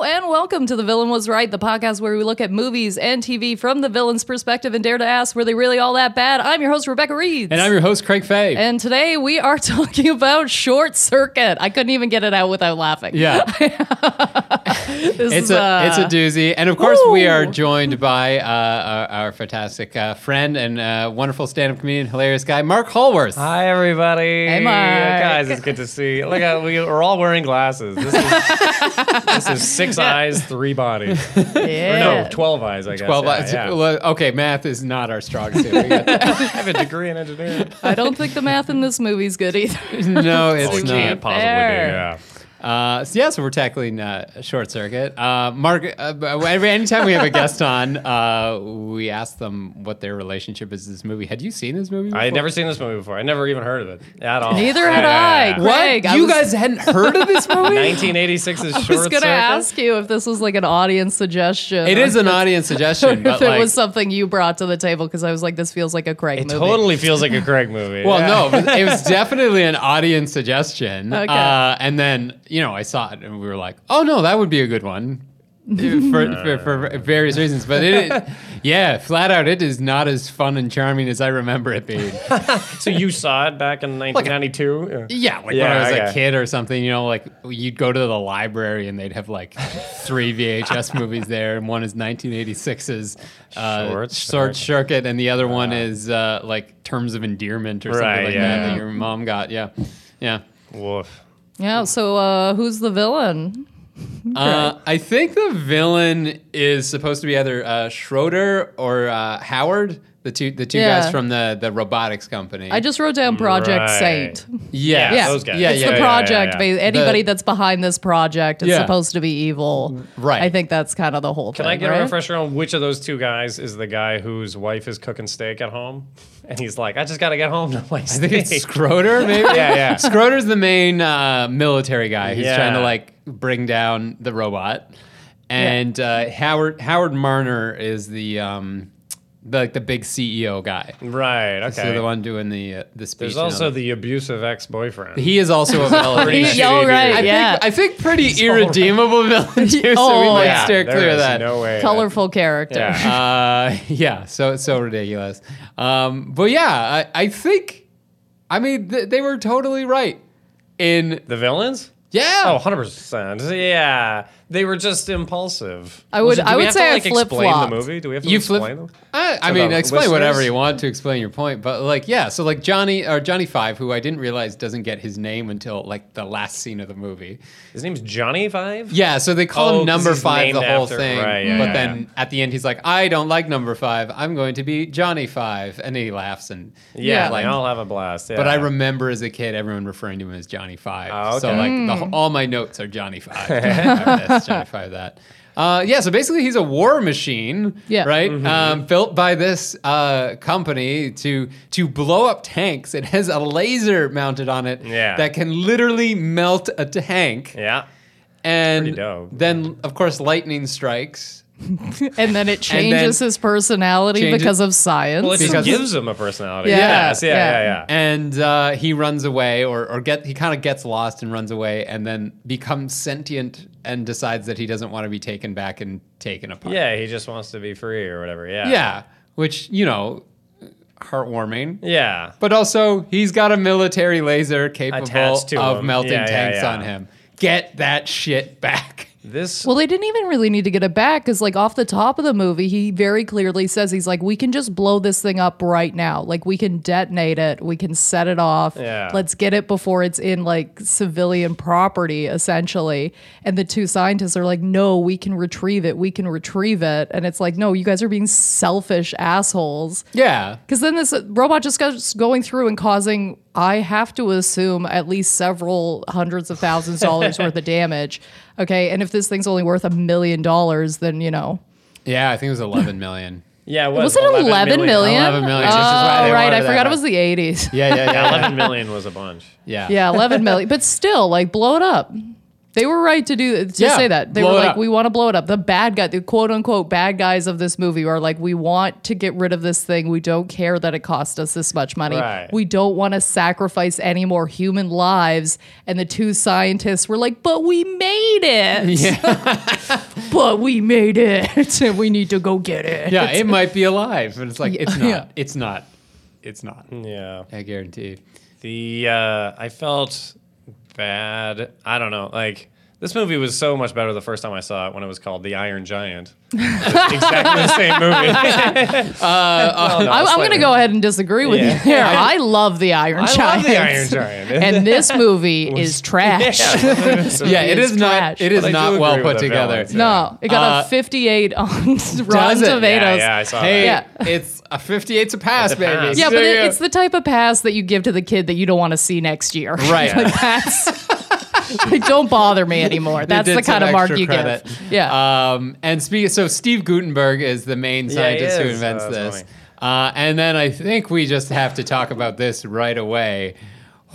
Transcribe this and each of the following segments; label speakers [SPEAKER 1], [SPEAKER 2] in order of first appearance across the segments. [SPEAKER 1] Welcome to The Villain Was Right, the podcast where we look at movies and TV from the villain's perspective and dare to ask, were they really all that bad? I'm your host, Rebecca Reed.
[SPEAKER 2] And I'm your host, Craig Fay.
[SPEAKER 1] And today we are talking about Short Circuit. I couldn't even get it out without laughing.
[SPEAKER 2] yeah,
[SPEAKER 1] This
[SPEAKER 2] it's
[SPEAKER 1] is,
[SPEAKER 2] a
[SPEAKER 1] uh,
[SPEAKER 2] it's a doozy, and of course we are
[SPEAKER 1] Woo!
[SPEAKER 2] joined by uh, our, our fantastic uh, friend and uh, wonderful stand-up comedian, hilarious guy, Mark Holworth.
[SPEAKER 3] Hi everybody. Uh,
[SPEAKER 1] Hey, Mark.
[SPEAKER 3] Guys, it's good to see. you. Look, at, we, we're all wearing glasses. This is, this is six eyes, three bodies. Or
[SPEAKER 1] yeah.
[SPEAKER 3] no, twelve eyes. I guess.
[SPEAKER 2] Well,
[SPEAKER 3] Yeah,
[SPEAKER 2] but-
[SPEAKER 3] yeah.
[SPEAKER 2] well, okay, math is not our strong suit. We got that.
[SPEAKER 3] I have a degree in engineering.
[SPEAKER 1] I don't think the math in this movie's good either.
[SPEAKER 2] no, it's
[SPEAKER 3] we
[SPEAKER 2] not.
[SPEAKER 3] can't possibly
[SPEAKER 1] fair.
[SPEAKER 3] do.
[SPEAKER 2] Uh, so yeah, so we're tackling uh, short circuit. Uh, Mark, uh, every anytime we have a guest on, uh, we ask them what their relationship is to this movie. Had you seen this
[SPEAKER 3] Yeah.
[SPEAKER 2] movie? Before?
[SPEAKER 3] I had never seen this movie before. I never even heard of it at all.
[SPEAKER 1] Neither had I.
[SPEAKER 2] What?
[SPEAKER 1] Craig, I
[SPEAKER 2] you
[SPEAKER 1] was-
[SPEAKER 2] guys hadn't heard of this movie?
[SPEAKER 3] 1986 is short.
[SPEAKER 1] I was going
[SPEAKER 3] circuit.
[SPEAKER 1] to ask you if this was like an audience suggestion.
[SPEAKER 2] It
[SPEAKER 1] or
[SPEAKER 2] is an audience suggestion,
[SPEAKER 1] If
[SPEAKER 2] but
[SPEAKER 1] it
[SPEAKER 2] like,
[SPEAKER 1] was something you brought to the table, because I was like, this feels like a Craig
[SPEAKER 3] It
[SPEAKER 1] movie.
[SPEAKER 3] totally feels like a Craig movie.
[SPEAKER 2] well, no, but it was definitely an audience suggestion.
[SPEAKER 1] Okay.
[SPEAKER 2] Uh, and then you know, I saw it, and we were like, oh no, that would be a good one. for, for, for various reasons, but it, yeah, flat out, it is not as fun and charming as I remember it being.
[SPEAKER 3] So you saw it back in 1992. Yeah.
[SPEAKER 2] Yeah, like when
[SPEAKER 3] Yeah,
[SPEAKER 2] I was a
[SPEAKER 3] okay.
[SPEAKER 2] kid or something, you know, like you'd go to the library and they'd have like three VHS movies there, and one is 1986's
[SPEAKER 3] Short
[SPEAKER 2] uh,
[SPEAKER 3] Uh-huh.
[SPEAKER 2] Short, Circuit, and the other one is uh, like Terms of Endearment or something
[SPEAKER 3] Right,
[SPEAKER 2] like that
[SPEAKER 3] yeah.
[SPEAKER 2] that your mom got. Yeah, yeah.
[SPEAKER 3] Woof.
[SPEAKER 1] Yeah. So uh, who's the villain?
[SPEAKER 2] Uh, I think the villain is supposed to be either uh, Schroeder or uh, Howard. The two, the two
[SPEAKER 1] Yeah.
[SPEAKER 2] guys from the, the robotics company.
[SPEAKER 1] I just wrote down Project
[SPEAKER 3] Right.
[SPEAKER 1] Saint.
[SPEAKER 2] yes.
[SPEAKER 1] Yeah,
[SPEAKER 3] those guys.
[SPEAKER 2] Yeah,
[SPEAKER 1] it's
[SPEAKER 2] yeah,
[SPEAKER 1] the
[SPEAKER 2] yeah,
[SPEAKER 1] project.
[SPEAKER 3] yeah.
[SPEAKER 1] ba- Anybody
[SPEAKER 2] The-
[SPEAKER 1] that's behind this project is
[SPEAKER 2] Yeah.
[SPEAKER 1] supposed to be evil.
[SPEAKER 2] Right.
[SPEAKER 1] I think that's kind of the whole
[SPEAKER 3] Can
[SPEAKER 1] thing.
[SPEAKER 3] I get
[SPEAKER 1] right?
[SPEAKER 3] a refresher on which of those two guys is the guy whose wife is cooking steak at home? And he's like, I just got to get home to my
[SPEAKER 2] I
[SPEAKER 3] steak.
[SPEAKER 2] think it's Schroeder, maybe.
[SPEAKER 3] yeah, yeah.
[SPEAKER 2] Schroeder's the main uh, military guy who's
[SPEAKER 3] Yeah.
[SPEAKER 2] trying to like bring down the robot, and uh, Howard Howard Marner is the um, the, like the big CEO guy.
[SPEAKER 3] Right. Okay.
[SPEAKER 2] So the one doing the uh, the speech.
[SPEAKER 3] There's
[SPEAKER 2] and
[SPEAKER 3] also
[SPEAKER 2] all that.
[SPEAKER 3] the abusive ex-boyfriend.
[SPEAKER 2] he is also a villain.
[SPEAKER 3] Pretty
[SPEAKER 2] I
[SPEAKER 3] shitty
[SPEAKER 1] Yeah, all
[SPEAKER 3] dude.
[SPEAKER 1] right,
[SPEAKER 3] I
[SPEAKER 2] think,
[SPEAKER 3] think-
[SPEAKER 1] yeah.
[SPEAKER 2] I think pretty irredeemable villain too, so we
[SPEAKER 1] Oh,
[SPEAKER 2] might
[SPEAKER 1] yeah,
[SPEAKER 2] steer
[SPEAKER 3] there
[SPEAKER 2] clear of
[SPEAKER 3] is
[SPEAKER 2] that.
[SPEAKER 3] No way.
[SPEAKER 1] Colorful character.
[SPEAKER 3] Yeah.
[SPEAKER 2] uh, yeah, so so ridiculous. Um, but yeah, I, I think, I mean, th- they were totally right in
[SPEAKER 3] The villains?
[SPEAKER 2] yeah.
[SPEAKER 3] Oh, 100%. Yeah. They were just impulsive.
[SPEAKER 1] I would-
[SPEAKER 3] Do
[SPEAKER 1] I
[SPEAKER 3] we
[SPEAKER 1] would
[SPEAKER 3] have
[SPEAKER 1] say I
[SPEAKER 3] to, like, explain
[SPEAKER 1] flip-flopped.
[SPEAKER 3] the movie? Do we have to
[SPEAKER 2] you
[SPEAKER 3] explain
[SPEAKER 2] flip.
[SPEAKER 3] them?
[SPEAKER 2] I, I
[SPEAKER 3] To
[SPEAKER 2] mean,
[SPEAKER 3] the
[SPEAKER 2] explain whatever
[SPEAKER 3] listeners?
[SPEAKER 2] you want to explain your point, but like, yeah. So like Johnny or Johnny Five, who I didn't realize doesn't get his name until like the last scene of the movie.
[SPEAKER 3] His name's Johnny Five?
[SPEAKER 2] Yeah, so they call
[SPEAKER 3] Oh,
[SPEAKER 2] him
[SPEAKER 3] 'cause
[SPEAKER 2] Number
[SPEAKER 3] he's
[SPEAKER 2] Five
[SPEAKER 3] named
[SPEAKER 2] the whole
[SPEAKER 3] after-
[SPEAKER 2] thing,
[SPEAKER 3] right, yeah,
[SPEAKER 2] but
[SPEAKER 3] yeah,
[SPEAKER 2] then at the end he's like, "I don't like Number Five. I'm going to be Johnny Five. and he laughs and
[SPEAKER 3] Yeah,
[SPEAKER 1] Yeah.
[SPEAKER 3] like, I'll have a blast. Yeah.
[SPEAKER 2] But I remember as a kid, everyone referring to him as Johnny Five.
[SPEAKER 3] Oh,
[SPEAKER 2] So
[SPEAKER 3] okay.
[SPEAKER 2] like the, all my notes are Johnny Five. Johnny Five this, Johnny Five that. Uh, yeah, so basically he's a war machine,
[SPEAKER 1] Yeah.
[SPEAKER 2] right?
[SPEAKER 3] Mm-hmm.
[SPEAKER 2] Um, built by this uh, company to to blow up tanks. It has a laser mounted on it
[SPEAKER 3] Yeah.
[SPEAKER 2] that can literally melt a tank.
[SPEAKER 3] Yeah.
[SPEAKER 2] And
[SPEAKER 3] Pretty dope.
[SPEAKER 2] then of course lightning strikes.
[SPEAKER 1] And then it changes
[SPEAKER 2] then-
[SPEAKER 1] his personality
[SPEAKER 2] Changes-
[SPEAKER 1] because of science.
[SPEAKER 3] Well, it just
[SPEAKER 2] Because-
[SPEAKER 3] gives him a personality.
[SPEAKER 1] Yeah.
[SPEAKER 3] Yes. Yeah.
[SPEAKER 1] Yeah.
[SPEAKER 3] Yeah. Yeah.
[SPEAKER 2] And uh, he runs away, or, or get he kind of gets lost and runs away, and then becomes sentient and decides that he doesn't want to be taken back and taken apart.
[SPEAKER 3] Yeah, he just wants to be free or whatever. Yeah.
[SPEAKER 2] yeah, which you know, heartwarming.
[SPEAKER 3] Yeah.
[SPEAKER 2] But also, he's got a military laser capable
[SPEAKER 3] Attached to
[SPEAKER 2] of
[SPEAKER 3] him.
[SPEAKER 2] melting
[SPEAKER 3] Yeah, yeah,
[SPEAKER 2] tanks
[SPEAKER 3] yeah.
[SPEAKER 2] on him. Get that shit back.
[SPEAKER 3] This
[SPEAKER 1] Well, they didn't even really need to get it back because, like, off the top of the movie, he very clearly says he's like, "We can just blow this thing up right now. Like, we can detonate it. We can set it off.
[SPEAKER 3] Yeah.
[SPEAKER 1] Let's get it before it's in like civilian property, essentially." And the two scientists are like, "No, we can retrieve it. We can retrieve it." And it's like, "No, you guys are being selfish assholes."
[SPEAKER 2] Yeah,
[SPEAKER 1] Because then this robot just goes going through and causing, I have to assume, at least several hundreds of thousands of dollars worth of damage. Okay. And if this thing's only worth a million dollars, then, you know.
[SPEAKER 2] yeah. I think it was eleven million.
[SPEAKER 3] yeah it
[SPEAKER 1] Was it 11 million?
[SPEAKER 2] million. 11 million, which is just why
[SPEAKER 1] Oh,
[SPEAKER 2] they
[SPEAKER 1] right.
[SPEAKER 2] wanted
[SPEAKER 1] I
[SPEAKER 2] that
[SPEAKER 1] forgot it
[SPEAKER 2] much.
[SPEAKER 1] was the 80s.
[SPEAKER 2] Yeah, yeah, yeah,
[SPEAKER 3] Eleven million was a bunch.
[SPEAKER 2] yeah.
[SPEAKER 1] Yeah, 11 million. But still, like, blow it up. They were right to do to
[SPEAKER 2] Yeah,
[SPEAKER 1] say that. They
[SPEAKER 2] blow
[SPEAKER 1] were
[SPEAKER 2] it
[SPEAKER 1] like,
[SPEAKER 2] up.
[SPEAKER 1] we want to blow it up. The bad guy, the quote unquote bad guys of this movie are like, we want to get rid of this thing. We don't care that it cost us this much money.
[SPEAKER 3] Right.
[SPEAKER 1] We don't want to sacrifice any more human lives. And the two scientists were like, but we made it. but we made it. And we need to go get it.
[SPEAKER 2] yeah, it might be alive, but it's like it's not.
[SPEAKER 1] Yeah.
[SPEAKER 2] It's not. It's not.
[SPEAKER 3] Yeah.
[SPEAKER 2] I guarantee.
[SPEAKER 3] The uh, I felt bad. I don't know. Like this movie was so much better the first time I saw it when it was called The Iron Giant. It's exactly the same movie.
[SPEAKER 1] Uh, I'm, I'm going to go ahead and disagree with
[SPEAKER 3] Yeah.
[SPEAKER 1] you there. I love the
[SPEAKER 3] I
[SPEAKER 1] Iron
[SPEAKER 3] love
[SPEAKER 1] Giant.
[SPEAKER 3] The Iron Giant.
[SPEAKER 1] and this movie is trash.
[SPEAKER 2] Yeah, it
[SPEAKER 1] It's
[SPEAKER 2] is not.
[SPEAKER 1] trash.
[SPEAKER 2] It
[SPEAKER 3] But I
[SPEAKER 2] is
[SPEAKER 3] do
[SPEAKER 2] not
[SPEAKER 3] agree
[SPEAKER 2] well
[SPEAKER 3] with
[SPEAKER 2] put
[SPEAKER 3] the
[SPEAKER 2] together.
[SPEAKER 3] balance.
[SPEAKER 1] No, it got
[SPEAKER 2] Uh,
[SPEAKER 1] a 58 on Rotten
[SPEAKER 2] it? Yeah,
[SPEAKER 1] Tomatoes.
[SPEAKER 3] yeah, yeah, I saw
[SPEAKER 2] Hey,
[SPEAKER 1] Yeah.
[SPEAKER 2] it's a 58's a pass,
[SPEAKER 3] It's a
[SPEAKER 2] baby.
[SPEAKER 3] pass.
[SPEAKER 1] Yeah,
[SPEAKER 2] So
[SPEAKER 1] but
[SPEAKER 2] you-
[SPEAKER 1] it, it's the type of pass that you give to the kid that you don't want to see next year.
[SPEAKER 2] Right.
[SPEAKER 1] like that's like, don't bother me anymore. That's
[SPEAKER 2] did
[SPEAKER 1] the kind
[SPEAKER 2] some
[SPEAKER 1] of mark
[SPEAKER 2] extra
[SPEAKER 1] you
[SPEAKER 2] credit.
[SPEAKER 1] give. Yeah.
[SPEAKER 2] Um, and speak, so Steve Gutenberg is the main
[SPEAKER 3] Yeah, he
[SPEAKER 2] scientist who
[SPEAKER 3] is.
[SPEAKER 2] invents
[SPEAKER 3] Oh, that's
[SPEAKER 2] this. Uh, and then I think we just have to talk about this right away.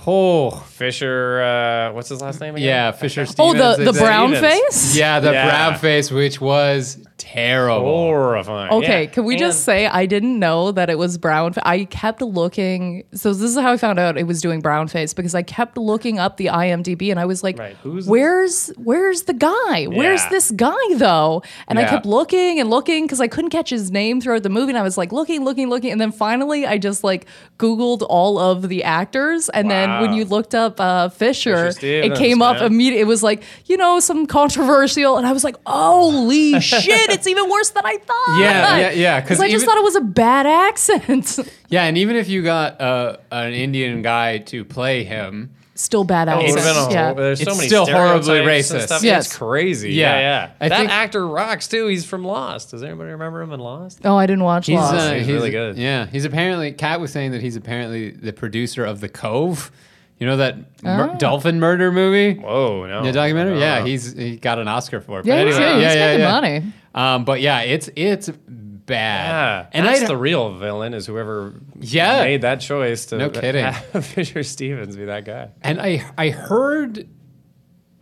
[SPEAKER 2] Oh,
[SPEAKER 3] Fisher. Uh, what's his last name again?
[SPEAKER 2] yeah, Fisher
[SPEAKER 1] oh,
[SPEAKER 2] Stevens.
[SPEAKER 1] the the
[SPEAKER 2] is it?
[SPEAKER 1] brown
[SPEAKER 3] Stevens.
[SPEAKER 1] face.
[SPEAKER 2] Yeah, the
[SPEAKER 3] Yeah. Oh.
[SPEAKER 2] brown face, which was terrible.
[SPEAKER 3] Horrifying.
[SPEAKER 1] Okay,
[SPEAKER 3] Yeah.
[SPEAKER 1] can we just
[SPEAKER 3] And-
[SPEAKER 1] say I didn't know that it was brown? fa- I kept looking. So this is how I found out it was doing brown face because I kept looking up the IMDb and I was like,
[SPEAKER 3] Right, who's this?
[SPEAKER 1] "Where's where's the guy? Where's
[SPEAKER 3] Yeah.
[SPEAKER 1] this guy though?" And I
[SPEAKER 2] Yeah.
[SPEAKER 1] kept looking and looking because I couldn't catch his name throughout the movie, and I was like looking, looking, looking, and then finally I just like Googled all of the actors, and then when
[SPEAKER 3] Wow.
[SPEAKER 1] you looked up uh, Fisher,
[SPEAKER 3] Fisher
[SPEAKER 1] it
[SPEAKER 3] Stevens,
[SPEAKER 1] came up
[SPEAKER 3] yeah.
[SPEAKER 1] immediately. It was like you know some controversial, and I was like, "Holy shit! It's even worse than I thought."
[SPEAKER 2] Yeah, yeah, yeah, 'cause
[SPEAKER 1] Because I just
[SPEAKER 2] even-
[SPEAKER 1] thought it was a bad accent.
[SPEAKER 2] Yeah, and even if you got uh, an Indian guy to play him,
[SPEAKER 1] Still bad
[SPEAKER 3] It
[SPEAKER 1] accent.
[SPEAKER 3] would've been a
[SPEAKER 1] yeah.
[SPEAKER 3] whole, there's so
[SPEAKER 2] It's
[SPEAKER 3] many
[SPEAKER 2] still horribly
[SPEAKER 3] stereotypes and
[SPEAKER 2] racist.
[SPEAKER 3] Stuff.
[SPEAKER 1] Yes.
[SPEAKER 3] It's crazy.
[SPEAKER 2] Yeah.
[SPEAKER 3] Yeah, yeah.
[SPEAKER 2] I
[SPEAKER 3] that
[SPEAKER 2] think-
[SPEAKER 3] actor rocks too. He's from Lost. Does anybody remember him in Lost?
[SPEAKER 1] oh, I didn't watch
[SPEAKER 2] he's,
[SPEAKER 1] Lost.
[SPEAKER 2] uh,
[SPEAKER 3] He's really good.
[SPEAKER 2] Yeah, he's apparently. Kat was saying that he's apparently the producer of The Cove. You know that mur-
[SPEAKER 1] Oh.
[SPEAKER 2] dolphin murder movie?
[SPEAKER 3] Whoa, no.
[SPEAKER 2] The documentary?
[SPEAKER 3] No.
[SPEAKER 2] yeah, he's he got an Oscar for it. But
[SPEAKER 1] yeah,
[SPEAKER 2] anyway,
[SPEAKER 1] he's, yeah, he's
[SPEAKER 2] yeah,
[SPEAKER 1] making
[SPEAKER 2] yeah.
[SPEAKER 1] money.
[SPEAKER 2] Um, but yeah, it's it's bad.
[SPEAKER 3] Yeah,
[SPEAKER 2] and
[SPEAKER 3] and
[SPEAKER 2] I
[SPEAKER 3] that's
[SPEAKER 2] don't-
[SPEAKER 3] the real villain is whoever
[SPEAKER 2] Yeah.
[SPEAKER 3] made that choice to
[SPEAKER 2] No kidding.
[SPEAKER 3] have Fisher Stevens be that guy.
[SPEAKER 2] And I I heard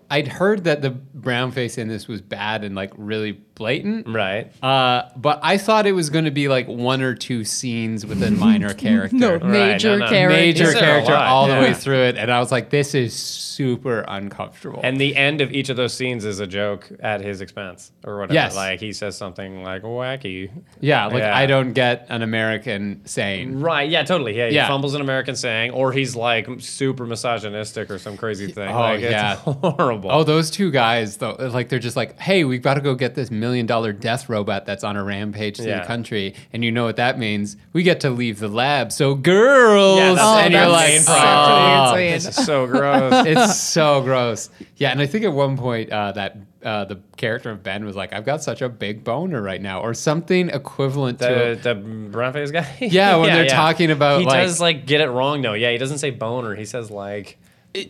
[SPEAKER 2] I'd heard that the brown face in this was bad and like really blatant.
[SPEAKER 3] Right.
[SPEAKER 2] Uh, but I thought it was going to be like one or two scenes with a minor character.
[SPEAKER 1] No,
[SPEAKER 3] no,
[SPEAKER 1] major
[SPEAKER 3] no.
[SPEAKER 1] character.
[SPEAKER 2] Major
[SPEAKER 3] Is there a
[SPEAKER 2] character
[SPEAKER 3] lot?
[SPEAKER 2] all the
[SPEAKER 3] Yeah.
[SPEAKER 2] way through it, and I was like, "This is super uncomfortable."
[SPEAKER 3] And the end of each of those scenes is a joke at his expense or whatever.
[SPEAKER 2] Yes.
[SPEAKER 3] Like he says something like wacky.
[SPEAKER 2] yeah, like
[SPEAKER 3] Yeah.
[SPEAKER 2] I don't get an American saying.
[SPEAKER 3] Right. Yeah, totally. Yeah. He
[SPEAKER 2] Yeah.
[SPEAKER 3] fumbles an American saying, or he's like super misogynistic or some crazy thing.
[SPEAKER 2] Oh,
[SPEAKER 3] like,
[SPEAKER 2] yeah.
[SPEAKER 3] It's horrible.
[SPEAKER 2] Oh, those two guys though, like they're just like, "Hey, we've got to go get this million dollar death robot that's on a rampage through
[SPEAKER 3] Yeah.
[SPEAKER 2] the country," and you know what that means? We get to leave the lab, so girls,
[SPEAKER 3] Yeah, that's
[SPEAKER 2] and
[SPEAKER 1] the
[SPEAKER 2] you're
[SPEAKER 1] main
[SPEAKER 2] like,
[SPEAKER 1] product.
[SPEAKER 2] "Oh,
[SPEAKER 1] That's
[SPEAKER 3] This is so gross.
[SPEAKER 2] it's so gross. Yeah, and I think at one point uh, that uh, the character of Ben was like, "I've got such a big boner right now," or something equivalent to.
[SPEAKER 3] The, the brown face guy.
[SPEAKER 2] Yeah, when they're talking about,
[SPEAKER 3] he
[SPEAKER 2] like-
[SPEAKER 3] does like get it wrong though. Yeah, he doesn't say boner. He says like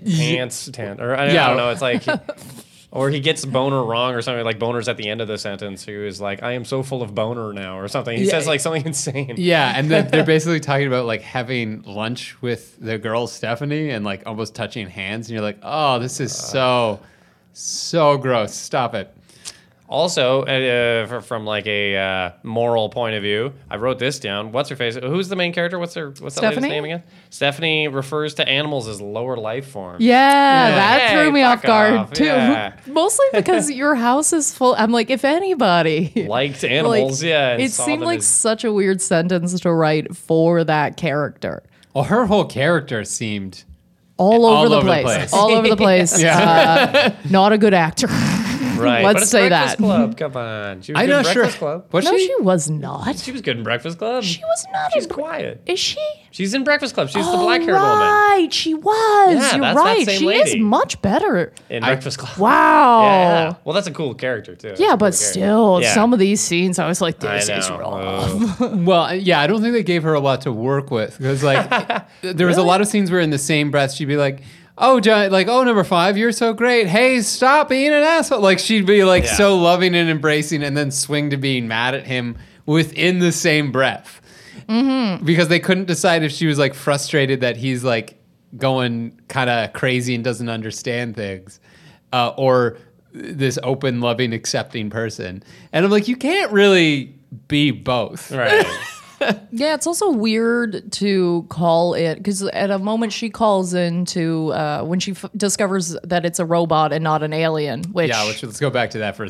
[SPEAKER 3] pants tan or I don't,
[SPEAKER 2] Yeah.
[SPEAKER 3] I don't know. It's like. Or he gets boner wrong or something like boner's at the end of the sentence. He was like, I am so full of boner now or something. He
[SPEAKER 2] Yeah.
[SPEAKER 3] says like something insane.
[SPEAKER 2] yeah, and then they're basically talking about like having lunch with the girl Stephanie and like almost touching hands, and you're like, "Oh, this is so, so gross. Stop it."
[SPEAKER 3] Also, uh, fr- from like a uh, moral point of view, I wrote this down. What's her face? Who's the main character? What's her? What's that lady's
[SPEAKER 1] Stephanie?
[SPEAKER 3] name again? Stephanie refers to animals as lower life forms.
[SPEAKER 1] Yeah, that
[SPEAKER 3] Hey,
[SPEAKER 1] threw me
[SPEAKER 3] fuck
[SPEAKER 1] off guard
[SPEAKER 3] off,
[SPEAKER 1] too.
[SPEAKER 3] yeah.
[SPEAKER 1] Mostly because your house is full. I'm like, if anybody
[SPEAKER 3] Liked animals.
[SPEAKER 1] like,
[SPEAKER 3] yeah. and
[SPEAKER 1] It
[SPEAKER 3] saw
[SPEAKER 1] seemed
[SPEAKER 3] them
[SPEAKER 1] like
[SPEAKER 3] as-
[SPEAKER 1] such a weird sentence to write for that character.
[SPEAKER 2] Well, her whole character seemed.
[SPEAKER 1] All over,
[SPEAKER 2] All
[SPEAKER 1] the,
[SPEAKER 2] over the
[SPEAKER 1] place.
[SPEAKER 2] place.
[SPEAKER 1] All over the place. Uh, not a good actor.
[SPEAKER 3] right.
[SPEAKER 1] let's
[SPEAKER 3] but it's
[SPEAKER 1] say
[SPEAKER 3] Breakfast
[SPEAKER 1] that.
[SPEAKER 3] Club. Come on. She was
[SPEAKER 2] I'm
[SPEAKER 3] good in
[SPEAKER 2] not sure.
[SPEAKER 3] Breakfast Club.
[SPEAKER 2] Was
[SPEAKER 1] No,
[SPEAKER 2] she?
[SPEAKER 1] she was not.
[SPEAKER 3] She was good in Breakfast Club.
[SPEAKER 1] She was not.
[SPEAKER 3] She's
[SPEAKER 1] in-
[SPEAKER 3] quiet.
[SPEAKER 1] is she?
[SPEAKER 3] She's in Breakfast Club. She's the
[SPEAKER 1] Oh,
[SPEAKER 3] black haired woman
[SPEAKER 1] right. She was.
[SPEAKER 3] Yeah,
[SPEAKER 1] You're
[SPEAKER 3] that's that
[SPEAKER 1] right.
[SPEAKER 3] same
[SPEAKER 1] She is
[SPEAKER 3] lady.
[SPEAKER 1] much better.
[SPEAKER 3] in Breakfast Club.
[SPEAKER 1] Wow.
[SPEAKER 3] Yeah. Well, that's a cool character too. That's
[SPEAKER 1] Yeah,
[SPEAKER 3] a
[SPEAKER 1] but
[SPEAKER 3] cool character.
[SPEAKER 1] still,
[SPEAKER 3] Yeah.
[SPEAKER 1] some of these scenes, I was like,
[SPEAKER 3] I
[SPEAKER 1] this is
[SPEAKER 3] know. Oh,
[SPEAKER 1] wrong.
[SPEAKER 3] Ugh.
[SPEAKER 2] Well, yeah, I don't think they gave her a lot to work with because, like, there was a lot of scenes where in the same breath she'd be like, "Oh, John, like, oh, number five, you're so great. Hey, stop being an asshole." Like, she'd be like
[SPEAKER 3] Yeah.
[SPEAKER 2] so loving and embracing, and then swing to being mad at him within the same breath because they couldn't decide if she was like frustrated that he's like going kind of crazy and doesn't understand things. uh, or this open, loving, accepting person. And I'm like, you can't really be both.
[SPEAKER 3] Right.
[SPEAKER 1] Yeah, it's also weird to call it because at a moment she calls in to uh, when she f- discovers that it's a robot and not an alien. Which,
[SPEAKER 2] Yeah, let's, let's go back to that for a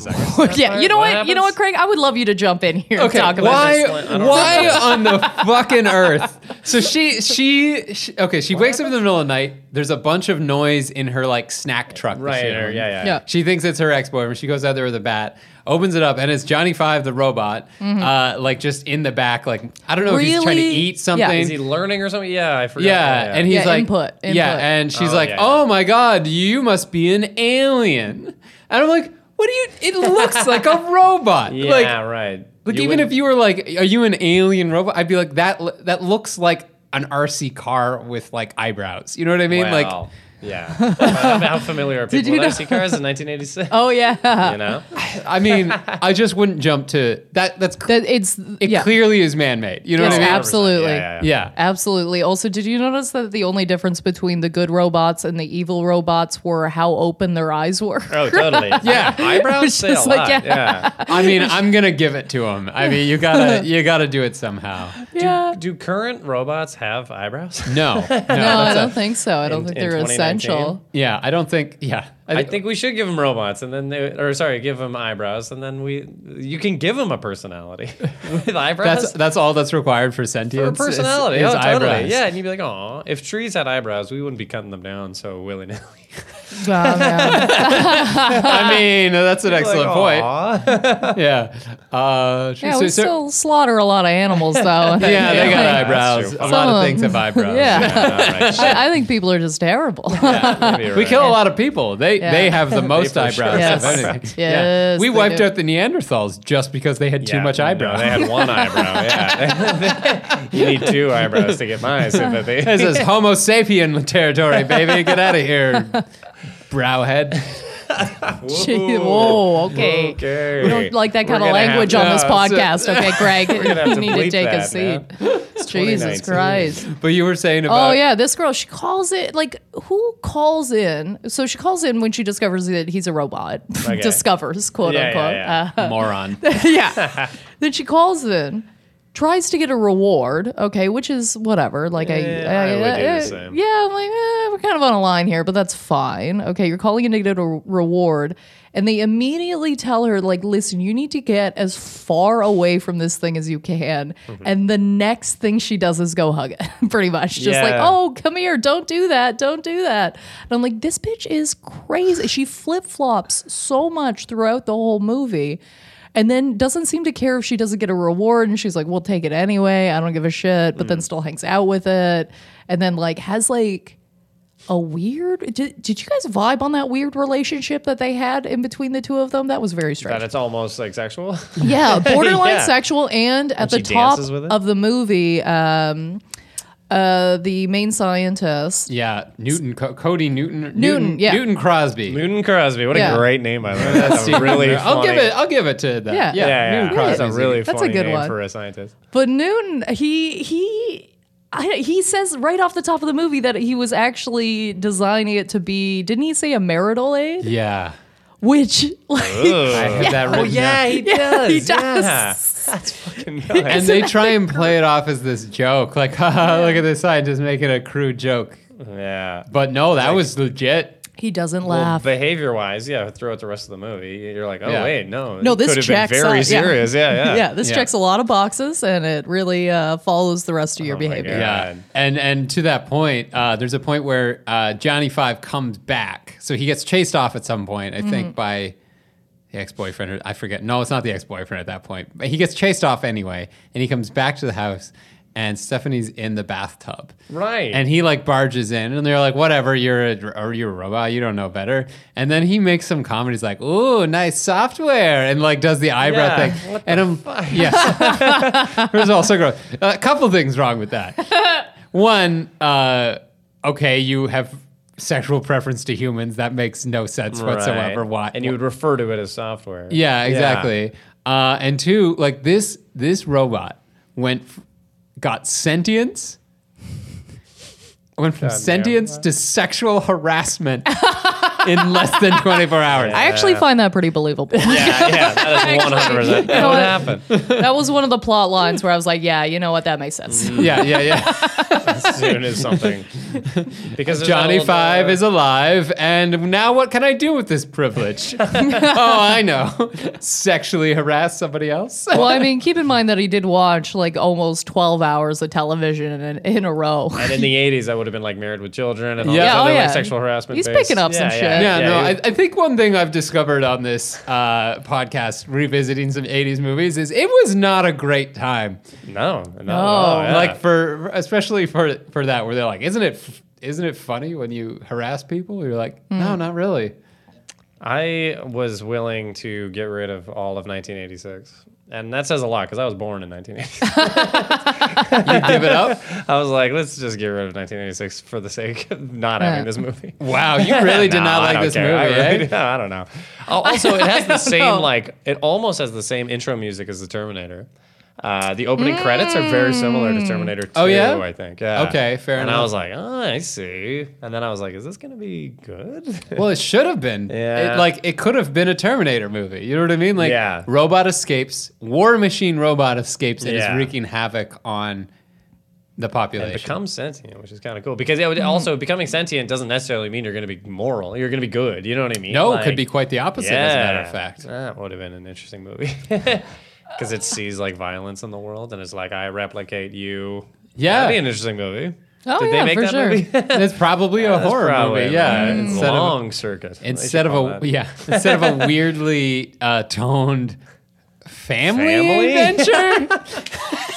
[SPEAKER 2] second.
[SPEAKER 1] yeah, you know what,
[SPEAKER 3] What
[SPEAKER 1] you know what,
[SPEAKER 3] happens?
[SPEAKER 1] Craig, I would love you to jump in here and
[SPEAKER 2] Okay,
[SPEAKER 1] talk about
[SPEAKER 2] why,
[SPEAKER 1] this.
[SPEAKER 3] I don't
[SPEAKER 2] why on the fucking earth? So she, she, she okay, she wakes up in the middle of the night. There's a bunch of noise in her like snack truck. that
[SPEAKER 3] Right.
[SPEAKER 2] she
[SPEAKER 3] Or,
[SPEAKER 2] owned.
[SPEAKER 3] yeah, yeah.
[SPEAKER 1] Yeah.
[SPEAKER 2] She thinks it's her ex boyfriend. She goes out there with a bat, opens it up, and it's Johnny Five the robot, uh, like just in the back. Like I don't know if he's trying to
[SPEAKER 1] Mm-hmm. Really?
[SPEAKER 2] eat
[SPEAKER 1] Yeah.
[SPEAKER 2] something.
[SPEAKER 3] Is he learning or something? Yeah, I forgot.
[SPEAKER 2] Yeah, and he's
[SPEAKER 1] Yeah,
[SPEAKER 2] like
[SPEAKER 1] input,
[SPEAKER 2] Yeah,
[SPEAKER 1] input.
[SPEAKER 2] and she's
[SPEAKER 3] Oh,
[SPEAKER 2] like,
[SPEAKER 3] yeah, yeah.
[SPEAKER 2] "Oh my god, you must be an alien." And I'm like, "What do you? It looks like a robot.
[SPEAKER 3] yeah,
[SPEAKER 2] like,
[SPEAKER 3] right.
[SPEAKER 2] like
[SPEAKER 3] You
[SPEAKER 2] even
[SPEAKER 3] wouldn't-
[SPEAKER 2] if you were like, are you an alien robot? I'd be like, that. l- That looks like an RC car with like eyebrows. You know what I mean? Like,
[SPEAKER 3] Wow. yeah. How familiar are people
[SPEAKER 1] you
[SPEAKER 3] with
[SPEAKER 1] know-
[SPEAKER 3] RC cars in 1986?
[SPEAKER 1] Oh yeah,
[SPEAKER 3] You know,
[SPEAKER 2] Uh, I mean, I just wouldn't jump to that. That's cl-
[SPEAKER 1] that it's
[SPEAKER 2] it.
[SPEAKER 1] yeah,
[SPEAKER 2] Clearly is man made. You know
[SPEAKER 1] Yes,
[SPEAKER 2] what I mean?
[SPEAKER 1] absolutely.
[SPEAKER 3] Yeah,
[SPEAKER 2] Yeah.
[SPEAKER 1] Absolutely. Also, did you notice that the only difference between the good robots and the evil robots were how open their eyes were?
[SPEAKER 2] Uh,
[SPEAKER 3] Oh, totally.
[SPEAKER 2] Yeah.
[SPEAKER 3] Eyebrows say a
[SPEAKER 1] Just like,
[SPEAKER 3] lot.
[SPEAKER 1] yeah.
[SPEAKER 3] yeah.
[SPEAKER 2] I mean, I'm gonna give it to him. I mean, you gotta, you gotta do it somehow.
[SPEAKER 1] yeah.
[SPEAKER 3] Do current robots have eyebrows?
[SPEAKER 2] No, no,
[SPEAKER 1] No, I
[SPEAKER 2] that's
[SPEAKER 1] don't
[SPEAKER 2] a,
[SPEAKER 1] think so. I don't
[SPEAKER 3] in-
[SPEAKER 1] think
[SPEAKER 3] in
[SPEAKER 1] they're
[SPEAKER 3] 2019?
[SPEAKER 1] essential.
[SPEAKER 2] yeah. I don't think. Yeah,
[SPEAKER 3] I think we should give them robots, and then they, or sorry, give them eyebrows, and then we you can give them a personality with eyebrows.
[SPEAKER 2] that's that's all that's required for
[SPEAKER 3] or
[SPEAKER 2] sentience. is-
[SPEAKER 3] personality.
[SPEAKER 2] is
[SPEAKER 3] oh, totally.
[SPEAKER 2] eyebrows.
[SPEAKER 3] Yeah, and you'd be like, oh, if trees had eyebrows, we wouldn't be cutting them down so willy nilly.
[SPEAKER 1] Oh, man.
[SPEAKER 2] I mean, that's an excellent point.
[SPEAKER 3] point.
[SPEAKER 2] Yeah. Uh, sure.
[SPEAKER 1] yeah,
[SPEAKER 2] So-
[SPEAKER 1] we
[SPEAKER 2] so-
[SPEAKER 1] still slaughter a lot of animals, though.
[SPEAKER 2] Yeah, they got
[SPEAKER 3] Yeah,
[SPEAKER 2] eyebrows.
[SPEAKER 3] that's
[SPEAKER 2] A
[SPEAKER 3] true.
[SPEAKER 2] lot
[SPEAKER 1] Some-
[SPEAKER 2] of things have
[SPEAKER 1] Yeah.
[SPEAKER 2] eyebrows.
[SPEAKER 3] Yeah,
[SPEAKER 1] I, I think people are just terrible.
[SPEAKER 3] all right.
[SPEAKER 2] We kill a lot of people. They
[SPEAKER 1] Yeah.
[SPEAKER 2] they have the most
[SPEAKER 3] for
[SPEAKER 2] eyebrows.
[SPEAKER 3] sure
[SPEAKER 1] have
[SPEAKER 2] of
[SPEAKER 1] eyebrows.
[SPEAKER 2] anything.
[SPEAKER 1] Yes,
[SPEAKER 2] We
[SPEAKER 1] they
[SPEAKER 2] wiped
[SPEAKER 1] do.
[SPEAKER 2] out the Neanderthals just because they had too much eyebrows.
[SPEAKER 3] eyebrows. they had one eyebrow. Yeah, you need two eyebrows to get my sympathy.
[SPEAKER 2] this is Homo sapien territory, baby. Get out of here, browhead.
[SPEAKER 1] Gee, Whoa, okay.
[SPEAKER 3] Okay.
[SPEAKER 1] We don't like that kind of language on this podcast, okay, Greg?
[SPEAKER 3] have
[SPEAKER 1] You
[SPEAKER 3] to
[SPEAKER 1] need to
[SPEAKER 3] bleep
[SPEAKER 1] take a
[SPEAKER 3] that,
[SPEAKER 1] seat.
[SPEAKER 3] 2019.
[SPEAKER 1] Jesus Christ.
[SPEAKER 2] But you were saying about
[SPEAKER 1] Oh yeah, this girl. She calls it like who calls in? So she calls in when she discovers that he's a robot.
[SPEAKER 3] Okay.
[SPEAKER 1] discovers, quote
[SPEAKER 3] Yeah, yeah,
[SPEAKER 1] unquote.
[SPEAKER 3] yeah.
[SPEAKER 1] Uh,
[SPEAKER 2] moron.
[SPEAKER 1] yeah. then she calls in, tries to get a reward, okay, which is whatever. Like
[SPEAKER 3] Yeah,
[SPEAKER 1] I,
[SPEAKER 3] I would do the
[SPEAKER 1] uh,
[SPEAKER 3] same.
[SPEAKER 1] yeah, I'm like eh, we're kind of on a line here, but that's fine. Okay, you're calling in to get a re- reward, and they immediately tell her like, listen, you need to get as far away from this thing as you can.
[SPEAKER 3] Mm-hmm.
[SPEAKER 1] And the next thing she does is go hug it, pretty much, just like
[SPEAKER 3] Yeah.
[SPEAKER 1] oh, come here, don't do that, don't do that. And I'm like, this bitch is crazy. She flip flops so much throughout the whole movie and then doesn't seem to care if she doesn't get a reward and she's like we'll take it anyway i don't give a shit
[SPEAKER 3] Mm.
[SPEAKER 1] but then still hangs out with it and then like has like a weird did, did you guys vibe on that weird relationship that they had in between the two of them that was very strange
[SPEAKER 3] That it's almost like sexual.
[SPEAKER 1] yeah borderline
[SPEAKER 3] Yeah.
[SPEAKER 1] sexual and at the
[SPEAKER 3] she
[SPEAKER 1] top
[SPEAKER 3] dances with it?
[SPEAKER 1] of the movie um uh the main scientist
[SPEAKER 2] Yeah, Newton, Co- Cody Newton, Newton,
[SPEAKER 1] yeah.
[SPEAKER 2] Newton Crosby.
[SPEAKER 3] Newton Crosby. What
[SPEAKER 1] Yeah.
[SPEAKER 3] a great name, by the way. That's a really.
[SPEAKER 2] I'll give
[SPEAKER 3] funny-
[SPEAKER 2] it. I'll give it to that.
[SPEAKER 1] Yeah.
[SPEAKER 2] Yeah,
[SPEAKER 1] Yeah,
[SPEAKER 3] Yeah,
[SPEAKER 2] Newton
[SPEAKER 3] yeah. That's a
[SPEAKER 2] Crosby's
[SPEAKER 3] really
[SPEAKER 1] That's a
[SPEAKER 3] funny
[SPEAKER 1] good
[SPEAKER 3] name
[SPEAKER 1] one.
[SPEAKER 3] for a scientist.
[SPEAKER 1] But Newton, he he. I, he says right off the top of the movie that he was actually designing it to be, didn't he say a marital aid?
[SPEAKER 2] Yeah,
[SPEAKER 1] Which, like,
[SPEAKER 2] I
[SPEAKER 3] Ugh.
[SPEAKER 2] had that written
[SPEAKER 3] he
[SPEAKER 2] down.
[SPEAKER 1] Oh, Yeah, he does.
[SPEAKER 3] That's fucking nuts.
[SPEAKER 2] and they try and play it off as this joke, like, haha, look at this scientist making a crude joke.
[SPEAKER 3] yeah.
[SPEAKER 2] But no, that was legit.
[SPEAKER 1] he doesn't
[SPEAKER 3] Well,
[SPEAKER 1] laugh.
[SPEAKER 3] behavior wise, yeah, throughout the rest of the movie, you're like, oh,
[SPEAKER 2] Yeah.
[SPEAKER 3] wait, no.
[SPEAKER 1] No,
[SPEAKER 3] it
[SPEAKER 1] this
[SPEAKER 3] could have
[SPEAKER 1] checks
[SPEAKER 3] been very
[SPEAKER 1] out, yeah.
[SPEAKER 3] serious. Yeah, yeah.
[SPEAKER 1] yeah, this
[SPEAKER 2] yeah.
[SPEAKER 1] checks a lot of boxes and it really uh, follows the rest of your
[SPEAKER 3] Oh my
[SPEAKER 1] behavior.
[SPEAKER 3] God.
[SPEAKER 2] Yeah,
[SPEAKER 3] God.
[SPEAKER 2] and and to that point, uh, there's a point where uh, Johnny Five comes back, so he gets chased off at some point, I think, by the ex-boyfriend. Or, I forget. No, it's not the ex-boyfriend at that point, but he gets chased off anyway, and he comes back to the house. And Stephanie's in the bathtub,
[SPEAKER 3] Right.
[SPEAKER 2] And he like barges in, and they're like, "Whatever, you're a or you're a robot, you don't know better." And then he makes some comedy. He's like, "Ooh, nice software," and like does the eyebrow
[SPEAKER 3] Yeah,
[SPEAKER 2] thing.
[SPEAKER 3] what
[SPEAKER 2] and I'm yes, There's also gross. A couple things wrong with that. One, uh, okay, you have sexual preference to humans. That makes no sense
[SPEAKER 3] Right.
[SPEAKER 2] whatsoever. Why?
[SPEAKER 3] And you would refer to it as software.
[SPEAKER 2] yeah, exactly. Uh, and two, like this, this robot went, f- got sentience. Went from
[SPEAKER 3] Goddamn.
[SPEAKER 2] sentience to sexual harassment in less than 24 hours.
[SPEAKER 1] I actually find that pretty believable.
[SPEAKER 3] yeah, yeah, that is one hundred percent. That
[SPEAKER 1] know
[SPEAKER 3] would
[SPEAKER 1] what?
[SPEAKER 3] happen.
[SPEAKER 1] that was one of the plot lines where I was like, yeah, you know what? That makes sense.
[SPEAKER 3] Mm.
[SPEAKER 2] Yeah, yeah, yeah.
[SPEAKER 3] As soon as something, because there's that
[SPEAKER 2] Johnny
[SPEAKER 3] old,
[SPEAKER 2] Five
[SPEAKER 3] uh,
[SPEAKER 2] is alive, and now what can I do with this privilege? oh, I know. Sexually harass somebody else?
[SPEAKER 1] Well, I mean, keep in mind that he did watch like almost 12 hours of television in, in a row.
[SPEAKER 3] And in the 80s, I would have been like married with children and all
[SPEAKER 2] Yeah.
[SPEAKER 3] this
[SPEAKER 2] Yeah, oh
[SPEAKER 3] other
[SPEAKER 1] yeah.
[SPEAKER 3] like sexual harassment.
[SPEAKER 1] He's
[SPEAKER 3] based-
[SPEAKER 1] picking up some shit.
[SPEAKER 2] Yeah, no,
[SPEAKER 3] he-
[SPEAKER 2] I, I think one thing I've discovered on this uh, podcast, revisiting some 80s movies, is it was not a great time. Um,
[SPEAKER 3] no, no, no, Oh, yeah.
[SPEAKER 2] Like for especially for for that, where they're like, "Isn't it f- isn't it funny when you harass people?" You're like,
[SPEAKER 3] Hmm.
[SPEAKER 2] "No, not really."
[SPEAKER 3] I was willing to get rid of all of 1986. And that says a lot because I was born in 1986.
[SPEAKER 2] You give it up.
[SPEAKER 3] I was like, let's just get rid of 1986 for the sake of not
[SPEAKER 1] Yeah.
[SPEAKER 3] having this movie.
[SPEAKER 2] Wow, you really did
[SPEAKER 3] No,
[SPEAKER 2] not
[SPEAKER 3] I
[SPEAKER 2] like
[SPEAKER 3] don't
[SPEAKER 2] this
[SPEAKER 3] care.
[SPEAKER 2] movie.
[SPEAKER 3] I, really-
[SPEAKER 2] eh?
[SPEAKER 3] no, I don't know. Al- Also, it has the same
[SPEAKER 1] know.
[SPEAKER 3] like it almost has the same intro music as the Terminator. Uh, the opening credits are very similar to Terminator 2,
[SPEAKER 2] Oh, yeah?
[SPEAKER 3] I think. Yeah.
[SPEAKER 2] Okay, fair
[SPEAKER 3] and
[SPEAKER 2] enough.
[SPEAKER 3] I was like, oh, I see. And then I was like, is this going to be good?
[SPEAKER 2] Well, it should have been.
[SPEAKER 3] Yeah.
[SPEAKER 2] It, like it could have been a Terminator movie. You know what I mean? Like
[SPEAKER 3] Yeah.
[SPEAKER 2] robot escapes, war machine robot escapes and
[SPEAKER 3] Yeah.
[SPEAKER 2] is wreaking havoc on the population.
[SPEAKER 3] and become sentient, which is kind of cool because it would
[SPEAKER 2] Mm.
[SPEAKER 3] also becoming sentient doesn't necessarily mean you're going to be moral. You're going to be good. You know what I mean?
[SPEAKER 2] no, it
[SPEAKER 3] Like,
[SPEAKER 2] could be quite the opposite as a matter of
[SPEAKER 3] yeah.
[SPEAKER 2] fact.
[SPEAKER 3] That would have been an interesting movie because it sees like violence in the world and it's like I replicate you.
[SPEAKER 2] Yeah.
[SPEAKER 3] that'd be an interesting movie.
[SPEAKER 1] Oh,
[SPEAKER 3] Did
[SPEAKER 1] yeah,
[SPEAKER 3] they make
[SPEAKER 1] for
[SPEAKER 3] that
[SPEAKER 1] sure.
[SPEAKER 3] movie?
[SPEAKER 2] And it's probably a
[SPEAKER 3] That's
[SPEAKER 2] horror
[SPEAKER 3] probably,
[SPEAKER 2] movie. Yeah.
[SPEAKER 3] right.
[SPEAKER 2] Instead of
[SPEAKER 3] long circuit. They
[SPEAKER 2] instead
[SPEAKER 3] should
[SPEAKER 2] of
[SPEAKER 3] call
[SPEAKER 2] a
[SPEAKER 3] that.
[SPEAKER 2] yeah, instead of a weirdly uh, toned family,
[SPEAKER 3] Family?
[SPEAKER 2] adventure.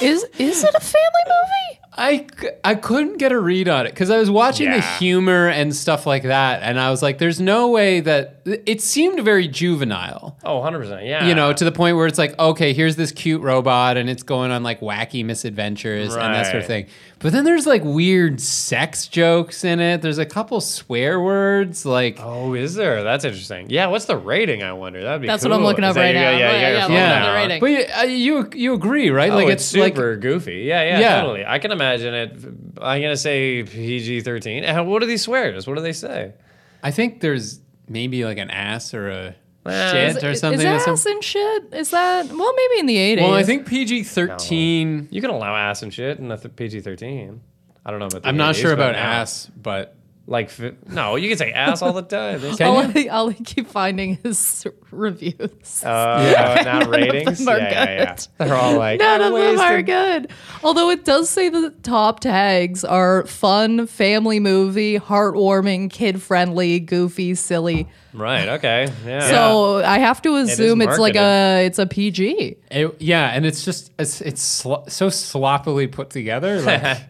[SPEAKER 1] Is is it a family movie?
[SPEAKER 2] I, c- I couldn't get a read on it because I was watching the
[SPEAKER 3] Yeah.
[SPEAKER 2] humor and stuff like that, and I was like, "There's no way that it seemed very juvenile."
[SPEAKER 3] Oh, 100 percent. Yeah,
[SPEAKER 2] You know, to the point where it's like, okay, here's this cute robot, and it's going on like wacky misadventures and that sort of
[SPEAKER 3] Right.
[SPEAKER 2] thing. But then there's like weird sex jokes in it. There's a couple swear words, like
[SPEAKER 3] Oh, is there? That's interesting. Yeah, what's the rating? I wonder. That'd be.
[SPEAKER 1] That's
[SPEAKER 3] cool.
[SPEAKER 1] what I'm looking
[SPEAKER 3] Is
[SPEAKER 1] up
[SPEAKER 3] that you-
[SPEAKER 1] right now.
[SPEAKER 3] Yeah, yeah,
[SPEAKER 1] Right, yeah,
[SPEAKER 3] yeah.
[SPEAKER 1] I'm looking up the
[SPEAKER 2] yeah.
[SPEAKER 1] rating.
[SPEAKER 2] But you, uh, you you agree, right? like
[SPEAKER 3] oh, it's,
[SPEAKER 2] like
[SPEAKER 3] super goofy. Yeah, yeah,
[SPEAKER 2] Yeah.
[SPEAKER 3] totally. I can imagine it. I'm gonna say PG thirteen. And What are these swears? What do they say?
[SPEAKER 2] I think there's maybe like an ass or a
[SPEAKER 3] Well,
[SPEAKER 2] shit
[SPEAKER 3] is-
[SPEAKER 2] or
[SPEAKER 1] Is-
[SPEAKER 2] something.
[SPEAKER 1] Is
[SPEAKER 2] that's-
[SPEAKER 1] ass and shit? Is that well? Maybe in the eighties.
[SPEAKER 2] well, I think PG thirteen.
[SPEAKER 3] You can allow ass and shit in a th- PG thirteen. I don't know about. The
[SPEAKER 2] I'm not
[SPEAKER 3] 80s,
[SPEAKER 2] sure
[SPEAKER 3] but
[SPEAKER 2] about
[SPEAKER 3] now-
[SPEAKER 2] ass, but
[SPEAKER 3] Like, fi- no, you can say ass all the time. It's-
[SPEAKER 1] All
[SPEAKER 2] can you?
[SPEAKER 1] I, all I keep finding is reviews.
[SPEAKER 3] Uh,
[SPEAKER 2] Yeah.
[SPEAKER 3] Not ratings.
[SPEAKER 1] are
[SPEAKER 3] Yeah, yeah, yeah.
[SPEAKER 1] good.
[SPEAKER 3] They're all like
[SPEAKER 1] None
[SPEAKER 3] "I
[SPEAKER 1] of them are
[SPEAKER 3] wasted
[SPEAKER 1] good. Although it does say the top tags are fun, family movie, heartwarming, kid friendly, goofy, silly.
[SPEAKER 3] Right. Okay. Yeah.
[SPEAKER 1] So I have to assume it's like a
[SPEAKER 3] marketed.
[SPEAKER 1] it's a PG.
[SPEAKER 2] It- yeah, and it's just it's, it's slo- so sloppily put together. Like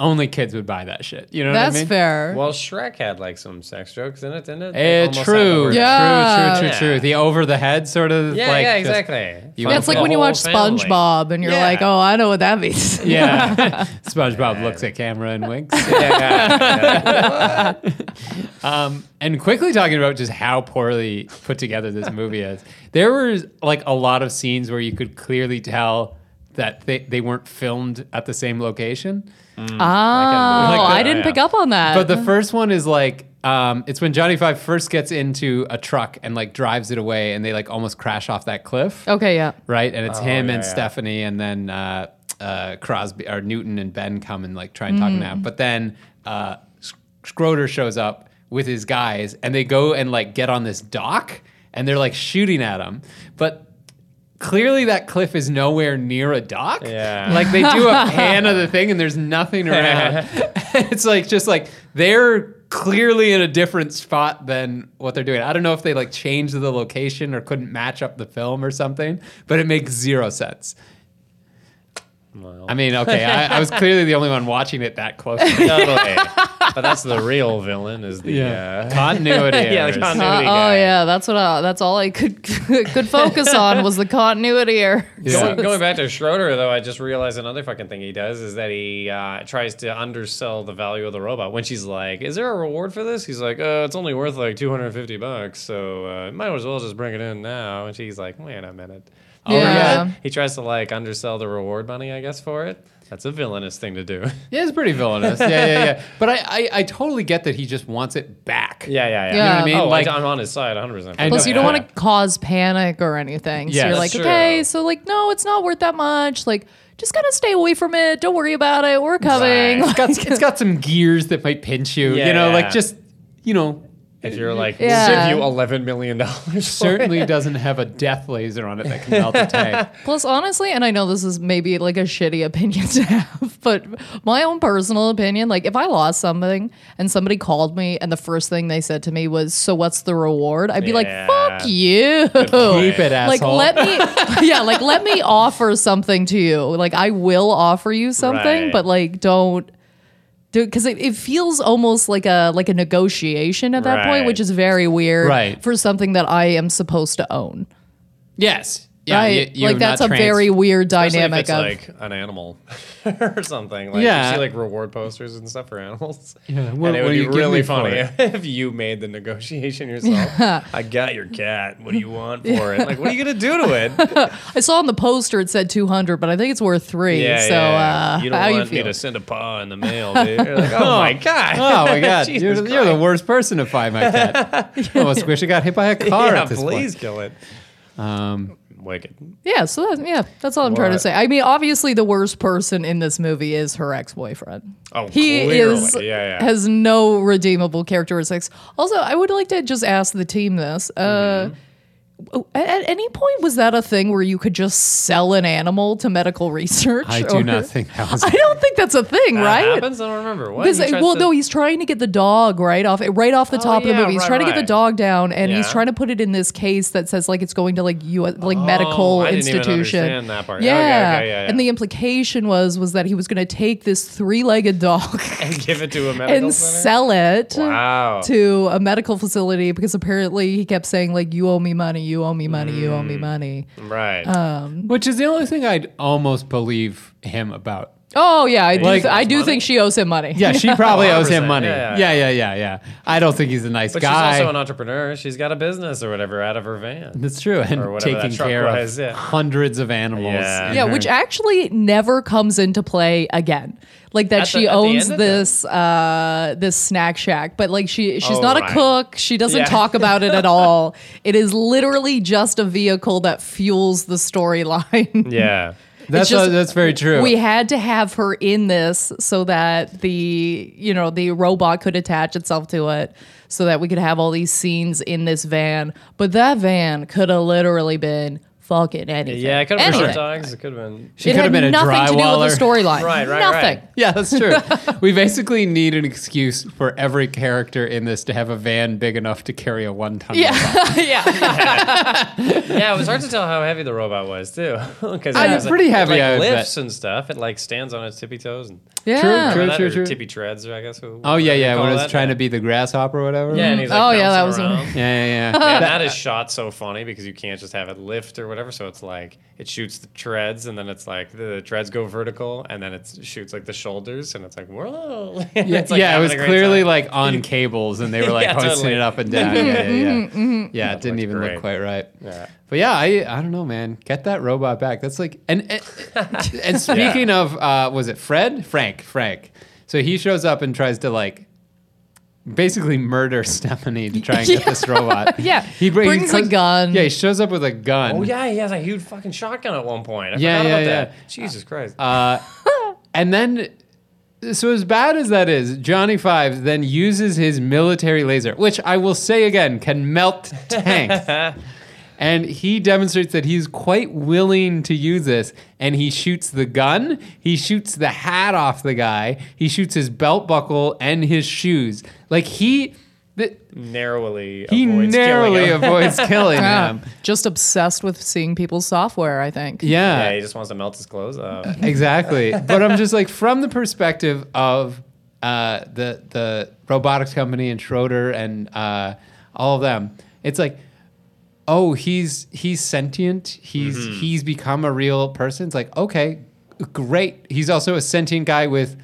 [SPEAKER 2] only kids would buy that shit. You know
[SPEAKER 1] That's
[SPEAKER 2] what I mean?
[SPEAKER 1] fair.
[SPEAKER 3] well, Shrek had like some sex jokes in it, didn't it? They
[SPEAKER 2] Eh,
[SPEAKER 3] almost had the
[SPEAKER 2] true,
[SPEAKER 3] word-
[SPEAKER 2] true,
[SPEAKER 1] Yeah.
[SPEAKER 2] true, true, true.
[SPEAKER 3] Yeah.
[SPEAKER 2] The over the head sort of.
[SPEAKER 3] Yeah.
[SPEAKER 2] like
[SPEAKER 3] yeah.
[SPEAKER 2] just-
[SPEAKER 3] Exactly.
[SPEAKER 2] You
[SPEAKER 1] yeah, it's like
[SPEAKER 2] The
[SPEAKER 1] when you
[SPEAKER 3] whole
[SPEAKER 1] watch
[SPEAKER 3] family.
[SPEAKER 1] SpongeBob and you're
[SPEAKER 3] Yeah.
[SPEAKER 1] like, oh, I know what that means.
[SPEAKER 2] yeah, SpongeBob looks at camera and winks.
[SPEAKER 3] Yeah, yeah, yeah.
[SPEAKER 2] Um, and quickly talking about just how poorly put together this movie is, there were like a lot of scenes where you could clearly tell that they, they weren't filmed at the same location.
[SPEAKER 1] Oh,
[SPEAKER 3] Like
[SPEAKER 2] the-
[SPEAKER 1] I didn't
[SPEAKER 3] yeah.
[SPEAKER 1] pick up on that.
[SPEAKER 2] But the first one is like, um, it's when Johnny Five first gets into a truck and like drives it away and they like almost crash off that cliff,
[SPEAKER 1] okay, yeah.
[SPEAKER 2] right? And it's him
[SPEAKER 3] Oh, yeah,
[SPEAKER 2] and
[SPEAKER 3] yeah.
[SPEAKER 2] Stephanie and then uh, uh, Crosby or Newton and Ben come and like try and talk him out. But then uh, Sc- Schroeder shows up with his guys and they go and like get on this dock and they're like shooting at him. But Clearly, that cliff is nowhere near a dock.
[SPEAKER 3] Yeah.
[SPEAKER 2] Like they do a pan of the thing, and there's nothing around. it's like just like they're clearly in a different spot than what they're doing. I don't know if they like changed the location or couldn't match up the film or something, but it makes zero sense.
[SPEAKER 3] Well.
[SPEAKER 2] I mean, okay, I, I was clearly the only one watching it that closely.
[SPEAKER 3] totally. But that's the real villain. Is the uh,
[SPEAKER 2] continuity.
[SPEAKER 3] Yeah,
[SPEAKER 2] errors.
[SPEAKER 3] the continuity.
[SPEAKER 1] Uh,
[SPEAKER 3] Continuity
[SPEAKER 1] oh
[SPEAKER 3] guy.
[SPEAKER 1] yeah, that's what. I, that's all I could could focus on was the continuity error.
[SPEAKER 2] Yeah.
[SPEAKER 3] Going, going back to Schroeder, though, I just realized another fucking thing he does is that he uh, tries to undersell the value of the robot. When she's like, "Is there a reward for this?" He's like, "Uh, it's only worth like 250 bucks, so uh, might as well just bring it in now." And she's like, "Wait a minute." Oh,
[SPEAKER 1] Yeah.
[SPEAKER 2] yeah.
[SPEAKER 3] He tries to like undersell the reward money, I guess, for it. That's a villainous thing to do.
[SPEAKER 2] Yeah, it's pretty villainous. yeah, yeah, yeah. But I, I, I totally get that he just wants it back.
[SPEAKER 3] yeah, yeah, yeah.
[SPEAKER 1] Yeah.
[SPEAKER 2] You know what I mean?
[SPEAKER 3] Oh,
[SPEAKER 2] Like-
[SPEAKER 3] I, am on his side 100%.
[SPEAKER 2] I
[SPEAKER 1] Plus,
[SPEAKER 2] know,
[SPEAKER 1] you don't
[SPEAKER 2] yeah.
[SPEAKER 1] want to cause panic or anything. So
[SPEAKER 2] Yeah,
[SPEAKER 1] you're
[SPEAKER 2] that's
[SPEAKER 1] like,
[SPEAKER 3] true.
[SPEAKER 1] okay, so like, no, it's not worth that much. Like, just gotta stay away from it. Don't worry about it. We're coming.
[SPEAKER 2] It's got, it's got some gears that might pinch you. You know,
[SPEAKER 3] Yeah.
[SPEAKER 2] like just, you know,
[SPEAKER 3] If you're like,
[SPEAKER 1] Yeah.
[SPEAKER 3] we'll give you $11 million. for it.
[SPEAKER 2] certainly doesn't have a death laser on it that can melt a tank.
[SPEAKER 1] Plus, honestly, and I know this is maybe like a shitty opinion to have, but my own personal opinion, like if I lost something and somebody called me and the first thing they said to me was, "So what's the reward?" I'd be
[SPEAKER 3] Yeah.
[SPEAKER 1] like, "Fuck you."
[SPEAKER 2] Keep it,
[SPEAKER 1] Like
[SPEAKER 2] asshole.
[SPEAKER 1] let me Yeah, like let me offer something to you. Like I will offer you something,
[SPEAKER 3] Right.
[SPEAKER 1] but like don't do because it, it feels almost like a like a negotiation at that
[SPEAKER 3] Right.
[SPEAKER 1] point, which is very weird
[SPEAKER 2] Right.
[SPEAKER 1] for something that I am supposed to own.
[SPEAKER 2] yes. Yeah.
[SPEAKER 1] right?
[SPEAKER 2] you- you're
[SPEAKER 1] like that's a
[SPEAKER 2] not trans-
[SPEAKER 1] very weird
[SPEAKER 3] Especially if
[SPEAKER 1] dynamic
[SPEAKER 3] it's
[SPEAKER 1] of
[SPEAKER 3] like an animal or something. Like
[SPEAKER 2] Yeah.
[SPEAKER 3] you see like reward posters and stuff for animals.
[SPEAKER 2] Yeah,
[SPEAKER 3] and
[SPEAKER 2] what-
[SPEAKER 3] it
[SPEAKER 2] what do
[SPEAKER 3] would
[SPEAKER 2] you
[SPEAKER 3] be
[SPEAKER 2] give me
[SPEAKER 3] really
[SPEAKER 2] for
[SPEAKER 3] funny
[SPEAKER 2] it?
[SPEAKER 3] if you made the negotiation yourself. I got your cat. What do you want for it? Like, what are you gonna do to it?
[SPEAKER 1] I saw on the poster it said 200, but I think it's worth three. so uh,
[SPEAKER 3] you don't
[SPEAKER 1] how
[SPEAKER 3] want
[SPEAKER 1] you
[SPEAKER 3] me
[SPEAKER 1] feel?
[SPEAKER 3] to send a paw in the mail, dude. You're like, oh my god.
[SPEAKER 2] Oh my god!
[SPEAKER 3] Jesus
[SPEAKER 2] you're, you're the
[SPEAKER 3] Christ.
[SPEAKER 2] worst person to find my cat. Almost wish I got hit by a car
[SPEAKER 3] Yeah,
[SPEAKER 2] at this
[SPEAKER 3] please kill it.
[SPEAKER 2] point. Um,
[SPEAKER 3] Wicked.
[SPEAKER 1] yeah, so that, yeah, that's all I'm trying to
[SPEAKER 3] What?
[SPEAKER 1] say. I mean, obviously, the worst person in this movie is her ex boyfriend.
[SPEAKER 3] Oh,
[SPEAKER 1] He
[SPEAKER 3] clearly.
[SPEAKER 1] is
[SPEAKER 3] Yeah, yeah.
[SPEAKER 1] has no redeemable characteristics. Also, I would like to just ask the team this. Uh,
[SPEAKER 3] Mm-hmm.
[SPEAKER 1] w- At at any point, was that a thing where you could just sell an animal to medical research?
[SPEAKER 2] I do
[SPEAKER 1] or-
[SPEAKER 2] not think that was.
[SPEAKER 1] I don't think that's a thing,
[SPEAKER 3] That
[SPEAKER 1] right?
[SPEAKER 3] happens? I don't remember. What?
[SPEAKER 1] Because
[SPEAKER 3] He tries
[SPEAKER 1] well,
[SPEAKER 3] to- Oh,
[SPEAKER 1] no, he's trying to get the dog right off, right off the top of
[SPEAKER 3] yeah,
[SPEAKER 1] the movie. He's
[SPEAKER 3] right,
[SPEAKER 1] trying to get
[SPEAKER 3] right.
[SPEAKER 1] the dog down, and he's
[SPEAKER 3] Yeah.
[SPEAKER 1] trying to put it in this case that says like it's going to like you like
[SPEAKER 3] Oh,
[SPEAKER 1] medical
[SPEAKER 3] I didn't even
[SPEAKER 1] institution.
[SPEAKER 3] understand that part. Okay,
[SPEAKER 1] Yeah.
[SPEAKER 3] okay, yeah, yeah.
[SPEAKER 1] and the implication was was that he was going to take this three-legged dog
[SPEAKER 3] and give it to a medical
[SPEAKER 1] and
[SPEAKER 3] center?
[SPEAKER 1] sell it.
[SPEAKER 3] Wow.
[SPEAKER 1] To a medical facility because apparently he kept saying like you owe me money, you owe me money, you
[SPEAKER 3] Mm.
[SPEAKER 1] owe me money.
[SPEAKER 3] Right.
[SPEAKER 2] Which is the only thing I'd almost believe him about.
[SPEAKER 1] Oh yeah, I do.
[SPEAKER 2] Like-
[SPEAKER 1] I do
[SPEAKER 3] Money?
[SPEAKER 1] think she owes him money.
[SPEAKER 2] Yeah, she probably owes him
[SPEAKER 3] 100%.
[SPEAKER 2] money. Yeah
[SPEAKER 3] Yeah,
[SPEAKER 2] yeah.
[SPEAKER 3] yeah,
[SPEAKER 2] yeah, yeah, I don't think he's a nice
[SPEAKER 3] But
[SPEAKER 2] guy.
[SPEAKER 3] she's also an entrepreneur. She's got a business or whatever out of her van.
[SPEAKER 2] That's true.
[SPEAKER 3] Or
[SPEAKER 2] And
[SPEAKER 3] whatever that
[SPEAKER 2] taking
[SPEAKER 3] truck
[SPEAKER 2] care
[SPEAKER 3] was,
[SPEAKER 2] of
[SPEAKER 3] yeah.
[SPEAKER 2] hundreds of animals.
[SPEAKER 3] Yeah.
[SPEAKER 2] in
[SPEAKER 1] Yeah,
[SPEAKER 2] her-
[SPEAKER 1] which actually never comes into play again. Like that
[SPEAKER 3] At
[SPEAKER 1] she
[SPEAKER 3] the- at the
[SPEAKER 1] owns
[SPEAKER 3] end of
[SPEAKER 1] this uh this snack shack, but like she she's
[SPEAKER 3] Oh,
[SPEAKER 1] not
[SPEAKER 3] right.
[SPEAKER 1] a cook. She doesn't
[SPEAKER 3] Yeah.
[SPEAKER 1] talk about it at all. It is literally just a vehicle that fuels the storyline.
[SPEAKER 3] Yeah.
[SPEAKER 2] that's
[SPEAKER 1] it's just-
[SPEAKER 2] uh, that's very true.
[SPEAKER 1] We had to have her in this so that the you know the robot could attach itself to it, so that we could have all these scenes in this van. But that van could have literally been fucking anything.
[SPEAKER 3] Yeah, it could have been hot
[SPEAKER 1] Anything.
[SPEAKER 3] dogs. It could have been.
[SPEAKER 2] she
[SPEAKER 1] it
[SPEAKER 2] could
[SPEAKER 1] had
[SPEAKER 2] have been a
[SPEAKER 1] nothing to do
[SPEAKER 2] drywaller.
[SPEAKER 1] with the storyline.
[SPEAKER 3] Right, right, right.
[SPEAKER 1] nothing.
[SPEAKER 2] Yeah, that's true. we basically need an excuse for every character in this to have a van big enough to carry a one ton.
[SPEAKER 1] Yeah, yeah.
[SPEAKER 3] Yeah, it was hard to tell how heavy the robot was too, because
[SPEAKER 2] Uh, pretty heavy,
[SPEAKER 3] It
[SPEAKER 2] I
[SPEAKER 3] like,
[SPEAKER 2] would
[SPEAKER 3] lifts and stuff. It like stands on its tippy toes and
[SPEAKER 1] Yeah.
[SPEAKER 2] True,
[SPEAKER 3] Or that,
[SPEAKER 2] true,
[SPEAKER 3] or
[SPEAKER 2] true.
[SPEAKER 3] tippy treads, I guess. or
[SPEAKER 2] Oh yeah,
[SPEAKER 3] whatever you
[SPEAKER 2] yeah.
[SPEAKER 3] call
[SPEAKER 2] When it was
[SPEAKER 3] that.
[SPEAKER 2] trying to be the grasshopper or whatever.
[SPEAKER 3] Yeah, and he's like,
[SPEAKER 1] Oh, yeah, that was-
[SPEAKER 3] bouncing around.
[SPEAKER 2] Yeah, yeah, yeah.
[SPEAKER 3] And that is shot so funny because you can't just have it lift or whatever. So it's like it shoots the treads, and then it's like the treads go vertical, and then it shoots like the shoulders, and it's like whoa. And
[SPEAKER 2] Yeah,
[SPEAKER 3] it's, like,
[SPEAKER 2] yeah, it
[SPEAKER 3] having
[SPEAKER 2] was
[SPEAKER 3] a great
[SPEAKER 2] clearly
[SPEAKER 3] time.
[SPEAKER 2] like on cables, and they were like
[SPEAKER 3] Yeah,
[SPEAKER 2] hoisting
[SPEAKER 3] totally.
[SPEAKER 2] it up and down. Yeah, yeah,
[SPEAKER 3] Mm-hmm,
[SPEAKER 2] yeah. yeah, it didn't
[SPEAKER 3] looked
[SPEAKER 2] even look
[SPEAKER 3] great.
[SPEAKER 2] quite right.
[SPEAKER 3] Yeah.
[SPEAKER 2] But yeah, I I don't know, man. Get that robot back. That's like and and, and speaking of, uh, was it Fred? Frank? Frank. So he shows up and tries to like. Basically, murder Stephanie to try and get this robot.
[SPEAKER 1] Yeah.
[SPEAKER 2] br-
[SPEAKER 1] Brings a gun.
[SPEAKER 2] Yeah, he shows up with a gun.
[SPEAKER 3] Oh yeah, he has a huge fucking shotgun at one point. I
[SPEAKER 2] Yeah,
[SPEAKER 3] forgot
[SPEAKER 2] yeah,
[SPEAKER 3] about
[SPEAKER 2] yeah. Uh,
[SPEAKER 3] that. Jesus Christ.
[SPEAKER 2] And then, so as bad as that is, Johnny Fives then uses his military laser, which I will say again can melt tanks. and he demonstrates that he's quite willing to use this. And he shoots the gun, he shoots the hat off the guy, he shoots his belt buckle and his shoes. Like he, th-
[SPEAKER 3] narrowly
[SPEAKER 2] he
[SPEAKER 3] avoids
[SPEAKER 2] narrowly
[SPEAKER 3] killing him.
[SPEAKER 2] avoids killing him.
[SPEAKER 1] Just obsessed with seeing people's software, I think.
[SPEAKER 2] Yeah.
[SPEAKER 3] yeah, he just wants to melt his clothes up.
[SPEAKER 2] exactly. But I'm just like from the perspective of uh, the the robotics company and Schroeder and uh, all of them. It's like, oh, he's he's sentient. He's
[SPEAKER 3] Mm-hmm.
[SPEAKER 2] he's become a real person. It's like okay, great. He's also a sentient guy with.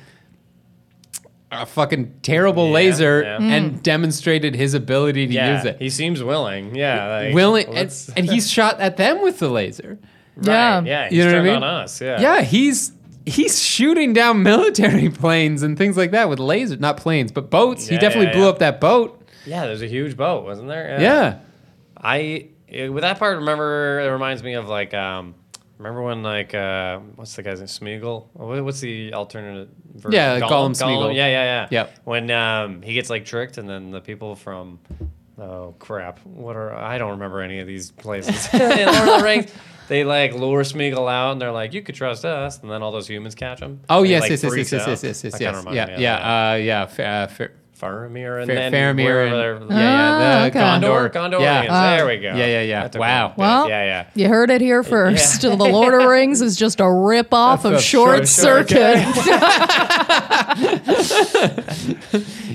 [SPEAKER 2] A fucking terrible
[SPEAKER 3] Yeah,
[SPEAKER 2] laser
[SPEAKER 3] yeah.
[SPEAKER 2] and demonstrated his ability to
[SPEAKER 3] Yeah,
[SPEAKER 2] use it.
[SPEAKER 3] he seems willing. Yeah, like,
[SPEAKER 2] willing,
[SPEAKER 3] well,
[SPEAKER 2] and,
[SPEAKER 3] that's-
[SPEAKER 2] and he's shot at them with the laser.
[SPEAKER 3] right, yeah, he's
[SPEAKER 2] You know what I
[SPEAKER 3] turned
[SPEAKER 2] mean?
[SPEAKER 3] on us. Yeah,
[SPEAKER 2] Yeah, he's he's shooting down military planes and things like that with laser, not planes, but boats. he
[SPEAKER 3] Yeah,
[SPEAKER 2] definitely
[SPEAKER 3] yeah,
[SPEAKER 2] blew
[SPEAKER 3] yeah.
[SPEAKER 2] up that boat.
[SPEAKER 3] Yeah, there's a huge boat, wasn't there?
[SPEAKER 2] Yeah.
[SPEAKER 3] I it, with that part remember it reminds me of like um remember when like uh what's the guy's name Smeagol What- what's the alternate version
[SPEAKER 2] Yeah, Gollum Smeagol.
[SPEAKER 3] yeah yeah yeah
[SPEAKER 2] Yep.
[SPEAKER 3] when um he gets like tricked and then the people from oh crap what are I don't remember any of these places In Lord of the Rings they like lure Smeagol out and they're like you could trust us and then all those humans catch him
[SPEAKER 2] Oh
[SPEAKER 3] He,
[SPEAKER 2] yes,
[SPEAKER 3] like,
[SPEAKER 2] yes, yes,
[SPEAKER 3] freaks
[SPEAKER 2] yes, yes,
[SPEAKER 3] out.
[SPEAKER 2] yes, yes, yes,
[SPEAKER 3] That kinda
[SPEAKER 2] yes.
[SPEAKER 3] reminded me
[SPEAKER 2] Yeah,
[SPEAKER 3] of that.
[SPEAKER 2] yeah, uh, yeah. Fa- uh, fa-
[SPEAKER 3] Faramir and
[SPEAKER 2] Fa-
[SPEAKER 3] then
[SPEAKER 2] Faramir
[SPEAKER 3] wherever
[SPEAKER 2] and
[SPEAKER 3] they're-
[SPEAKER 2] yeah,
[SPEAKER 1] Ah,
[SPEAKER 2] yeah, the
[SPEAKER 1] okay.
[SPEAKER 3] Gondor,
[SPEAKER 2] Gondor,
[SPEAKER 3] Gondorians.
[SPEAKER 2] yeah, Uh,
[SPEAKER 1] Ah.
[SPEAKER 3] there we go.
[SPEAKER 2] Yeah, yeah, yeah.
[SPEAKER 3] That took
[SPEAKER 2] Wow.
[SPEAKER 3] a bit.
[SPEAKER 1] Well,
[SPEAKER 3] yeah, yeah.
[SPEAKER 1] You heard it here first. The Lord of the Rings is just a rip off of
[SPEAKER 2] a
[SPEAKER 1] Short,
[SPEAKER 2] short
[SPEAKER 1] Circuit.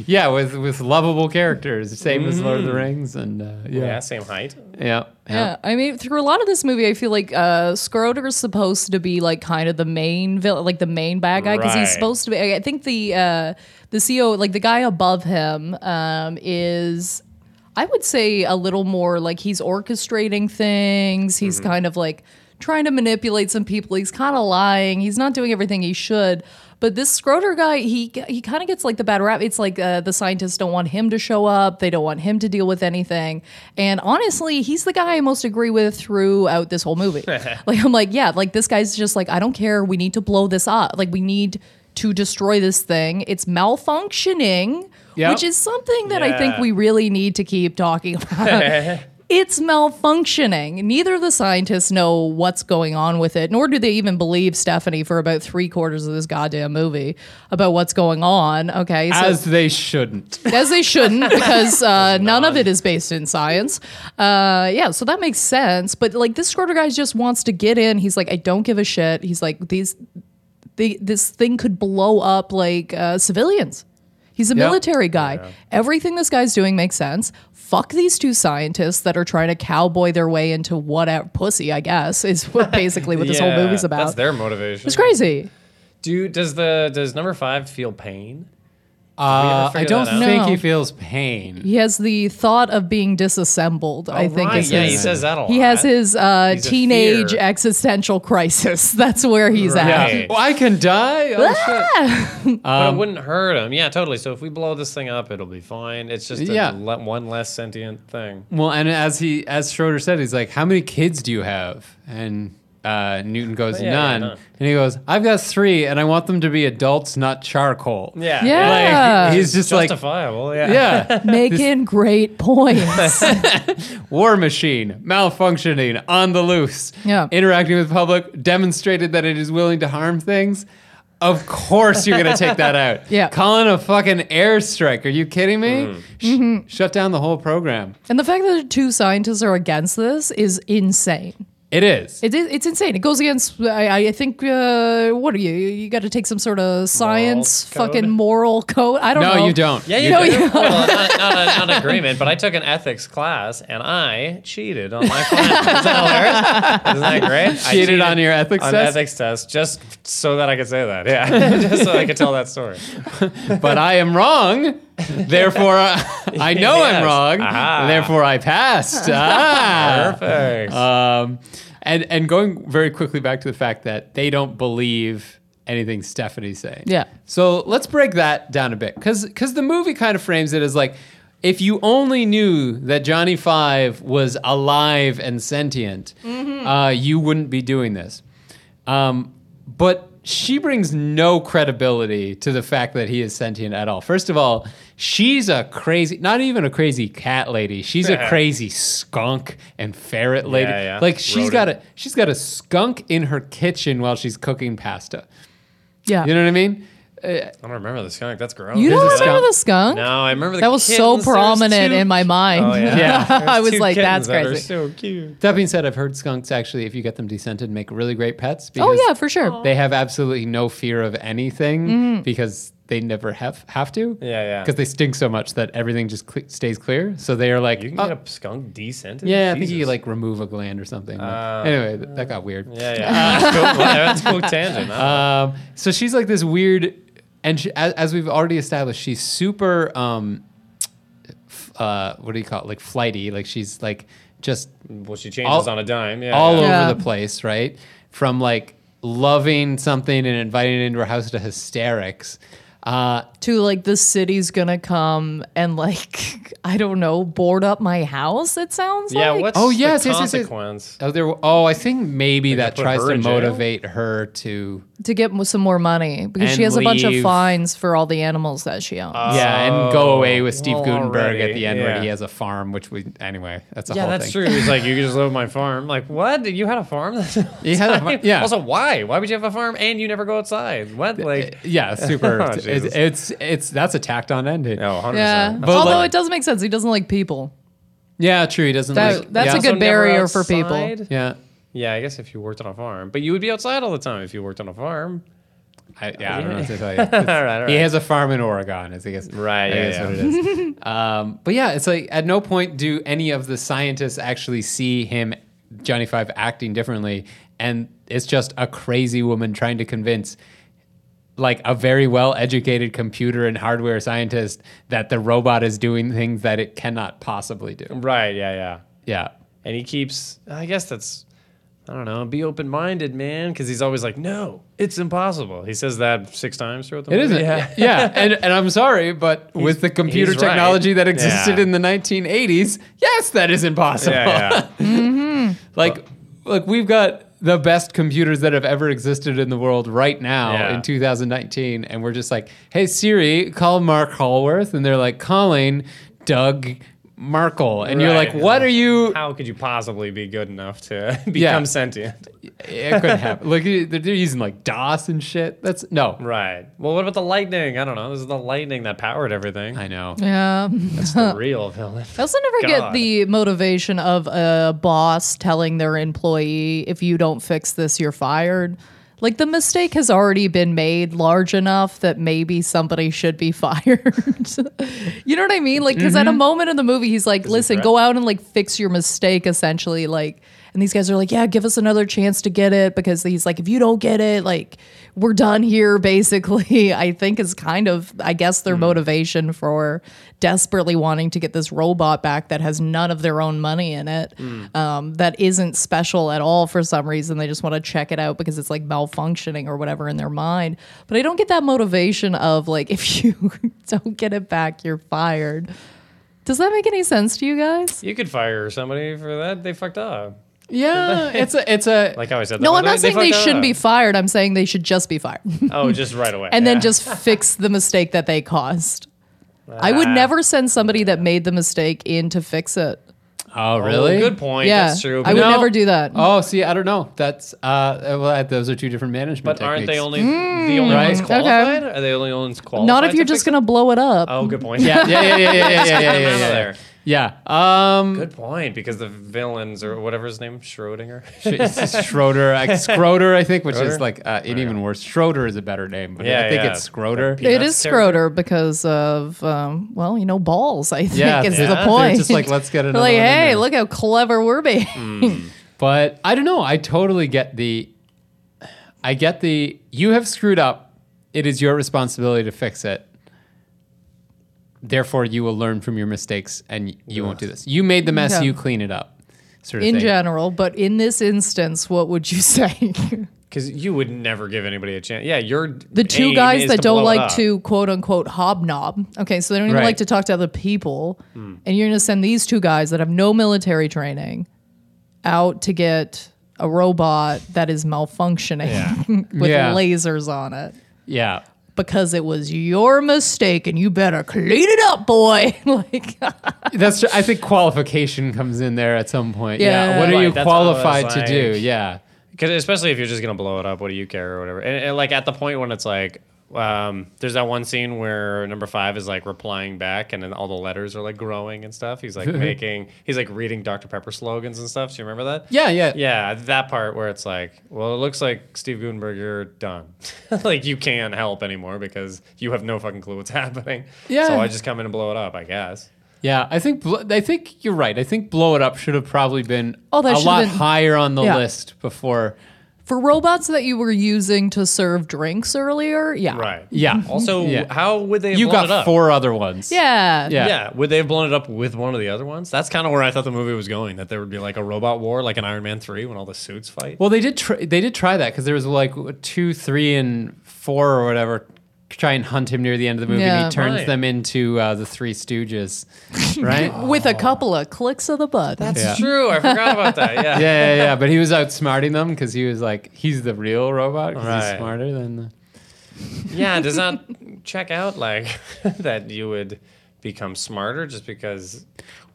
[SPEAKER 2] yeah, with with lovable characters, same as Lord of the Rings, and uh,
[SPEAKER 3] Mm. Yeah.
[SPEAKER 2] yeah,
[SPEAKER 3] same height.
[SPEAKER 2] yeah,
[SPEAKER 1] Yeah, I mean, through a lot of this movie, I feel like uh, Schroeder's supposed to be like kind of the main villain, like the main bad guy, because
[SPEAKER 3] Right.
[SPEAKER 1] he's supposed to be. I I think the uh, the CEO, like the guy above him, um, is. I would say a little more like he's orchestrating things. He's kind of like trying to manipulate some people. He's kind of lying. He's not doing everything he should. But this Schroeder guy, he he kind of gets like the bad rap. It's like uh, the scientists don't want him to show up. They don't want him to deal with anything. And honestly, he's the guy I most agree with throughout this whole movie. like I'm like, yeah, like this guy's just like, I don't care. We need to blow this up. Like we need to destroy this thing. It's malfunctioning,
[SPEAKER 2] Yeah.
[SPEAKER 1] which is something that I think
[SPEAKER 3] Yeah.
[SPEAKER 1] we really need to keep talking about. it's malfunctioning. Neither of the scientists know what's going on with it, nor do they even believe Stephanie for about three quarters of this goddamn movie about what's going on. Okay. So
[SPEAKER 2] as they shouldn't.
[SPEAKER 1] as they shouldn't because uh, none of it is based in science. Uh, yeah, so that makes sense. But like this Schroeder guy just wants to get in. He's like, I don't give a shit. He's like, these, they, this thing could blow up like uh, civilians. He's a
[SPEAKER 2] Yeah.
[SPEAKER 1] military guy. Everything this guy's doing makes sense. Fuck these two scientists that are trying to cowboy their way into whatever pussy, I guess, is what basically what this
[SPEAKER 3] Yeah,
[SPEAKER 1] whole movie's about.
[SPEAKER 3] That's their motivation.
[SPEAKER 1] it's crazy.
[SPEAKER 3] Do does the does number five feel pain?
[SPEAKER 2] Uh, I
[SPEAKER 3] figure
[SPEAKER 2] don't
[SPEAKER 3] that out?
[SPEAKER 2] think
[SPEAKER 1] No.
[SPEAKER 2] he feels pain.
[SPEAKER 1] He has the thought of being disassembled, I
[SPEAKER 3] Oh,
[SPEAKER 1] think
[SPEAKER 3] right.
[SPEAKER 1] is
[SPEAKER 3] yeah,
[SPEAKER 1] his
[SPEAKER 3] he says that a lot.
[SPEAKER 1] He has his uh,
[SPEAKER 3] Oh, He's a
[SPEAKER 1] teenage
[SPEAKER 3] fear.
[SPEAKER 1] existential crisis. That's where he's
[SPEAKER 3] Right.
[SPEAKER 1] at.
[SPEAKER 2] Yeah, well, I can die. Oh, shit.
[SPEAKER 3] but
[SPEAKER 2] Um,
[SPEAKER 3] it wouldn't hurt him. Yeah, totally. So if we blow this thing up, it'll be fine. It's just a
[SPEAKER 2] Yeah.
[SPEAKER 3] le- one less sentient thing.
[SPEAKER 2] Well, and as he as Schroeder said, he's like, "How many kids do you have?" And uh, Newton goes,
[SPEAKER 3] Oh, Yeah, yeah,
[SPEAKER 2] "None."
[SPEAKER 3] none.
[SPEAKER 2] And he goes, "I've got three, and I want them to be adults, not charcoal."
[SPEAKER 3] Yeah.
[SPEAKER 1] Yeah.
[SPEAKER 2] Like,
[SPEAKER 1] Yeah.
[SPEAKER 2] he's just like,
[SPEAKER 3] Justifiable. yeah.
[SPEAKER 2] yeah,
[SPEAKER 1] Making great points.
[SPEAKER 2] war machine malfunctioning on the loose.
[SPEAKER 1] Yeah.
[SPEAKER 2] interacting with public, demonstrated that it is willing to harm things. Of course, you're gonna take that out.
[SPEAKER 1] Yeah.
[SPEAKER 2] calling a fucking airstrike. Are you kidding
[SPEAKER 3] Mm-hmm.
[SPEAKER 2] me? Sh-
[SPEAKER 1] Mm-hmm.
[SPEAKER 2] Shut down the whole program.
[SPEAKER 1] and the fact that two scientists are against this is insane.
[SPEAKER 2] It is.
[SPEAKER 1] It is, it's insane. It goes against, I, I think, uh, what are you? You got to take some sort of science
[SPEAKER 3] Moral code?
[SPEAKER 1] fucking moral code. I don't
[SPEAKER 2] no,
[SPEAKER 1] know.
[SPEAKER 2] you don't.
[SPEAKER 3] Yeah, you
[SPEAKER 1] No,
[SPEAKER 3] do.
[SPEAKER 1] you-
[SPEAKER 3] Well, not, not, a- not an agreement, but I took an ethics class and I cheated on my class. Is that hilarious? Isn't that great? I
[SPEAKER 2] Cheated on your ethics
[SPEAKER 3] on
[SPEAKER 2] test?
[SPEAKER 3] ethics test just so that I could say that. Yeah, just so I could tell that story.
[SPEAKER 2] but I am wrong. Therefore, I, I know I'm
[SPEAKER 3] Yes.
[SPEAKER 2] wrong.
[SPEAKER 3] Aha.
[SPEAKER 2] Therefore, I passed. Ah.
[SPEAKER 3] Perfect.
[SPEAKER 2] Um, and and going very quickly back to the fact that they don't believe anything Stephanie's saying.
[SPEAKER 1] Yeah.
[SPEAKER 2] So let's break that down a bit, because the movie kind of frames it as like, if you only knew that Johnny Five was alive and sentient, uh, you wouldn't be doing this. Um, but she brings no credibility to the fact that he is sentient at all. First of all, she's a crazy, not even a crazy cat lady. She's a crazy skunk and ferret lady.
[SPEAKER 3] yeah.
[SPEAKER 2] Like she's
[SPEAKER 3] Rodent.
[SPEAKER 2] got a she's got a skunk in her kitchen while she's cooking pasta.
[SPEAKER 1] Yeah.
[SPEAKER 2] You know what I mean?
[SPEAKER 3] I don't remember the skunk. That's gross.
[SPEAKER 1] You
[SPEAKER 2] There's
[SPEAKER 1] don't
[SPEAKER 2] a
[SPEAKER 1] remember the
[SPEAKER 2] skunk.
[SPEAKER 1] skunk?
[SPEAKER 3] No, I remember the
[SPEAKER 1] That was so
[SPEAKER 3] kittens. There was
[SPEAKER 1] prominent
[SPEAKER 3] two-
[SPEAKER 1] in my mind.
[SPEAKER 3] Oh, yeah.
[SPEAKER 2] Yeah.
[SPEAKER 3] There
[SPEAKER 1] I was
[SPEAKER 3] two
[SPEAKER 1] like,
[SPEAKER 3] kittens
[SPEAKER 1] that's
[SPEAKER 3] that are
[SPEAKER 1] crazy.
[SPEAKER 3] so cute.
[SPEAKER 2] That being said, I've heard skunks actually, if you get them descented, make really great pets.
[SPEAKER 1] Oh,
[SPEAKER 2] because
[SPEAKER 1] yeah, for sure.
[SPEAKER 2] They have absolutely no fear of anything
[SPEAKER 1] Mm.
[SPEAKER 2] because they never have have to.
[SPEAKER 3] Yeah, yeah.
[SPEAKER 2] Because they stink so much that everything just cle stays clear. So they are like,
[SPEAKER 3] You can
[SPEAKER 2] "Oh,
[SPEAKER 3] get a skunk decent.
[SPEAKER 2] yeah, I think you like remove a gland or something.
[SPEAKER 3] Uh,
[SPEAKER 2] But anyway, th- that got weird.
[SPEAKER 3] Yeah, yeah. Go- that's a cool tangent. huh?
[SPEAKER 2] Um, so she's like this weird, and she, as, as we've already established, she's super. Um, f- uh, what do you call it? Like flighty. Like she's like just
[SPEAKER 3] well, she changes
[SPEAKER 2] all-
[SPEAKER 3] on a dime. Yeah.
[SPEAKER 2] all
[SPEAKER 3] yeah.
[SPEAKER 1] Yeah.
[SPEAKER 2] over the place, right? From like loving something and inviting it into her house to hysterics. Uh,
[SPEAKER 1] to like the city's gonna come and like I don't know board up my house. It sounds
[SPEAKER 3] Yeah,
[SPEAKER 1] like.
[SPEAKER 3] what's
[SPEAKER 2] Oh,
[SPEAKER 3] the
[SPEAKER 2] yes, yes, yes, yes.
[SPEAKER 3] consequence?
[SPEAKER 2] oh, there. Oh, I think maybe that
[SPEAKER 3] put
[SPEAKER 2] tries
[SPEAKER 3] her
[SPEAKER 2] to
[SPEAKER 3] in jail?
[SPEAKER 2] motivate her to.
[SPEAKER 1] to get mo- some more money because she
[SPEAKER 2] And
[SPEAKER 1] has a bunch of
[SPEAKER 2] leave.
[SPEAKER 1] fines for all the animals that she owns.
[SPEAKER 2] Yeah, and go away with Steve
[SPEAKER 3] well,
[SPEAKER 2] Gutenberg at
[SPEAKER 3] Oh, already,
[SPEAKER 2] the end where
[SPEAKER 3] yeah.
[SPEAKER 2] he has a farm, which we anyway. That's a
[SPEAKER 3] Yeah,
[SPEAKER 2] whole
[SPEAKER 3] that's
[SPEAKER 2] thing.
[SPEAKER 3] true. He's like, you can just live on my farm. Like, what? You had a farm?
[SPEAKER 2] He had a farm- yeah.
[SPEAKER 3] Also, why? Why would you have a farm and you never go outside? What? Like,
[SPEAKER 2] yeah, super.
[SPEAKER 3] Oh,
[SPEAKER 2] it's,
[SPEAKER 3] Jesus.
[SPEAKER 2] it's it's that's a tacked on ending.
[SPEAKER 3] no, 100%.
[SPEAKER 1] yeah.
[SPEAKER 2] But,
[SPEAKER 1] Although
[SPEAKER 2] like-
[SPEAKER 1] it does make sense. He doesn't like people.
[SPEAKER 2] Yeah, true. He doesn't.
[SPEAKER 1] That-
[SPEAKER 2] like,
[SPEAKER 1] that's
[SPEAKER 2] yeah,
[SPEAKER 1] a good
[SPEAKER 3] Also never
[SPEAKER 1] barrier for people.
[SPEAKER 3] outside?
[SPEAKER 2] Yeah,
[SPEAKER 3] Yeah, I guess if you worked on a farm, but you would be outside all the time if you worked on a farm.
[SPEAKER 2] I, yeah. I don't know what to tell you. It's-
[SPEAKER 3] all right, all
[SPEAKER 2] He
[SPEAKER 3] right.
[SPEAKER 2] has a farm in Oregon, as I guess.
[SPEAKER 3] Right,
[SPEAKER 2] I
[SPEAKER 3] yeah,
[SPEAKER 2] guess
[SPEAKER 3] yeah.
[SPEAKER 2] what it is. um, but yeah, it's like at no point do any of the scientists actually see him, Johnny Five, acting differently, and it's just a crazy woman trying to convince. Like a very well educated computer and hardware scientist, that the robot is doing things that it cannot possibly do.
[SPEAKER 3] Right, yeah, yeah.
[SPEAKER 2] Yeah.
[SPEAKER 3] And he keeps, I guess that's, I don't know, be open minded, man, because he's always like, no, it's impossible. He says that six times throughout the
[SPEAKER 2] It
[SPEAKER 3] movie.
[SPEAKER 2] isn't. Yeah.
[SPEAKER 3] Yeah.
[SPEAKER 2] And, and I'm sorry, but with the computer
[SPEAKER 3] he's right.
[SPEAKER 2] technology that existed
[SPEAKER 3] Yeah.
[SPEAKER 2] in the 1980s, yes, that is impossible.
[SPEAKER 3] Yeah, yeah.
[SPEAKER 2] Like, like we've got the best computers that have ever existed in the world right now
[SPEAKER 3] Yeah.
[SPEAKER 2] in 2019. And we're just like, hey, Siri, call Mark Hallworth. And they're like, calling Doug Markle. And you're
[SPEAKER 3] Right.
[SPEAKER 2] like, what are you?
[SPEAKER 3] How could you possibly be good enough to become
[SPEAKER 2] Yeah.
[SPEAKER 3] sentient?
[SPEAKER 2] It couldn't happen. Look, they're they're using like DOS and shit. That's no.
[SPEAKER 3] Right. Well, what about the lightning? I don't know. This is the lightning that powered everything.
[SPEAKER 2] I know.
[SPEAKER 1] Yeah.
[SPEAKER 3] That's the real villain.
[SPEAKER 1] I also never get
[SPEAKER 3] God.
[SPEAKER 1] the motivation of a boss telling their employee, if you don't fix this, you're fired. Like the mistake has already been made large enough that maybe somebody should be fired. you know what I mean? Like, because at a moment in the movie, he's like, listen,
[SPEAKER 3] threat.
[SPEAKER 1] go out and like fix your mistake, essentially. Like, and these guys are like, yeah, give us another chance to get it because he's like, if you don't get it, like, we're done here, basically. I think is kind of, I guess, their motivation for desperately wanting to get this robot back that has none of their own money in it, um, that isn't special at all for some reason. They just want to check it out because it's like malfunctioning or whatever in their mind. But I don't get that motivation of like, if you don't get it back, you're fired. Does that make any sense to you guys?
[SPEAKER 3] You could fire somebody for that. They fucked up.
[SPEAKER 2] Yeah, it's a it's a
[SPEAKER 3] Like how I said. that
[SPEAKER 1] No,
[SPEAKER 3] one
[SPEAKER 1] I'm
[SPEAKER 3] time,
[SPEAKER 1] not saying they
[SPEAKER 3] fucked
[SPEAKER 1] shouldn't be
[SPEAKER 3] up.
[SPEAKER 1] fired. I'm saying they should just be fired and
[SPEAKER 3] Oh, just right away.
[SPEAKER 1] then
[SPEAKER 3] Yeah.
[SPEAKER 1] just fix the mistake that they caused. I would
[SPEAKER 3] Ah.
[SPEAKER 1] never send somebody that made the mistake in to fix it.
[SPEAKER 2] oh
[SPEAKER 3] Oh,
[SPEAKER 2] really
[SPEAKER 3] good point.
[SPEAKER 1] yeah,
[SPEAKER 3] That's true.
[SPEAKER 1] I
[SPEAKER 3] but-
[SPEAKER 1] would
[SPEAKER 2] No.
[SPEAKER 1] never do that.
[SPEAKER 2] Oh, see, I don't know. That's uh, well, those are two different management.
[SPEAKER 3] But aren't they
[SPEAKER 2] techniques.
[SPEAKER 3] only the only
[SPEAKER 2] Right.
[SPEAKER 3] ones
[SPEAKER 2] Okay.
[SPEAKER 3] qualified? Are they the only ones qualified?
[SPEAKER 1] Mm. Not if
[SPEAKER 3] to
[SPEAKER 1] you're
[SPEAKER 3] fix
[SPEAKER 1] just gonna blow it up.
[SPEAKER 3] it? Oh, good point.
[SPEAKER 2] Yeah, yeah, yeah, yeah, yeah, yeah, yeah, yeah,
[SPEAKER 3] Get 'em
[SPEAKER 2] yeah,
[SPEAKER 3] out of
[SPEAKER 2] yeah.
[SPEAKER 3] there.
[SPEAKER 2] Yeah, um,
[SPEAKER 3] Good point, because the villains or whatever his name, Schrodinger.
[SPEAKER 2] Sch- it's Schroeder, like Schroeder, I think, which is
[SPEAKER 3] Schroeder?
[SPEAKER 2] like uh, it even worse. Schroeder is a better name, but
[SPEAKER 3] Yeah,
[SPEAKER 2] I think
[SPEAKER 3] yeah.
[SPEAKER 2] it's Schroeder.
[SPEAKER 3] Like
[SPEAKER 1] it
[SPEAKER 3] Peanuts
[SPEAKER 1] is
[SPEAKER 3] character?
[SPEAKER 1] Schroeder because of um, well, you know, balls. I think
[SPEAKER 2] Yeah,
[SPEAKER 1] is
[SPEAKER 2] they're-
[SPEAKER 1] the
[SPEAKER 2] they're
[SPEAKER 1] point.
[SPEAKER 2] just like, let's get
[SPEAKER 1] They're
[SPEAKER 2] another
[SPEAKER 1] like,
[SPEAKER 2] one in
[SPEAKER 1] hey,
[SPEAKER 2] there.
[SPEAKER 1] look how clever we're being.
[SPEAKER 2] But I don't know. I totally get the. I get the. You have screwed up. It is your responsibility to fix it. Therefore, you will learn from your mistakes, and you won't do this. You made the mess.
[SPEAKER 1] Okay.
[SPEAKER 2] You clean it up. Sort of
[SPEAKER 1] in
[SPEAKER 2] thing.
[SPEAKER 1] general, but in this instance, what would you say?
[SPEAKER 3] Because you would never give anybody a chance. Yeah, you're
[SPEAKER 1] the two guys that don't like to quote unquote hobnob. Okay, so they don't even
[SPEAKER 2] Right. Hmm.
[SPEAKER 1] like to talk to other people, and you're gonna send these two guys that have no military training out to get a robot that is malfunctioning
[SPEAKER 3] Yeah.
[SPEAKER 1] with
[SPEAKER 2] Yeah.
[SPEAKER 1] lasers on it.
[SPEAKER 2] Yeah.
[SPEAKER 1] because it was your mistake and you better clean it up, boy. like,
[SPEAKER 2] That's. tr- I think qualification comes in there at some point. Yeah.
[SPEAKER 1] Yeah.
[SPEAKER 2] What are
[SPEAKER 3] Right,
[SPEAKER 2] you
[SPEAKER 3] that's what I was
[SPEAKER 2] qualified to do?
[SPEAKER 3] like.
[SPEAKER 2] Yeah.
[SPEAKER 3] Because especially if you're just gonna blow it up, what do you care or whatever? And, and like at the point when it's like, um, there's that one scene where number five is like replying back, and then all the letters are like growing and stuff. He's like making, he's like reading Dr Pepper slogans and stuff. Do you remember that?
[SPEAKER 2] Yeah. Yeah.
[SPEAKER 3] Yeah, that part where it's like, well, it looks like Steve Gutenberg, you're done. like you can't help anymore because you have no fucking clue what's happening.
[SPEAKER 2] Yeah.
[SPEAKER 3] So I just come in and blow it up, I guess.
[SPEAKER 2] Yeah, I think bl- I think you're right. I think blow it up should have probably been
[SPEAKER 1] Oh, that
[SPEAKER 2] a
[SPEAKER 1] should have
[SPEAKER 2] lot
[SPEAKER 1] been-
[SPEAKER 2] higher on the
[SPEAKER 1] Yeah.
[SPEAKER 2] list before
[SPEAKER 1] For robots that you were using to serve drinks earlier, yeah.
[SPEAKER 3] Right.
[SPEAKER 2] Yeah.
[SPEAKER 3] Also,
[SPEAKER 2] Yeah.
[SPEAKER 3] how would they have
[SPEAKER 2] you
[SPEAKER 3] blown it
[SPEAKER 2] got
[SPEAKER 3] up?
[SPEAKER 2] four other ones.
[SPEAKER 1] Mm-hmm. Yeah.
[SPEAKER 2] Yeah.
[SPEAKER 3] Yeah. would they have blown it up with one of the other ones? That's kind of where I thought the movie was going. That there would be like a robot war, like an Iron Man three, when all the suits fight.
[SPEAKER 2] Well, they did. Tr- they did try that because there was like two, three, and four or whatever. Try and hunt him near the end of the movie. and
[SPEAKER 1] Yeah.
[SPEAKER 2] He turns
[SPEAKER 3] Right.
[SPEAKER 2] them into uh, the Three Stooges, right?
[SPEAKER 1] With a couple of clicks of the button.
[SPEAKER 3] That's
[SPEAKER 2] Oh. Yeah.
[SPEAKER 3] true. I forgot about that. Yeah.
[SPEAKER 2] yeah, yeah, yeah. But he was outsmarting them because he was like, he's the real robot 'cause he's
[SPEAKER 3] Right.
[SPEAKER 2] smarter than. The-
[SPEAKER 3] yeah, does that check out like that you would become smarter just because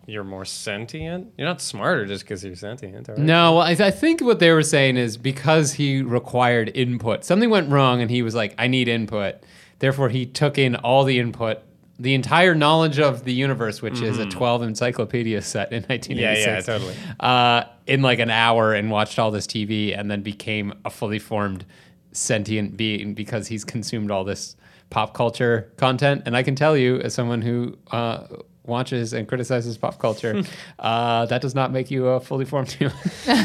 [SPEAKER 3] you're more sentient? You're not smarter just because you're sentient. Are you?
[SPEAKER 2] no, well, I, I think what they were saying is because he required input, something went wrong, and he was like, I need input. Therefore, he took in all the input. The entire knowledge of the universe, which is a 12 encyclopedia set in
[SPEAKER 3] Mm-hmm. Yeah,
[SPEAKER 2] 1986,
[SPEAKER 3] yeah, totally.
[SPEAKER 2] uh, in like an hour and watched all this TV and then became a fully formed sentient being because he's consumed all this pop culture content. And I can tell you, as someone who uh, watches and criticizes pop
[SPEAKER 3] Hmm.
[SPEAKER 2] culture, uh, that does not make you a fully formed human.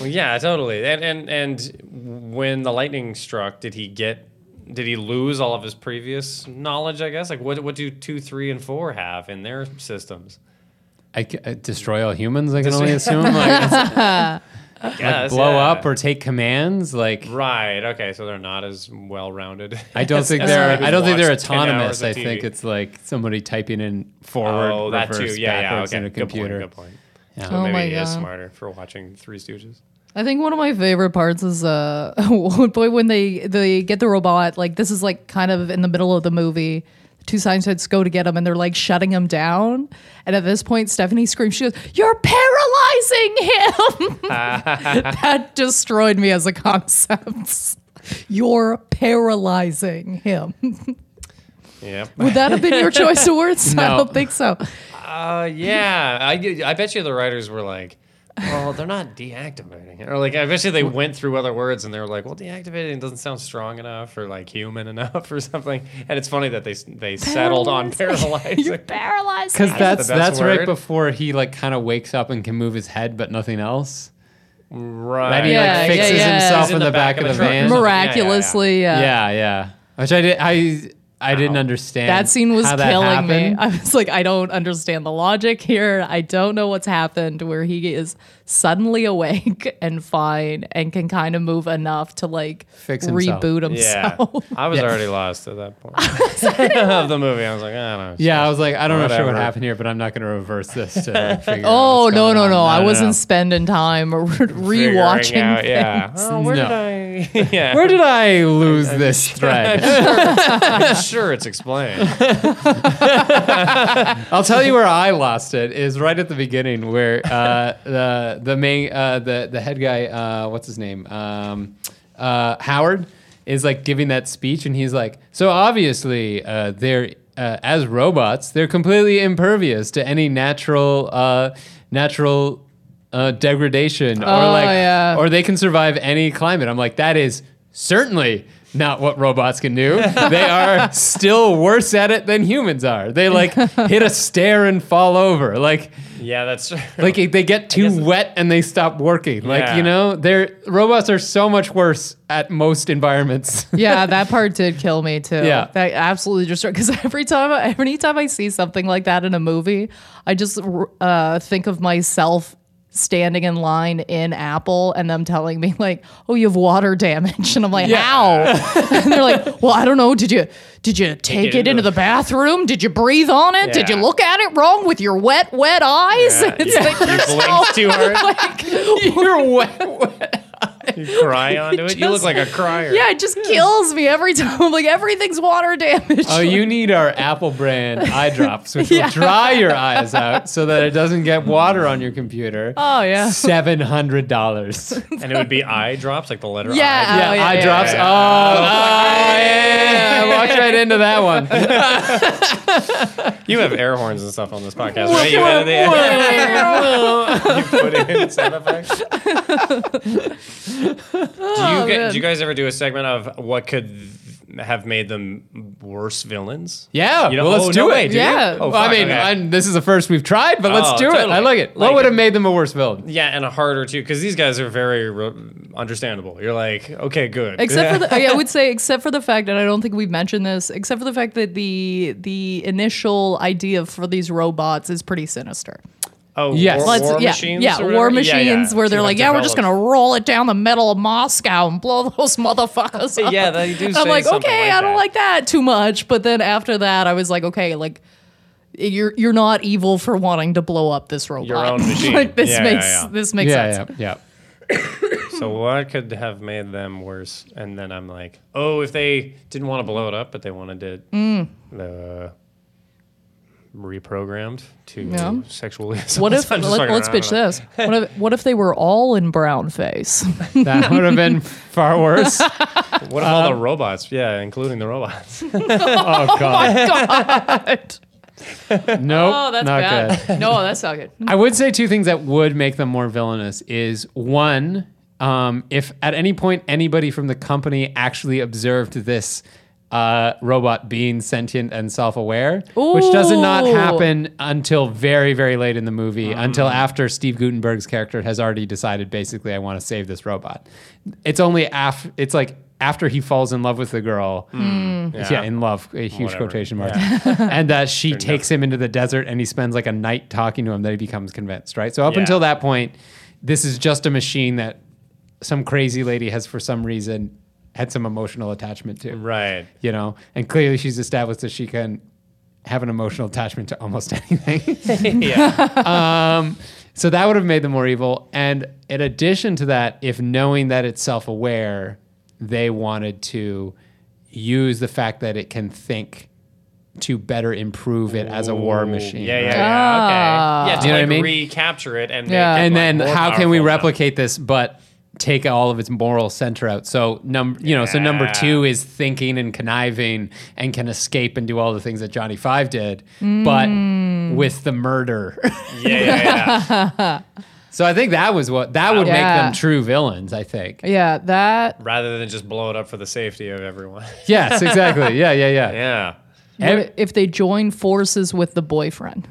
[SPEAKER 3] Well, yeah, totally. And and and when the lightning struck, did he get? Did he lose all of his previous knowledge? I guess. Like, what what do two, three, and four have in their systems?
[SPEAKER 2] I, c- I destroy all humans, I can only assume. Like, it's- like,
[SPEAKER 3] Yes,
[SPEAKER 2] blow
[SPEAKER 3] yeah.
[SPEAKER 2] up or take commands. Like,
[SPEAKER 3] Right. Okay. So they're not as well rounded.
[SPEAKER 2] I don't think they're. I don't think they're autonomous. I think
[SPEAKER 3] it's
[SPEAKER 2] it's like somebody typing in forward,
[SPEAKER 3] oh, that
[SPEAKER 2] reverse,
[SPEAKER 3] too. Yeah, yeah.
[SPEAKER 2] backwards
[SPEAKER 3] Okay.
[SPEAKER 2] in a
[SPEAKER 3] Good point.
[SPEAKER 2] computer.
[SPEAKER 3] Good point.
[SPEAKER 2] Yeah.
[SPEAKER 1] Oh
[SPEAKER 3] Maybe
[SPEAKER 1] my
[SPEAKER 3] he is
[SPEAKER 1] God.
[SPEAKER 3] smarter for watching Three Stooges.
[SPEAKER 1] I think one of my favorite parts is uh boy when they they get the robot like this is like kind of in the middle of the movie. Two science heads go to get him and they're like shutting him down. And at this point, Stephanie screams, she goes, You're paralyzing him. that destroyed me as a concept. You're paralyzing him.
[SPEAKER 3] Yep.
[SPEAKER 1] Would that have been your choice of words? I
[SPEAKER 2] No.
[SPEAKER 1] don't think so.
[SPEAKER 3] Uh, yeah. I, g- I bet you the writers were like, well, they're not deactivating it. Or like, I bet you they went through other words and they were like, well, deactivating doesn't sound strong enough or like human enough or something. And it's funny that they s- they settled on
[SPEAKER 1] You're
[SPEAKER 3] paralyzing.
[SPEAKER 1] paralyzing
[SPEAKER 2] Because
[SPEAKER 1] him.
[SPEAKER 2] that's
[SPEAKER 3] the best
[SPEAKER 2] that's right
[SPEAKER 3] word.
[SPEAKER 2] before he like kind of wakes up and can move his head, but nothing else.
[SPEAKER 3] right.
[SPEAKER 2] And he
[SPEAKER 1] Yeah,
[SPEAKER 2] like
[SPEAKER 1] yeah,
[SPEAKER 2] fixes
[SPEAKER 1] yeah.
[SPEAKER 2] himself
[SPEAKER 3] He's
[SPEAKER 2] in, the, back, of the
[SPEAKER 3] truck.
[SPEAKER 2] van.
[SPEAKER 3] Mor-
[SPEAKER 1] Miraculously,
[SPEAKER 2] yeah. yeah, Which I did. I I didn't understand.
[SPEAKER 1] That scene was
[SPEAKER 2] how that
[SPEAKER 1] killing me.
[SPEAKER 2] happened.
[SPEAKER 1] I was like, I don't understand the logic here. I don't know what's happened where he is suddenly awake and fine and can kind of move enough to like
[SPEAKER 2] Fix himself.
[SPEAKER 1] reboot
[SPEAKER 3] Yeah.
[SPEAKER 1] himself.
[SPEAKER 3] I was
[SPEAKER 2] Yeah.
[SPEAKER 3] already lost at that point of the movie. I was like, I don't know.
[SPEAKER 2] Yeah, I was like, I don't know sure what
[SPEAKER 3] Whatever.
[SPEAKER 2] happened here, but I'm not going to reverse this to like, figure out
[SPEAKER 1] Oh
[SPEAKER 2] what's
[SPEAKER 1] no,
[SPEAKER 2] going
[SPEAKER 1] no,
[SPEAKER 2] on.
[SPEAKER 1] no! I wasn't
[SPEAKER 2] no.
[SPEAKER 1] spending time or rewatching.
[SPEAKER 3] Figuring out, yeah. Oh, where
[SPEAKER 2] No.
[SPEAKER 3] did I? yeah.
[SPEAKER 2] Where did I lose this thread?
[SPEAKER 3] I'm sure it's explained.
[SPEAKER 2] I'll tell you where I lost it is right at the beginning where uh, the the main uh, the the head guy uh, what's his name um, uh, Howard is like giving that speech and he's like so obviously uh, they're uh, as robots they're completely impervious to any natural uh, natural uh, degradation or
[SPEAKER 1] Oh,
[SPEAKER 2] like
[SPEAKER 1] yeah.
[SPEAKER 2] or they can survive any climate. I'm like that is certainly not what robots can do. They are still worse at it than humans are. They like hit a stair and fall over. Like
[SPEAKER 3] Yeah, that's true.
[SPEAKER 2] like they get
[SPEAKER 3] guess-
[SPEAKER 2] too wet and they stop working. Like
[SPEAKER 3] Yeah.
[SPEAKER 2] you know, they're robots are so much worse at most environments.
[SPEAKER 1] yeah, that part did kill me too.
[SPEAKER 2] Yeah.
[SPEAKER 1] that absolutely destroyed. Because every time, every time I see something like that in a movie, I just uh, think of myself standing in line in Apple and them telling me like, "Oh, you have water damage," and I'm like,
[SPEAKER 2] Yeah.
[SPEAKER 1] "How?" and they're like, "Well, I don't know. Did you did you take
[SPEAKER 3] it
[SPEAKER 1] it
[SPEAKER 3] into
[SPEAKER 1] into
[SPEAKER 3] the-
[SPEAKER 1] the bathroom? Did you breathe on it? Did you
[SPEAKER 3] Yeah.
[SPEAKER 1] look at it wrong with your wet, wet eyes?"
[SPEAKER 3] Yeah,
[SPEAKER 1] It's
[SPEAKER 3] you-
[SPEAKER 1] like,
[SPEAKER 3] you
[SPEAKER 1] there's
[SPEAKER 3] blinked
[SPEAKER 1] no-
[SPEAKER 3] too hard.
[SPEAKER 1] like,
[SPEAKER 2] You're wet.
[SPEAKER 3] You cry onto it. You look
[SPEAKER 1] Just-
[SPEAKER 3] like a crier.
[SPEAKER 1] yeah, it just kills me every time. I'm like, everything's water damage.
[SPEAKER 2] Oh, you need our Apple brand eye drops, which will dry your eyes out so that it doesn't get water on your computer.
[SPEAKER 1] Oh, yeah.
[SPEAKER 2] seven hundred dollars.
[SPEAKER 3] And it would be eye drops, like the letter I.
[SPEAKER 1] Yeah.
[SPEAKER 2] yeah,
[SPEAKER 1] Oh, yeah,
[SPEAKER 2] eye
[SPEAKER 1] yeah,
[SPEAKER 2] drops.
[SPEAKER 3] yeah.
[SPEAKER 2] Oh, oh, yeah. I walked right into that one.
[SPEAKER 3] You have air horns and stuff on this podcast, right? You edit the- you put in sound effects. Do you, get,
[SPEAKER 1] man. Oh,
[SPEAKER 3] do you guys ever do a segment of what could have made them worse villains.
[SPEAKER 2] Yeah,
[SPEAKER 3] You know-
[SPEAKER 2] well, let's
[SPEAKER 3] oh,
[SPEAKER 2] do
[SPEAKER 3] no
[SPEAKER 2] it.
[SPEAKER 3] way, do you?
[SPEAKER 1] Yeah.
[SPEAKER 3] Oh,
[SPEAKER 2] well, I
[SPEAKER 3] fuck,
[SPEAKER 2] mean,
[SPEAKER 3] okay.
[SPEAKER 2] I'm- this is the first we've tried, but let's
[SPEAKER 3] Oh,
[SPEAKER 2] do it. I
[SPEAKER 3] totally.
[SPEAKER 2] like it. what
[SPEAKER 3] Like-
[SPEAKER 2] would have made them a worse villain?
[SPEAKER 3] Yeah, and a harder too, because these guys are very re- understandable. You're like, okay, good.
[SPEAKER 1] Except for the, I would say, except for the fact, and I don't think we've mentioned this, except for the fact that the the initial idea for these robots is pretty sinister.
[SPEAKER 3] oh,
[SPEAKER 2] Yes.
[SPEAKER 3] war,
[SPEAKER 1] Let's-
[SPEAKER 3] war
[SPEAKER 1] yeah,
[SPEAKER 3] machines.
[SPEAKER 1] yeah,
[SPEAKER 3] or
[SPEAKER 1] war
[SPEAKER 3] whatever? Yeah,
[SPEAKER 1] machines,
[SPEAKER 3] yeah.
[SPEAKER 1] where
[SPEAKER 3] To
[SPEAKER 1] they're like, yeah, we're just gonna
[SPEAKER 3] develop-
[SPEAKER 1] roll it down the middle of Moscow and blow those motherfuckers up.
[SPEAKER 3] Yeah, they do
[SPEAKER 1] And I'm
[SPEAKER 3] say
[SPEAKER 1] like,
[SPEAKER 3] something
[SPEAKER 1] okay,
[SPEAKER 3] like
[SPEAKER 1] I don't
[SPEAKER 3] that.
[SPEAKER 1] like that too much. But then after that, I was like, okay, like. You're you're not evil for wanting to blow up this robot.
[SPEAKER 3] own machine.
[SPEAKER 1] like this
[SPEAKER 3] Yeah, yeah,
[SPEAKER 1] makes
[SPEAKER 3] yeah.
[SPEAKER 1] this makes
[SPEAKER 2] yeah,
[SPEAKER 1] sense.
[SPEAKER 2] yeah, yeah.
[SPEAKER 3] So
[SPEAKER 1] Hmm.
[SPEAKER 3] what could have made them worse? And then I'm like, oh, if they didn't want to blow it up, but they wanted it
[SPEAKER 1] Hmm.
[SPEAKER 3] uh, reprogrammed to
[SPEAKER 1] Yeah.
[SPEAKER 3] sexual assault.
[SPEAKER 1] What if
[SPEAKER 3] I'm just
[SPEAKER 1] let,
[SPEAKER 3] fucking
[SPEAKER 1] let's
[SPEAKER 3] around,
[SPEAKER 1] pitch
[SPEAKER 3] I don't know.
[SPEAKER 1] this? What if what if they were all in brown face?
[SPEAKER 2] That would have been far worse. oh
[SPEAKER 3] What if
[SPEAKER 1] Um,
[SPEAKER 3] all the robots? Yeah, including the robots.
[SPEAKER 2] Oh, god,
[SPEAKER 1] God.
[SPEAKER 2] nope.
[SPEAKER 1] Oh, that's
[SPEAKER 2] not good.
[SPEAKER 1] bad. No, that's not good.
[SPEAKER 2] I would say two things that would make them more villainous is one, um, if at any point anybody from the company actually observed this uh, robot being sentient and self-aware, which does not
[SPEAKER 1] Ooh.
[SPEAKER 2] happen until very, very late in the movie, until after Steve Gutenberg's character has already decided, basically, I want to save this robot. It's only after it's like after he falls in love with the girl. Yeah.
[SPEAKER 3] Yeah.
[SPEAKER 2] in love, a huge
[SPEAKER 3] Whatever.
[SPEAKER 2] quotation mark and that she takes him into the desert and he spends like a night talking to him that he becomes convinced, right? So up
[SPEAKER 3] Yeah.
[SPEAKER 2] until that point, this is just a machine that some crazy lady has for some reason had some emotional attachment to.
[SPEAKER 3] Right.
[SPEAKER 2] You know, and clearly she's established that she can have an emotional attachment to almost anything.
[SPEAKER 3] yeah.
[SPEAKER 2] So that would have made them more evil. And in addition to that, if knowing that it's self aware, they wanted to use the fact that it can think to better improve it as a war machine.
[SPEAKER 3] Yeah, yeah,
[SPEAKER 2] right?
[SPEAKER 3] yeah. Okay. Yeah, to
[SPEAKER 2] You know what I
[SPEAKER 3] like
[SPEAKER 2] mean?
[SPEAKER 3] recapture it and
[SPEAKER 1] Ah. Yeah.
[SPEAKER 3] make it,
[SPEAKER 2] And
[SPEAKER 3] like,
[SPEAKER 2] then
[SPEAKER 3] more
[SPEAKER 2] how can we
[SPEAKER 3] powerful now.
[SPEAKER 2] replicate this but take all of its moral center out? So num you know, so number
[SPEAKER 3] Yeah.
[SPEAKER 2] two is thinking and conniving and can escape and do all the things that Johnny Five did, but with the murder.
[SPEAKER 3] Yeah, yeah, yeah.
[SPEAKER 2] so I think that was what that would make
[SPEAKER 1] Yeah.
[SPEAKER 2] them true villains, I think.
[SPEAKER 1] Yeah, that
[SPEAKER 3] rather than just blow it up for the safety of everyone.
[SPEAKER 2] Yes, exactly. Yeah, yeah, yeah.
[SPEAKER 3] yeah.
[SPEAKER 2] Ev-
[SPEAKER 1] if they join forces with the boyfriend.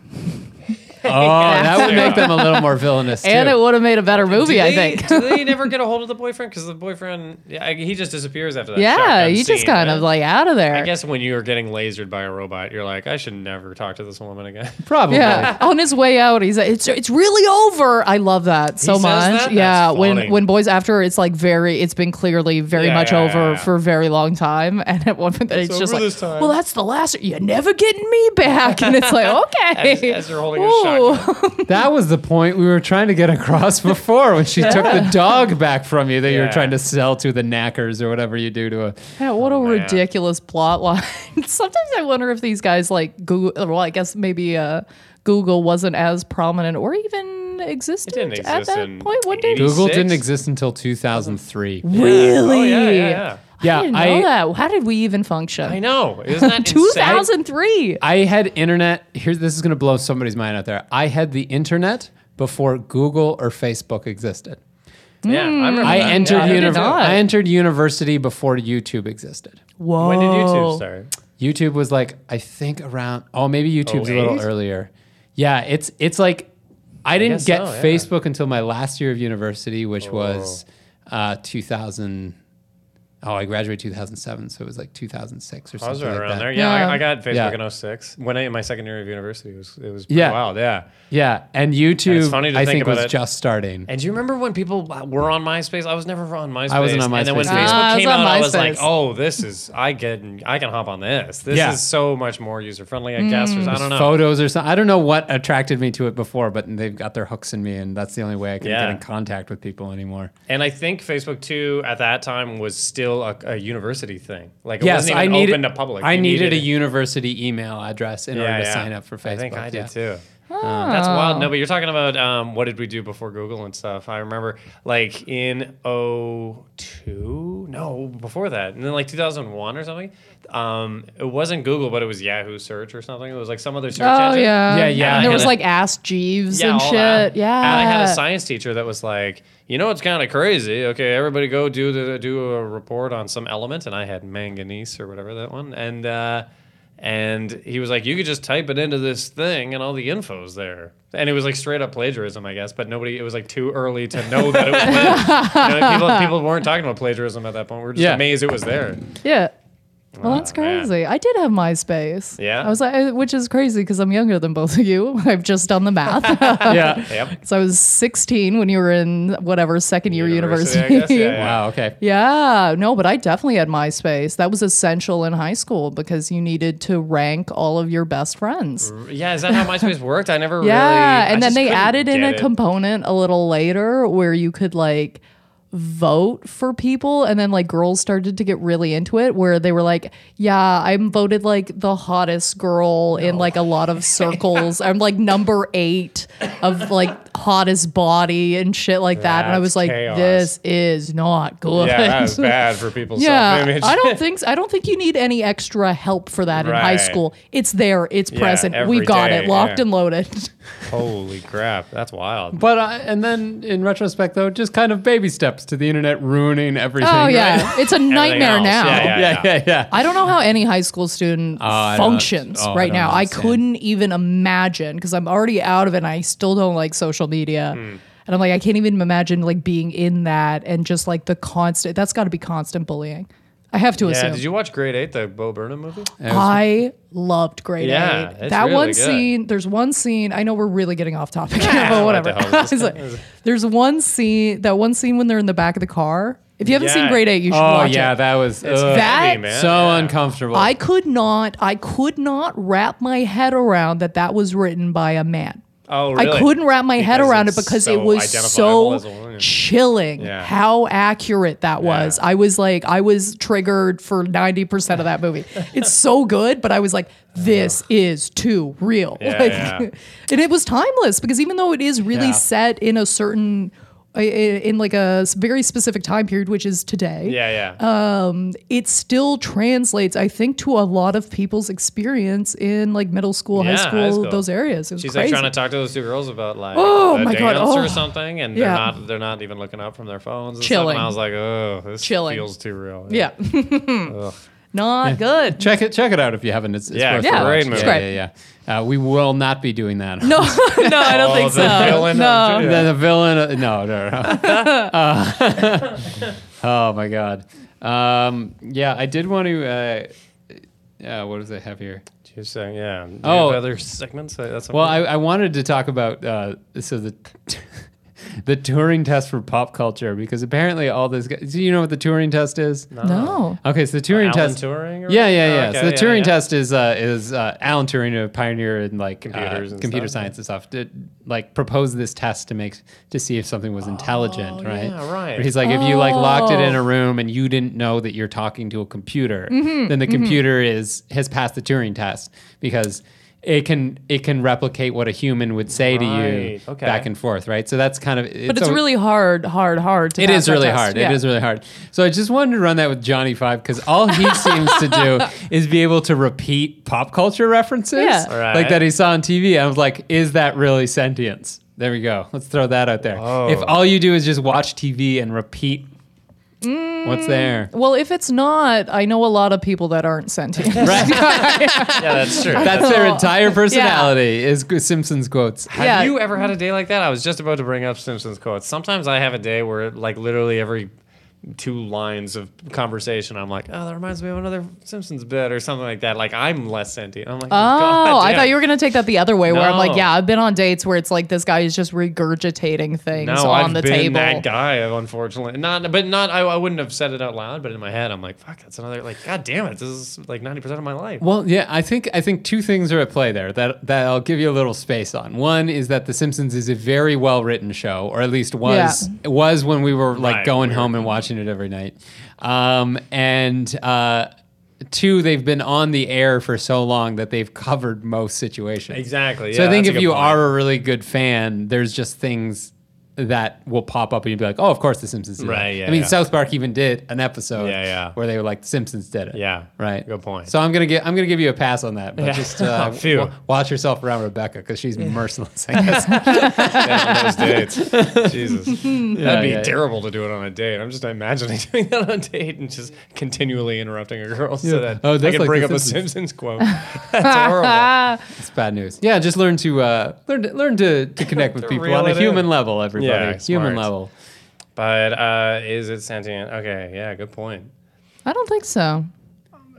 [SPEAKER 2] oh, that would make them a little more villainous too.
[SPEAKER 1] And it would have made a better movie,
[SPEAKER 3] do
[SPEAKER 1] I
[SPEAKER 3] they,
[SPEAKER 1] think.
[SPEAKER 3] do they never get a hold of the boyfriend? Because the boyfriend, yeah, I- he just disappears after that.
[SPEAKER 1] yeah,
[SPEAKER 3] shotgun
[SPEAKER 1] you just
[SPEAKER 3] scene,
[SPEAKER 1] kind
[SPEAKER 3] right?
[SPEAKER 1] of like out of there.
[SPEAKER 3] I guess when you're getting lasered by a robot, you're like, I should never talk to this woman again.
[SPEAKER 2] Probably.
[SPEAKER 1] yeah, on his way out, he's like, "It's it's really over." I love that so
[SPEAKER 3] says
[SPEAKER 1] much.
[SPEAKER 3] that?
[SPEAKER 1] Yeah,
[SPEAKER 3] That's
[SPEAKER 1] when
[SPEAKER 3] funny.
[SPEAKER 1] when boys after, it's like very, it's been clearly very
[SPEAKER 3] Yeah,
[SPEAKER 1] much
[SPEAKER 3] yeah, yeah,
[SPEAKER 1] over
[SPEAKER 3] yeah.
[SPEAKER 1] for a very long time, and at one point, it's,
[SPEAKER 3] It's
[SPEAKER 1] just
[SPEAKER 3] over
[SPEAKER 1] like,
[SPEAKER 3] this time.
[SPEAKER 1] "Well, that's the last. You're never getting me back." And it's like,
[SPEAKER 3] As,
[SPEAKER 1] okay,
[SPEAKER 3] as you're holding a
[SPEAKER 1] Ooh.
[SPEAKER 3] shotgun.
[SPEAKER 2] That was the point we were trying to get across before when she took the dog back from you that you were
[SPEAKER 3] Yeah.
[SPEAKER 2] trying to sell to the knackers or whatever you do to a.
[SPEAKER 1] Yeah, what a
[SPEAKER 3] Oh, man.
[SPEAKER 1] ridiculous plot line. Sometimes I wonder if these guys like Google, well, I guess maybe uh, Google wasn't as prominent or even existed
[SPEAKER 3] didn't
[SPEAKER 1] at
[SPEAKER 3] exist
[SPEAKER 1] that
[SPEAKER 3] in
[SPEAKER 1] point. When did
[SPEAKER 3] 80s.
[SPEAKER 2] Google
[SPEAKER 3] Six?
[SPEAKER 2] didn't exist until 2003.
[SPEAKER 1] really?
[SPEAKER 3] Oh, yeah, yeah, yeah.
[SPEAKER 2] Yeah,
[SPEAKER 1] I didn't know
[SPEAKER 2] I-
[SPEAKER 1] that. How did we even function?
[SPEAKER 3] I know. Isn't that insane?
[SPEAKER 1] 2003.
[SPEAKER 2] I had internet. Here's this is going to blow somebody's mind out there. I had the internet before Google or Facebook existed.
[SPEAKER 3] Yeah, I
[SPEAKER 1] Hmm. Oh
[SPEAKER 3] remember.
[SPEAKER 2] I
[SPEAKER 3] that.
[SPEAKER 2] entered
[SPEAKER 3] Yeah, I did
[SPEAKER 2] univ-
[SPEAKER 3] too.
[SPEAKER 1] not.
[SPEAKER 2] I entered university before YouTube existed.
[SPEAKER 1] Whoa.
[SPEAKER 3] When did
[SPEAKER 2] Oh.
[SPEAKER 3] YouTube start?
[SPEAKER 2] YouTube was like I think around oh maybe YouTube's a little
[SPEAKER 3] 08?
[SPEAKER 2] earlier. Yeah, it's it's like I didn't
[SPEAKER 3] guess
[SPEAKER 2] get
[SPEAKER 3] so, yeah. Oh.
[SPEAKER 2] Facebook until my last year of university, which was uh, 2000. Oh, I graduated 2007, so it was like 2006 or
[SPEAKER 3] I was
[SPEAKER 2] something
[SPEAKER 3] right
[SPEAKER 2] like
[SPEAKER 3] around
[SPEAKER 2] that.
[SPEAKER 3] there. Yeah,
[SPEAKER 1] Yeah.
[SPEAKER 3] I, I got
[SPEAKER 2] Yeah.
[SPEAKER 3] Facebook in 06. When I in my second year of university, it was it was pretty
[SPEAKER 2] Yeah.
[SPEAKER 3] wild. Yeah.
[SPEAKER 2] Yeah, and YouTube
[SPEAKER 3] funny to
[SPEAKER 2] I
[SPEAKER 3] think
[SPEAKER 2] think was
[SPEAKER 3] about it.
[SPEAKER 2] just starting.
[SPEAKER 3] And do you remember when people were on MySpace? I was never on MySpace.
[SPEAKER 2] I wasn't on
[SPEAKER 3] And then when
[SPEAKER 2] MySpace
[SPEAKER 3] Facebook
[SPEAKER 2] either.
[SPEAKER 1] Ah, I was
[SPEAKER 3] came
[SPEAKER 1] on
[SPEAKER 3] out, I was like,
[SPEAKER 1] MySpace.
[SPEAKER 3] "Oh, this is I get I can hop on this. This
[SPEAKER 2] Yeah.
[SPEAKER 3] is so much more user friendly." I guess or I don't know.
[SPEAKER 2] Photos or something. I don't know what attracted me to it before, but they've got their hooks in me, and that's the only way I can
[SPEAKER 3] Yeah.
[SPEAKER 2] get in contact with people anymore.
[SPEAKER 3] And I think Facebook too at that time was still a, a university thing. Like it
[SPEAKER 2] yes,
[SPEAKER 3] wasn't even
[SPEAKER 2] I needed
[SPEAKER 3] open to public.
[SPEAKER 2] I
[SPEAKER 3] You
[SPEAKER 2] needed, a university email address in
[SPEAKER 3] Yeah,
[SPEAKER 2] order to
[SPEAKER 3] yeah.
[SPEAKER 2] sign up for Facebook.
[SPEAKER 3] I think I did
[SPEAKER 2] yeah.
[SPEAKER 3] too. Um, That's wild.
[SPEAKER 1] Oh.
[SPEAKER 3] No, but you're talking about um, what did we do before Google and stuff. I remember like in 02, no, before that, and then like 2001 or something. Um, it wasn't Google, but it was Yahoo search or something. It was like some other search
[SPEAKER 1] Oh
[SPEAKER 3] engine.
[SPEAKER 1] yeah,
[SPEAKER 2] Yeah, yeah.
[SPEAKER 1] And there
[SPEAKER 3] And
[SPEAKER 1] was
[SPEAKER 3] I-
[SPEAKER 1] like Ask Jeeves and
[SPEAKER 3] all
[SPEAKER 1] shit.
[SPEAKER 3] that.
[SPEAKER 1] Yeah,
[SPEAKER 3] And I had a science teacher that was like, you know, it's kind of crazy. Okay, everybody go do the do a report on some element, and I had manganese or whatever that one, and uh, and he was like, you could just type it into this thing, and all the info's there. And it was like straight up plagiarism, I guess, but nobody. It was like too early to know that it was. plagiarism. You know, people people weren't talking about plagiarism at that point. We were just
[SPEAKER 2] Yeah.
[SPEAKER 3] amazed it was there.
[SPEAKER 1] Yeah. Well, that's
[SPEAKER 3] Oh, man.
[SPEAKER 1] crazy. I did have MySpace.
[SPEAKER 3] Yeah?
[SPEAKER 1] I was like, I- which is crazy because I'm younger than both of you. I've just done the math.
[SPEAKER 2] yeah.
[SPEAKER 3] Yep.
[SPEAKER 1] so I was 16 when you were in whatever second year university.
[SPEAKER 3] University, I guess. Yeah, yeah.
[SPEAKER 2] Wow. Okay.
[SPEAKER 1] Yeah, no, but I definitely had MySpace. That was essential in high school because you needed to rank all of your best friends.
[SPEAKER 3] Yeah, is that how MySpace worked? I never really.
[SPEAKER 1] Yeah,
[SPEAKER 3] I
[SPEAKER 1] and then
[SPEAKER 3] just
[SPEAKER 1] they
[SPEAKER 3] couldn't
[SPEAKER 1] added in
[SPEAKER 3] get
[SPEAKER 1] a
[SPEAKER 3] it.
[SPEAKER 1] component a little later where you could like vote for people and then like girls started to get really into it where they were like yeah i'm voted like the hottest girl in like a lot of circles i'm like number eight of like hottest body and shit like that and i
[SPEAKER 3] That's
[SPEAKER 1] was like
[SPEAKER 3] chaos.
[SPEAKER 1] this is not good
[SPEAKER 3] Yeah, that was bad for people's
[SPEAKER 1] yeah,
[SPEAKER 3] self-image.
[SPEAKER 1] I don't think s- I don't think you need any extra help for that in high
[SPEAKER 3] Right.
[SPEAKER 1] school. It's there, it's present.
[SPEAKER 3] every
[SPEAKER 1] We got
[SPEAKER 3] day,
[SPEAKER 1] it locked
[SPEAKER 3] yeah.
[SPEAKER 1] and loaded.
[SPEAKER 3] Holy crap, that's wild.
[SPEAKER 2] But uh, and then in retrospect, though, just kind of baby steps to the internet ruining everything.
[SPEAKER 1] oh
[SPEAKER 2] right?
[SPEAKER 1] yeah, it's a nightmare
[SPEAKER 3] else,
[SPEAKER 1] now.
[SPEAKER 3] yeah, Uh,
[SPEAKER 2] Yeah. Yeah. Yeah.
[SPEAKER 1] I don't know how any high school student
[SPEAKER 2] I don't-
[SPEAKER 1] functions
[SPEAKER 2] oh, I
[SPEAKER 1] right
[SPEAKER 2] don't
[SPEAKER 1] now. I
[SPEAKER 2] understand.
[SPEAKER 1] couldn't even imagine because I'm already out of it and I still don't like social media.
[SPEAKER 3] Hmm.
[SPEAKER 1] And I'm like, I can't even imagine like being in that and just like the constant. That's got to be constant bullying. I have to
[SPEAKER 3] Yeah,
[SPEAKER 1] assume.
[SPEAKER 3] did you watch Grade Eight, the Bo Burnham movie?
[SPEAKER 1] I loved grade
[SPEAKER 3] Yeah,
[SPEAKER 1] eight.
[SPEAKER 3] it's
[SPEAKER 1] That
[SPEAKER 3] really
[SPEAKER 1] one
[SPEAKER 3] good.
[SPEAKER 1] scene, there's one scene, I know we're really getting off topic,
[SPEAKER 3] Yeah,
[SPEAKER 1] but
[SPEAKER 3] what the
[SPEAKER 1] whatever.
[SPEAKER 3] hell is this
[SPEAKER 1] It's like- there's one scene, that one scene when they're in the back of the car. If you haven't seen
[SPEAKER 3] Yeah.
[SPEAKER 1] grade eight, you should
[SPEAKER 2] Oh
[SPEAKER 1] watch
[SPEAKER 2] yeah.
[SPEAKER 1] it.
[SPEAKER 2] That was ugh,
[SPEAKER 1] That-
[SPEAKER 3] Heavy,
[SPEAKER 2] so
[SPEAKER 3] Yeah.
[SPEAKER 2] uncomfortable.
[SPEAKER 1] I could not, I could not wrap my head around that that was written by a man.
[SPEAKER 3] Oh, really?
[SPEAKER 1] I couldn't wrap my head
[SPEAKER 3] Because
[SPEAKER 1] around it
[SPEAKER 3] it's
[SPEAKER 1] because it
[SPEAKER 3] so
[SPEAKER 1] was
[SPEAKER 3] identifiable
[SPEAKER 1] so
[SPEAKER 3] as a woman.
[SPEAKER 1] chilling
[SPEAKER 3] Yeah.
[SPEAKER 1] how accurate that was. I was like, I was triggered for 90% of that movie. It's so good, but I was like, this is too real.
[SPEAKER 3] Yeah,
[SPEAKER 1] Like-
[SPEAKER 3] yeah.
[SPEAKER 1] And it was timeless because even though it is really
[SPEAKER 2] Yeah.
[SPEAKER 1] set in a certain, i- i- in like a s- very specific time period, which is today
[SPEAKER 3] Yeah,
[SPEAKER 1] uh,
[SPEAKER 3] yeah.
[SPEAKER 1] it still translates, I think, to a lot of people's experience in like middle school,
[SPEAKER 3] Yeah,
[SPEAKER 1] high,
[SPEAKER 3] high
[SPEAKER 1] school,
[SPEAKER 3] school.
[SPEAKER 1] those areas. It was
[SPEAKER 3] She's
[SPEAKER 1] crazy.
[SPEAKER 3] like trying to talk to those two girls about like
[SPEAKER 1] Oh,
[SPEAKER 3] the
[SPEAKER 1] my God,
[SPEAKER 3] dance
[SPEAKER 1] oh.
[SPEAKER 3] or something, and
[SPEAKER 1] Yeah.
[SPEAKER 3] they're not they're not even looking up from their phones. And Stuff,
[SPEAKER 1] Chilling.
[SPEAKER 3] and I was like, oh, this
[SPEAKER 1] Chilling.
[SPEAKER 3] feels too real.
[SPEAKER 1] yeah. Not good.
[SPEAKER 2] check it. Check it out if you haven't. It's, it's
[SPEAKER 3] Yeah,
[SPEAKER 2] worth
[SPEAKER 1] Yeah.
[SPEAKER 2] a watch.
[SPEAKER 1] great
[SPEAKER 2] Yeah,
[SPEAKER 1] movie.
[SPEAKER 2] yeah. Yeah. Uh, we will not be doing that.
[SPEAKER 1] No, no, I don't
[SPEAKER 3] Oh,
[SPEAKER 1] think
[SPEAKER 3] the
[SPEAKER 1] so.
[SPEAKER 3] villain
[SPEAKER 1] No.
[SPEAKER 3] of-
[SPEAKER 2] And then the villain. uh, No, no, no. Uh, oh my god. Um, yeah, I did want to. Uh, uh, what does it have here?
[SPEAKER 3] She's saying, yeah. Do you
[SPEAKER 2] Oh.
[SPEAKER 3] have other segments? Uh, That's
[SPEAKER 2] Well, I, I wanted to talk about uh, so the the Turing test for pop culture because apparently all this. Do you know what the Turing test is?
[SPEAKER 1] No.
[SPEAKER 2] Okay, so the
[SPEAKER 3] Alan
[SPEAKER 2] Turing test.
[SPEAKER 3] Turing or-
[SPEAKER 2] yeah, yeah,
[SPEAKER 3] Oh,
[SPEAKER 2] yeah.
[SPEAKER 3] okay,
[SPEAKER 2] so the
[SPEAKER 3] yeah,
[SPEAKER 2] Turing
[SPEAKER 3] yeah.
[SPEAKER 2] test is uh, is uh, Alan Turing, a pioneer in like
[SPEAKER 3] Computers
[SPEAKER 2] uh,
[SPEAKER 3] and
[SPEAKER 2] computer
[SPEAKER 3] stuff, yeah.
[SPEAKER 2] science and stuff, did like propose this test to make to see if something was intelligent,
[SPEAKER 3] Oh,
[SPEAKER 2] right?
[SPEAKER 3] yeah, right.
[SPEAKER 2] Where he's like, if you like locked it in
[SPEAKER 1] Oh.
[SPEAKER 2] a room and you didn't know that you're talking to a computer,
[SPEAKER 1] Mm-hmm,
[SPEAKER 2] then the computer is has passed the Turing test because. It can it can replicate what a human would say to you
[SPEAKER 3] Right, okay.
[SPEAKER 2] back and forth, right? So that's kind of it's
[SPEAKER 1] But it's
[SPEAKER 2] a-
[SPEAKER 1] really hard, hard, hard to
[SPEAKER 2] it
[SPEAKER 1] pass
[SPEAKER 2] is
[SPEAKER 1] that
[SPEAKER 2] really
[SPEAKER 1] test.
[SPEAKER 2] hard.
[SPEAKER 1] Yeah.
[SPEAKER 2] It is really hard. So I just wanted to run that with Johnny Five because all he seems to do is be able to repeat pop culture references
[SPEAKER 1] Yeah.
[SPEAKER 3] All right.
[SPEAKER 2] like that he saw on TV. I was like, is that really sentience? There we go. Let's throw that out there.
[SPEAKER 3] Whoa.
[SPEAKER 2] If all you do is just watch TV and repeat
[SPEAKER 1] Mm.
[SPEAKER 2] what's there.
[SPEAKER 1] Well, if it's not, I know a lot of people that aren't sentient.
[SPEAKER 3] yeah, that's true.
[SPEAKER 2] That's their
[SPEAKER 1] Oh.
[SPEAKER 2] entire personality is Simpsons quotes.
[SPEAKER 3] Have
[SPEAKER 1] Yeah.
[SPEAKER 3] you ever had a day like that? I was just about to bring up Simpsons quotes. Sometimes I have a day where, like, literally every two lines of conversation, I'm like, oh, that reminds me of another Simpsons bit or something like that. Like, I'm less sentient. I'm like, oh,
[SPEAKER 1] Oh, I thought you were going to take that the other way, where I'm like,
[SPEAKER 3] No.
[SPEAKER 1] yeah, I've been on dates where it's like this guy is just regurgitating things
[SPEAKER 3] No,
[SPEAKER 1] on
[SPEAKER 3] I've
[SPEAKER 1] the
[SPEAKER 3] been
[SPEAKER 1] table.
[SPEAKER 3] that guy. Unfortunately, not, but not. I, I wouldn't have said it out loud, but in my head, I'm like, fuck, that's another. Like, god damn it, this is like 90 percent of my life.
[SPEAKER 2] Well, yeah, I think I think two things are at play there that that I'll give you a little space on. One is that The Simpsons is a very well written show, or at least was it was when we were like
[SPEAKER 3] Right,
[SPEAKER 2] going
[SPEAKER 3] we were-
[SPEAKER 2] home and watching it every night. Um, and uh, two, they've been on the air for so long that they've covered most situations.
[SPEAKER 3] Exactly,
[SPEAKER 2] So I
[SPEAKER 3] yeah,
[SPEAKER 2] think
[SPEAKER 3] that's a
[SPEAKER 2] if
[SPEAKER 3] good
[SPEAKER 2] you
[SPEAKER 3] point.
[SPEAKER 2] are a really good fan, there's just things that will pop up and you'd be like, oh, of course The Simpsons did
[SPEAKER 3] Right,
[SPEAKER 2] it.
[SPEAKER 3] yeah,
[SPEAKER 2] I mean,
[SPEAKER 3] yeah.
[SPEAKER 2] South Park even did an episode
[SPEAKER 3] Yeah, yeah.
[SPEAKER 2] where they were like, The Simpsons did it.
[SPEAKER 3] Yeah,
[SPEAKER 2] Right.
[SPEAKER 3] good point.
[SPEAKER 2] So I'm gonna get I'm gonna give you a pass on that, but
[SPEAKER 3] Yeah. Oh,
[SPEAKER 2] just uh,
[SPEAKER 3] Phew.
[SPEAKER 2] wa- watch yourself around Rebecca because she's merciless. I guess.
[SPEAKER 3] down those dates. Jesus. That'd be
[SPEAKER 2] yeah, yeah.
[SPEAKER 3] terrible to do it on a date. I'm just imagining doing that on a date and just continually interrupting a girl so that
[SPEAKER 2] Oh,
[SPEAKER 3] I
[SPEAKER 2] that's
[SPEAKER 3] can
[SPEAKER 2] like
[SPEAKER 3] bring
[SPEAKER 2] The
[SPEAKER 3] up a
[SPEAKER 2] Simpsons.
[SPEAKER 3] Simpsons quote. That's horrible.
[SPEAKER 1] Ah,
[SPEAKER 2] It's bad news. Yeah, just learn to uh, learn to, learn to, to connect with
[SPEAKER 3] To
[SPEAKER 2] people
[SPEAKER 3] reel
[SPEAKER 2] on a
[SPEAKER 3] it
[SPEAKER 2] human
[SPEAKER 3] in.
[SPEAKER 2] level, everybody.
[SPEAKER 3] Yeah,
[SPEAKER 2] human
[SPEAKER 3] smart.
[SPEAKER 2] level.
[SPEAKER 3] But uh, is it sentient? Okay, yeah, good point.
[SPEAKER 1] I don't think so.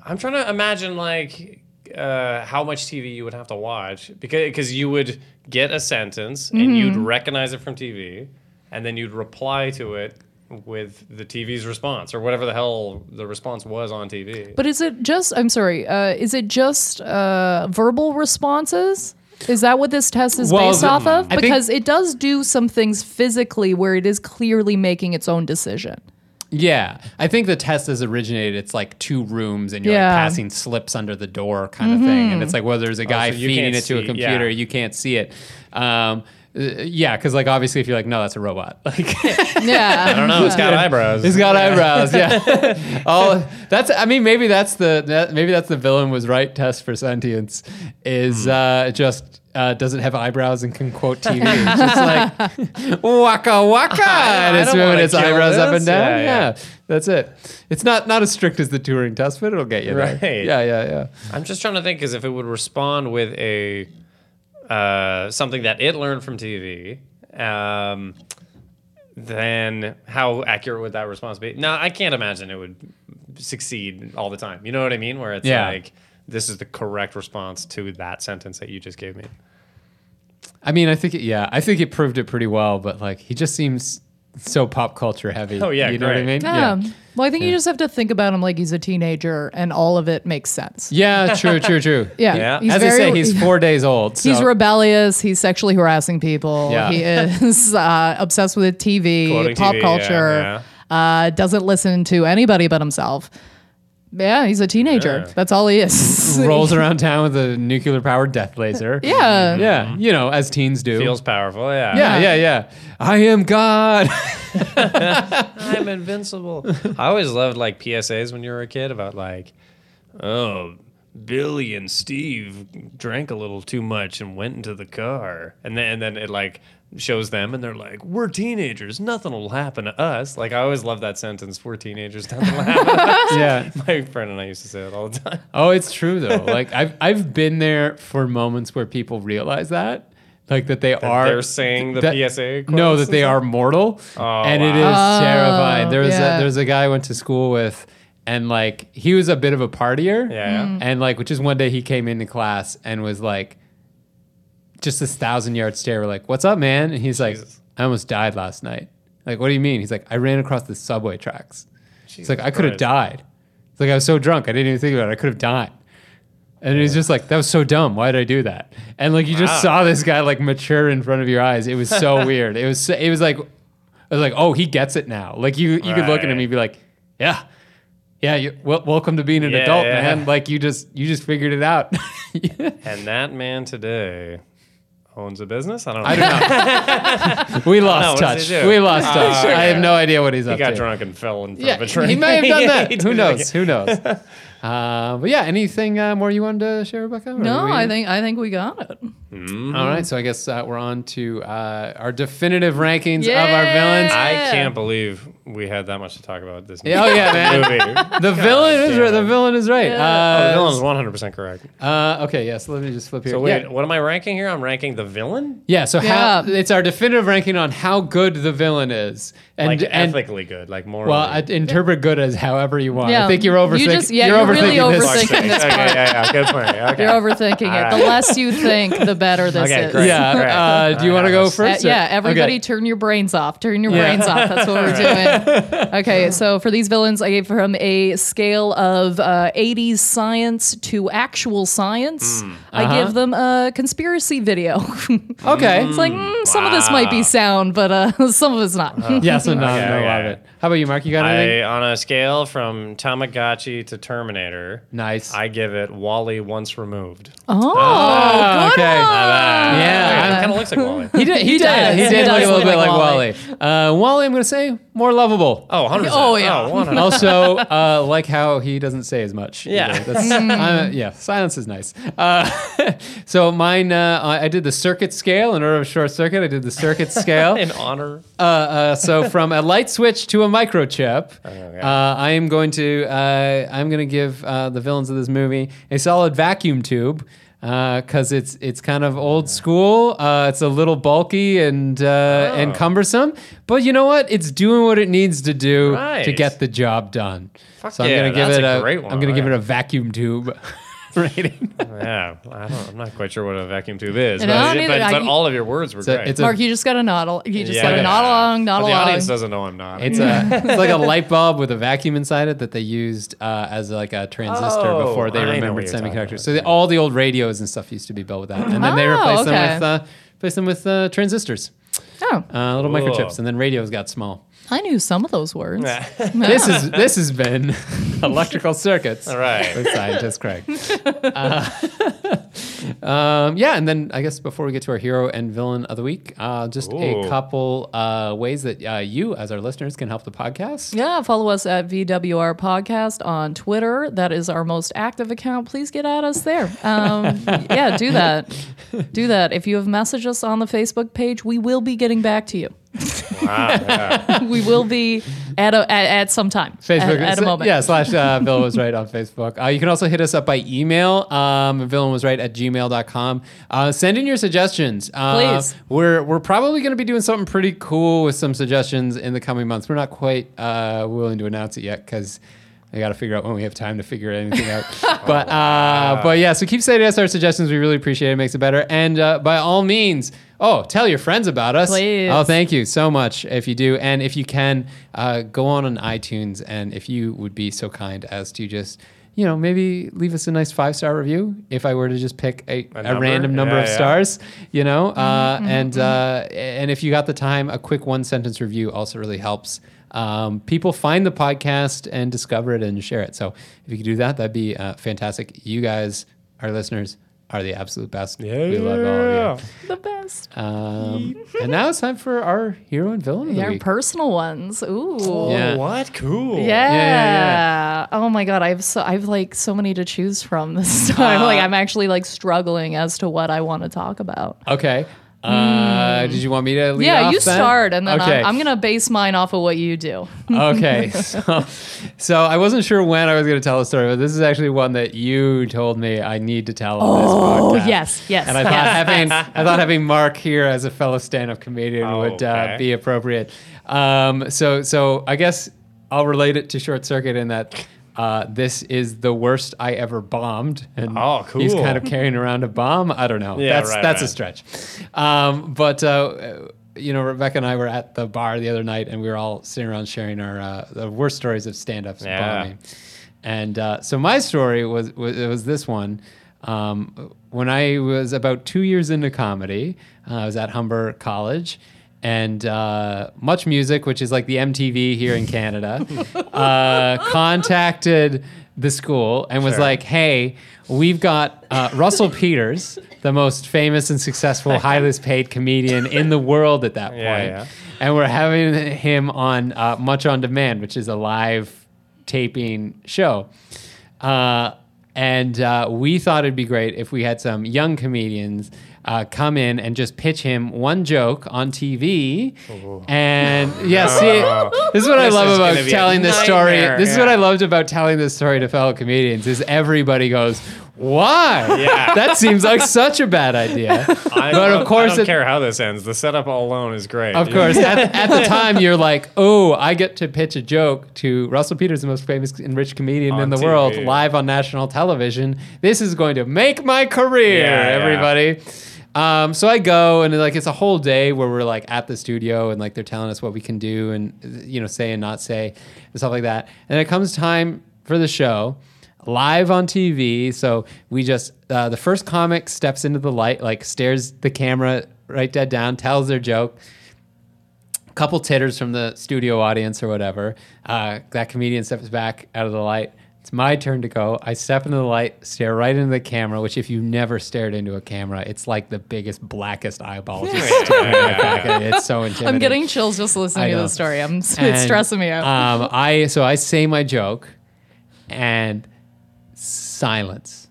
[SPEAKER 3] I'm trying to imagine like uh, how much TV you would have to watch because because you would get a sentence
[SPEAKER 2] Mm-hmm.
[SPEAKER 3] and you'd recognize it from TV, and then you'd reply to it with the TV's response or whatever the hell the response was on TV.
[SPEAKER 1] But is it just? I'm sorry. Uh, is it just uh, verbal responses? Is that what this test is
[SPEAKER 2] Well,
[SPEAKER 1] based
[SPEAKER 2] the-
[SPEAKER 1] off of?
[SPEAKER 2] I think-
[SPEAKER 1] Because it does do some things physically where it is clearly making its own decision.
[SPEAKER 2] Yeah, I think the test has originated. It's like two rooms, and you're
[SPEAKER 1] Yeah.
[SPEAKER 2] like passing slips under the door kind of thing. And it's like, well, there's a guy
[SPEAKER 3] Mm-hmm. Oh, so you
[SPEAKER 2] feeding
[SPEAKER 3] can't
[SPEAKER 2] it to a
[SPEAKER 3] see,
[SPEAKER 2] computer,
[SPEAKER 3] yeah.
[SPEAKER 2] you can't see it. Um, uh, yeah, because like obviously, if you're like, no, that's a robot. Like
[SPEAKER 1] Yeah.
[SPEAKER 3] I don't know. It's got eyebrows.
[SPEAKER 2] he's got eyebrows. Yeah. oh, that's. I mean, maybe that's the that, maybe that's the villain was right test for sentience is uh, just. Uh, doesn't have eyebrows and can quote TV. It's just like waka waka, and
[SPEAKER 3] I
[SPEAKER 2] it's
[SPEAKER 3] don't
[SPEAKER 2] moving
[SPEAKER 3] wanna
[SPEAKER 2] its
[SPEAKER 3] kill
[SPEAKER 2] eyebrows up
[SPEAKER 3] this.
[SPEAKER 2] and down.
[SPEAKER 3] Yeah,
[SPEAKER 2] yeah,
[SPEAKER 3] yeah.
[SPEAKER 2] that's it. It's not not as strict as the Turing test, but it'll get you there.
[SPEAKER 3] Right.
[SPEAKER 2] Yeah, yeah, yeah.
[SPEAKER 3] I'm just trying to think because if it would respond with a uh, something that it learned from TV, um, then how accurate would that response be? No, I can't imagine it would succeed all the time. You know what I mean? Where it's
[SPEAKER 2] Yeah.
[SPEAKER 3] like this is the correct response to that sentence that you just gave me.
[SPEAKER 2] I mean, I think it, yeah, I think it proved it pretty well. But like, he just seems so pop culture heavy.
[SPEAKER 3] Oh, yeah,
[SPEAKER 2] you know what I
[SPEAKER 3] great.
[SPEAKER 2] mean?
[SPEAKER 1] Yeah. Well, I think you just have to think about him like he's a teenager, and all of it makes sense.
[SPEAKER 2] Yeah, true, true, true.
[SPEAKER 1] Yeah.
[SPEAKER 3] Yeah.
[SPEAKER 1] He's
[SPEAKER 2] As
[SPEAKER 1] very,
[SPEAKER 2] I say, he's four days old. So.
[SPEAKER 1] he's rebellious. He's sexually harassing people.
[SPEAKER 2] Yeah.
[SPEAKER 1] He is uh, obsessed with TV,
[SPEAKER 3] Quoting
[SPEAKER 1] pop
[SPEAKER 3] TV, yeah,
[SPEAKER 1] culture.
[SPEAKER 3] yeah.
[SPEAKER 1] Uh, doesn't listen to anybody but himself. Yeah, he's a teenager.
[SPEAKER 3] Yeah.
[SPEAKER 1] That's all he is.
[SPEAKER 2] rolls around town with a nuclear powered death laser.
[SPEAKER 1] yeah.
[SPEAKER 2] Yeah, you know, as teens do.
[SPEAKER 3] Feels powerful, yeah.
[SPEAKER 2] yeah, yeah, yeah. I am God.
[SPEAKER 3] I'm invincible. I always loved like PSAs when you were a kid about like, oh, Billy and Steve drank a little too much and went into the car, and then and then it like shows them and they're like, we're teenagers, nothing will happen to us. Like I always loved that sentence, we're teenagers, nothing will happen. to us."
[SPEAKER 2] yeah.
[SPEAKER 3] My friend and I used to say it all the time.
[SPEAKER 2] Oh, it's true though. Like I've I've been there for moments where people realize that. Like that they are
[SPEAKER 3] they're saying the
[SPEAKER 2] that-
[SPEAKER 3] PSA
[SPEAKER 2] No,
[SPEAKER 3] quotes
[SPEAKER 2] that they are mortal.
[SPEAKER 3] Oh,
[SPEAKER 2] and it is
[SPEAKER 1] wow.
[SPEAKER 2] terrifying. There was
[SPEAKER 1] yeah.
[SPEAKER 2] a there's a guy I went to school with and like he was a bit of a partier.
[SPEAKER 3] Yeah. Mm.
[SPEAKER 2] And like which is one day he came into class and was like just this thousand yard stare, We're like, What's up, man? And he's like,
[SPEAKER 3] Jesus.
[SPEAKER 2] I almost died last night. Like, what do you mean? He's like, I ran across the subway tracks. It's like I could have
[SPEAKER 3] Christ.
[SPEAKER 2] died. It's like I was so drunk, I didn't even think about it. I could have died. And he's just like, that was so dumb. Why did I do that? And like you
[SPEAKER 3] Wow.
[SPEAKER 2] just saw this guy like mature in front of your eyes. It was so weird. It was so- it was like I was like, oh, he gets it now. Like you you could look at him
[SPEAKER 3] Right.
[SPEAKER 2] and you'd be like, yeah, yeah. You, wel- welcome to being an
[SPEAKER 3] Yeah,
[SPEAKER 2] adult,
[SPEAKER 3] yeah.
[SPEAKER 2] man. Like you just you just figured it out.
[SPEAKER 3] And that man today owns a business. I don't know.
[SPEAKER 2] I don't know. we
[SPEAKER 3] what
[SPEAKER 2] lost
[SPEAKER 3] does he
[SPEAKER 2] touch.
[SPEAKER 3] do? Oh,
[SPEAKER 2] We lost touch.
[SPEAKER 3] sure.
[SPEAKER 2] I have no idea what he's
[SPEAKER 3] he
[SPEAKER 2] up
[SPEAKER 3] got
[SPEAKER 2] to.
[SPEAKER 3] drunk and fell in front
[SPEAKER 2] Yeah,
[SPEAKER 3] of a train.
[SPEAKER 2] he may have done
[SPEAKER 3] Yeah,
[SPEAKER 2] that.
[SPEAKER 3] he
[SPEAKER 2] Who
[SPEAKER 3] did it
[SPEAKER 2] knows?
[SPEAKER 3] again.
[SPEAKER 2] Who knows? Uh, but yeah, anything uh, more you wanted to share, Rebecca? Or
[SPEAKER 1] No,
[SPEAKER 2] we-
[SPEAKER 1] I think I think we got it.
[SPEAKER 2] All
[SPEAKER 1] Mm.
[SPEAKER 2] right, so I guess uh, we're on to uh, our definitive rankings of our
[SPEAKER 1] Yeah.
[SPEAKER 2] villains.
[SPEAKER 3] I
[SPEAKER 1] Yeah.
[SPEAKER 3] can't believe we had that much to talk about this
[SPEAKER 2] Yeah, oh yeah, man.
[SPEAKER 3] movie. oh,
[SPEAKER 2] The villain is
[SPEAKER 3] damn
[SPEAKER 2] right.
[SPEAKER 3] it.
[SPEAKER 2] The villain is right.
[SPEAKER 3] the
[SPEAKER 2] Uh,
[SPEAKER 3] villain's 100% correct.
[SPEAKER 2] uh, okay, yeah. So let me just flip here.
[SPEAKER 3] So wait,
[SPEAKER 2] yeah.
[SPEAKER 3] what am I ranking here? I'm ranking the villain?
[SPEAKER 2] yeah. So how
[SPEAKER 1] Yeah.
[SPEAKER 2] it's our definitive ranking on how good the villain is, and
[SPEAKER 3] Like
[SPEAKER 2] and
[SPEAKER 3] ethically good, like morally.
[SPEAKER 2] well, I interpret good as however you want.
[SPEAKER 1] Yeah.
[SPEAKER 2] I think you're
[SPEAKER 1] You
[SPEAKER 2] overthinking.
[SPEAKER 1] just- yeah,
[SPEAKER 2] you're
[SPEAKER 1] you're really
[SPEAKER 2] overthinking this.
[SPEAKER 1] overthinking
[SPEAKER 3] Fuck's sake.
[SPEAKER 1] this
[SPEAKER 3] okay,
[SPEAKER 1] part.
[SPEAKER 3] yeah, yeah, good point. Okay.
[SPEAKER 1] You're overthinking it. The less you think, the better this
[SPEAKER 3] Okay,
[SPEAKER 1] is.
[SPEAKER 3] great.
[SPEAKER 2] Yeah.
[SPEAKER 3] Right.
[SPEAKER 2] Uh, do you want to go
[SPEAKER 1] Uh,
[SPEAKER 2] first? or-
[SPEAKER 1] yeah, everybody
[SPEAKER 2] okay.
[SPEAKER 1] turn your brains off. Turn your
[SPEAKER 2] Yeah.
[SPEAKER 1] brains off. That's what we're doing. Okay, so for these villains, I gave from a scale of uh, 80s science to actual science.
[SPEAKER 2] Hmm. Uh-huh.
[SPEAKER 1] I give them a conspiracy video.
[SPEAKER 2] okay. Hmm.
[SPEAKER 1] it's like, mm, some of this might be
[SPEAKER 3] wow.
[SPEAKER 1] sound, but uh, some of it's not.
[SPEAKER 2] yes and no.
[SPEAKER 3] Okay,
[SPEAKER 2] no,
[SPEAKER 3] okay.
[SPEAKER 2] love it. How about you, Mark? You got anything?
[SPEAKER 3] I on a scale from Tamagotchi to Terminator,
[SPEAKER 2] nice.
[SPEAKER 3] I give it Wally once removed.
[SPEAKER 1] Oh,
[SPEAKER 2] Ah,
[SPEAKER 1] good
[SPEAKER 2] okay.
[SPEAKER 1] one.
[SPEAKER 2] Yeah.
[SPEAKER 3] it kind of looks like Wally.
[SPEAKER 2] he did. He, did.
[SPEAKER 1] does.
[SPEAKER 2] He did
[SPEAKER 1] He
[SPEAKER 2] look
[SPEAKER 1] does
[SPEAKER 2] a little
[SPEAKER 1] look
[SPEAKER 2] bit
[SPEAKER 1] like
[SPEAKER 2] like Wally. Uh, Wally, I'm gonna say more lovable.
[SPEAKER 3] Oh, 100%.
[SPEAKER 1] Oh, yeah.
[SPEAKER 3] Oh, 100%.
[SPEAKER 2] also, uh, like how he doesn't say as much.
[SPEAKER 3] Yeah.
[SPEAKER 2] either. That's, uh, yeah. Silence is nice. Uh, so mine, uh, I I did the circuit scale in order of short circuit. I did the circuit scale.
[SPEAKER 3] In honor.
[SPEAKER 2] Uh, uh, so from a light switch to a microchip,
[SPEAKER 3] Okay.
[SPEAKER 2] uh, I am going to uh, I'm going to give uh, the villains of this movie a solid vacuum tube because it's it's kind of old school. Uh, it's a little bulky and uh,
[SPEAKER 3] Oh.
[SPEAKER 2] and cumbersome, but you know what? It's doing what it needs to do to
[SPEAKER 3] Right.
[SPEAKER 2] get the job done.
[SPEAKER 3] Fuck
[SPEAKER 2] so I'm
[SPEAKER 3] yeah,
[SPEAKER 2] going to give
[SPEAKER 3] that's
[SPEAKER 2] it
[SPEAKER 3] a
[SPEAKER 2] a,
[SPEAKER 3] great one.
[SPEAKER 2] am going to give
[SPEAKER 3] Yeah.
[SPEAKER 2] it a vacuum tube rating.
[SPEAKER 3] Yeah, I don't, I'm not quite sure what a vacuum tube is,
[SPEAKER 1] You
[SPEAKER 3] but,
[SPEAKER 1] know, I mean,
[SPEAKER 3] but,
[SPEAKER 1] I-
[SPEAKER 3] but all of your words were
[SPEAKER 2] a-
[SPEAKER 3] great.
[SPEAKER 2] it's a-
[SPEAKER 1] Mark, you just gotta nod. You just
[SPEAKER 3] Yeah.
[SPEAKER 1] gotta nod along, nod
[SPEAKER 3] But the
[SPEAKER 1] along.
[SPEAKER 3] audience doesn't know I'm not.
[SPEAKER 2] It's a it's like a light bulb with a vacuum inside it that they used uh, as like a transistor
[SPEAKER 3] Oh,
[SPEAKER 2] before they
[SPEAKER 3] I know what
[SPEAKER 2] remembered
[SPEAKER 3] you're talking
[SPEAKER 2] semiconductors.
[SPEAKER 3] about,
[SPEAKER 2] So the, all the old radios and stuff used to be built with that, and then they
[SPEAKER 1] Oh,
[SPEAKER 2] replaced them
[SPEAKER 1] okay.
[SPEAKER 2] with uh, replaced them with uh, transistors,
[SPEAKER 1] oh,
[SPEAKER 2] uh, little
[SPEAKER 3] Cool.
[SPEAKER 2] microchips, and then radios got small.
[SPEAKER 1] I knew some of those words.
[SPEAKER 2] This is this has been electrical circuits.
[SPEAKER 3] all right.
[SPEAKER 2] With scientist Craig. Uh, um, yeah, and then I guess before we get to our hero and villain of the week, uh, just a
[SPEAKER 3] Ooh.
[SPEAKER 2] couple uh, ways that uh, you, as our listeners, can help the podcast.
[SPEAKER 1] Yeah, follow us at VWR Podcast on Twitter. That is our most active account. Please get at us there. Um, yeah, do that. Do that. If you have messaged us on the Facebook page, we will be getting back to you.
[SPEAKER 3] Wow, yeah.
[SPEAKER 1] We will be at a, at, at some time.
[SPEAKER 2] Facebook
[SPEAKER 1] At, at a moment.
[SPEAKER 2] Yeah, slash uh, Villain was right on Facebook. Uh, you can also hit us up by email, um, villain was right at gmail.com. Uh, send in your suggestions. Uh,
[SPEAKER 1] Please.
[SPEAKER 2] We're, we're probably going to be doing something pretty cool with some suggestions in the coming months. We're not quite uh, willing to announce it yet because. I got to figure out when we have time to figure anything out. but uh, but yeah, so keep sending us our suggestions. We really appreciate it. It makes it better. And uh, by all means, oh, tell your friends about us.
[SPEAKER 1] Please.
[SPEAKER 2] Oh, Thank you so much if you do. And if you can, uh, go on on iTunes. And if you would be so kind as to just, you know, maybe leave us a nice five star review if I were to just pick a, a,
[SPEAKER 3] number?
[SPEAKER 2] random number
[SPEAKER 3] Yeah,
[SPEAKER 2] of
[SPEAKER 3] yeah.
[SPEAKER 2] stars, you know. Uh, and, uh, and if you got the time, a quick one sentence review also really helps. Um, people find the podcast and discover it and share it. So if you could do that, that'd be uh, fantastic. You guys, our listeners, are the absolute best. We love all of you.
[SPEAKER 1] The best.
[SPEAKER 2] Um, and now it's time for our hero and villain of the
[SPEAKER 1] Yeah,
[SPEAKER 2] week.
[SPEAKER 1] personal ones. Ooh.
[SPEAKER 2] Yeah.
[SPEAKER 3] Oh, What? Cool.
[SPEAKER 1] Yeah.
[SPEAKER 2] yeah,
[SPEAKER 1] Oh my god, I've so I've like so many to choose from this
[SPEAKER 2] Uh,
[SPEAKER 1] time. like I'm actually like struggling as to what I want to talk about.
[SPEAKER 2] okay. Uh, Did you want me to
[SPEAKER 1] Hmm.
[SPEAKER 2] lead
[SPEAKER 1] yeah,
[SPEAKER 2] off
[SPEAKER 1] you
[SPEAKER 2] then?
[SPEAKER 1] start, and then
[SPEAKER 2] okay.
[SPEAKER 1] I'm, I'm gonna base mine off of what you do.
[SPEAKER 2] okay. So, so I wasn't sure when I was going to tell the story, but this is actually one that you told me I need to tell on this
[SPEAKER 1] Oh,
[SPEAKER 2] podcast.
[SPEAKER 1] yes, yes,
[SPEAKER 2] And I thought having I thought having Mark here as a fellow stand-up comedian would uh,
[SPEAKER 3] Oh, Okay.
[SPEAKER 2] be appropriate. Um, so so I guess I'll relate it to Short Circuit in that. Uh, this is the worst I ever bombed, and
[SPEAKER 3] Oh,
[SPEAKER 2] he's
[SPEAKER 3] cool.
[SPEAKER 2] kind of carrying around a bomb. I don't know.
[SPEAKER 3] Yeah,
[SPEAKER 2] that's
[SPEAKER 3] right,
[SPEAKER 2] that's a
[SPEAKER 3] right.
[SPEAKER 2] stretch. Um, but uh, you know, Rebecca and I were at the bar the other night, and we were all sitting around sharing our uh, the worst stories of stand-ups
[SPEAKER 3] Yeah.
[SPEAKER 2] bombing. And uh, so my story was, was it was this one. Um, when I was about two years into comedy, uh, I was at Humber College. And uh, Much Music, which is like the MTV here in Canada, uh, contacted the school and was
[SPEAKER 3] Sure.
[SPEAKER 2] like, hey, we've got uh, Russell Peters, the most famous and successful, highest paid comedian in the world at that point.
[SPEAKER 3] Yeah, yeah.
[SPEAKER 2] And we're having him on uh, Much on Demand, which is a live taping show. Uh, and uh, we thought it'd be great if we had some young comedians uh, come in and just pitch him one joke on TV. And yeah, see, this is what I
[SPEAKER 3] This
[SPEAKER 2] love
[SPEAKER 3] is
[SPEAKER 2] about
[SPEAKER 3] gonna be a
[SPEAKER 2] telling this story.
[SPEAKER 3] nightmare,
[SPEAKER 2] This is what
[SPEAKER 3] yeah.
[SPEAKER 2] I loved about telling this story to fellow comedians is everybody goes, why?
[SPEAKER 3] Yeah.
[SPEAKER 2] That seems like such a bad idea.
[SPEAKER 3] I
[SPEAKER 2] But
[SPEAKER 3] don't-
[SPEAKER 2] of course
[SPEAKER 3] I don't
[SPEAKER 2] it-
[SPEAKER 3] care how this ends. The setup alone is great.
[SPEAKER 2] Of
[SPEAKER 3] You-
[SPEAKER 2] course, at, at the time you're like, oh, I get to pitch a joke to Russell Peters, the most famous and rich comedian in
[SPEAKER 3] On
[SPEAKER 2] the world,
[SPEAKER 3] TV.
[SPEAKER 2] live on national television. This is going to make my career,
[SPEAKER 3] Yeah, yeah.
[SPEAKER 2] everybody. Um, so I go and like it's a whole day where we're like at the studio and like they're telling us what we can do and you know say and not say and stuff like that. And then it comes time for the show, live on TV. So we just uh, the first comic steps into the light, like stares the camera right dead down, tells their joke couple titters from the studio audience or whatever. Uh, that comedian steps back out of the light. It's my turn to go. I step into the light, stare right into the camera, which if you never stared into a camera, it's like the biggest, blackest eyeballs. just staring right back at you. It's so intimidating.
[SPEAKER 1] I'm getting chills just listening
[SPEAKER 2] I
[SPEAKER 1] to
[SPEAKER 2] know.
[SPEAKER 1] the story. I'm, it's
[SPEAKER 2] And,
[SPEAKER 1] stressing me out.
[SPEAKER 2] Um, I so I say my joke, and silence,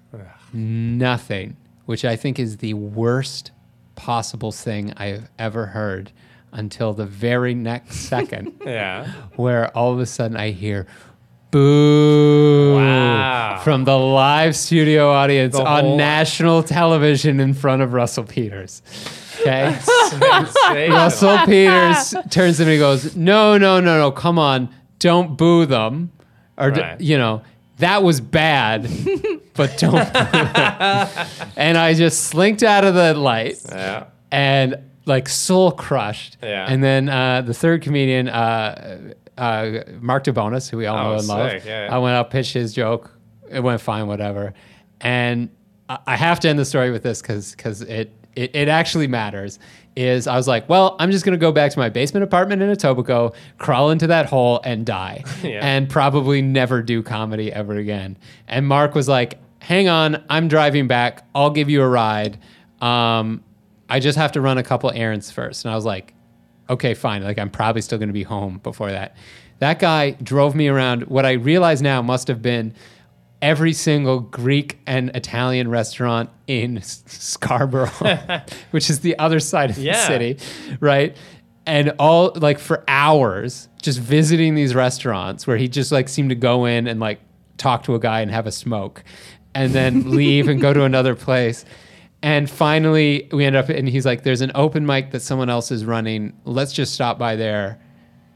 [SPEAKER 2] nothing, which I think is the worst possible thing I have ever heard until the very next second,
[SPEAKER 3] Yeah.
[SPEAKER 2] where all of a sudden I hear. Boo!
[SPEAKER 3] Wow.
[SPEAKER 2] From the live studio audience
[SPEAKER 3] The
[SPEAKER 2] on
[SPEAKER 3] whole-
[SPEAKER 2] national television in front of Russell Peters. Okay,
[SPEAKER 3] Sensational.
[SPEAKER 2] Russell Peters turns to me and goes, No, no, no, no, come on. Don't boo them. Or, d-
[SPEAKER 3] Right.
[SPEAKER 2] you know, that was bad, but don't boo them. And I just slinked out of the light
[SPEAKER 3] Yeah.
[SPEAKER 2] and like soul crushed.
[SPEAKER 3] Yeah.
[SPEAKER 2] And then uh, the third comedian, uh, uh, Mark DeBonis, who we all
[SPEAKER 3] Oh,
[SPEAKER 2] know and love,
[SPEAKER 3] sick, yeah.
[SPEAKER 2] I went out, pitched his joke. It went fine, whatever. And I I have to end the story with this because it, it, it actually matters. Is I was like, well, I'm just going to go back to my basement apartment in Etobicoke, crawl into that hole and die,
[SPEAKER 3] Yeah.
[SPEAKER 2] and probably never do comedy ever again. And Mark was like, hang on, I'm driving back. I'll give you a ride. Um, I just have to run a couple errands first. And I was like, okay, fine. Like, I'm probably still going to be home before that. That guy drove me around. What I realize now must have been every single Greek and Italian restaurant in S- Scarborough, which is the other side of the
[SPEAKER 3] Yeah.
[SPEAKER 2] city, right? And all like for hours, just visiting these restaurants where he just like seemed to go in and like talk to a guy and have a smoke and then leave and go to another place. And finally, we end up, and he's like, There's an open mic that someone else is running. Let's just stop by there.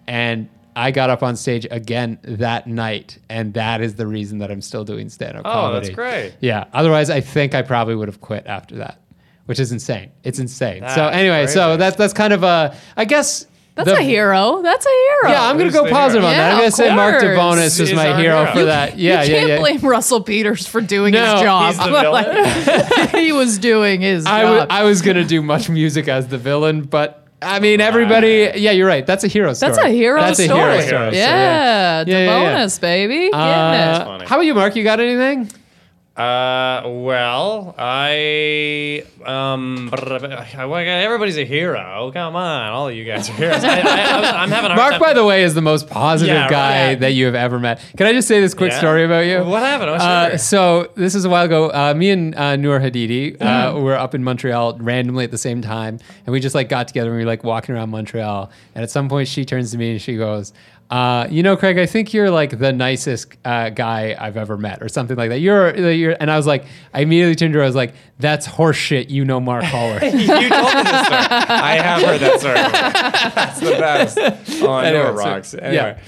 [SPEAKER 2] And I got up on stage again that night. And that is the reason that I'm still doing stand up
[SPEAKER 3] Oh, that's great.
[SPEAKER 2] yeah. Otherwise, I think I probably would have quit after that, which is insane. It's insane. so
[SPEAKER 3] That's
[SPEAKER 2] anyway, so
[SPEAKER 3] crazy.
[SPEAKER 2] that's that's kind of a I guess
[SPEAKER 1] That's
[SPEAKER 2] the-
[SPEAKER 1] a hero. That's a hero.
[SPEAKER 2] Yeah, I'm gonna
[SPEAKER 3] Who's
[SPEAKER 2] go
[SPEAKER 3] the
[SPEAKER 2] positive
[SPEAKER 3] hero?
[SPEAKER 2] on that.
[SPEAKER 1] Yeah,
[SPEAKER 2] I'm gonna
[SPEAKER 1] of
[SPEAKER 2] say Mark
[SPEAKER 1] course.
[SPEAKER 2] DeBonis is
[SPEAKER 3] He's
[SPEAKER 2] my
[SPEAKER 3] our
[SPEAKER 2] hero
[SPEAKER 3] hero.
[SPEAKER 2] for that. Yeah,
[SPEAKER 1] you
[SPEAKER 2] yeah,
[SPEAKER 1] can't
[SPEAKER 2] yeah.
[SPEAKER 1] blame Russell Peters for doing
[SPEAKER 2] No,
[SPEAKER 1] his job.
[SPEAKER 3] He's the villain.
[SPEAKER 1] he was doing his job.
[SPEAKER 2] I, w- I was gonna do much music as the villain, but I mean everybody. Yeah, you're right. That's a hero story.
[SPEAKER 1] That's a hero
[SPEAKER 2] That's
[SPEAKER 1] story.
[SPEAKER 2] a hero story.
[SPEAKER 1] Yeah,
[SPEAKER 2] so Yeah, yeah, yeah.
[SPEAKER 1] bonus, baby.
[SPEAKER 2] Uh,
[SPEAKER 1] Getting it.
[SPEAKER 3] funny.
[SPEAKER 2] how about you, Mark? You got anything?
[SPEAKER 3] Uh, well, I um, I- well, everybody's a hero. Come on, all of you guys are heroes. I, I, I'm having a hard
[SPEAKER 2] Mark,
[SPEAKER 3] time-
[SPEAKER 2] by the way, is the most positive
[SPEAKER 3] Yeah, right.
[SPEAKER 2] guy that you have ever met. Can I just say this quick
[SPEAKER 3] Yeah.
[SPEAKER 2] story about you?
[SPEAKER 3] What happened? Oh, What's
[SPEAKER 2] Uh,
[SPEAKER 3] your-
[SPEAKER 2] so this is a while ago. Uh, me and uh, Noor Hadidi uh,
[SPEAKER 3] Mm-hmm.
[SPEAKER 2] were up in Montreal randomly at the same time, and we just like got together and we were like walking around Montreal. And at some point, she turns to me and she goes, uh, "You know, Craig, I think you're like the nicest uh, guy I've ever met, or something like that." You're, you're, and I was like, I immediately turned to her. I was like, "That's horseshit." You know, Mark Hallward.
[SPEAKER 3] you told me this story. I have heard that story. That's the best. On
[SPEAKER 2] Anyway,
[SPEAKER 3] anyway,
[SPEAKER 2] so-
[SPEAKER 3] rocks.
[SPEAKER 2] yeah.
[SPEAKER 3] Anyway.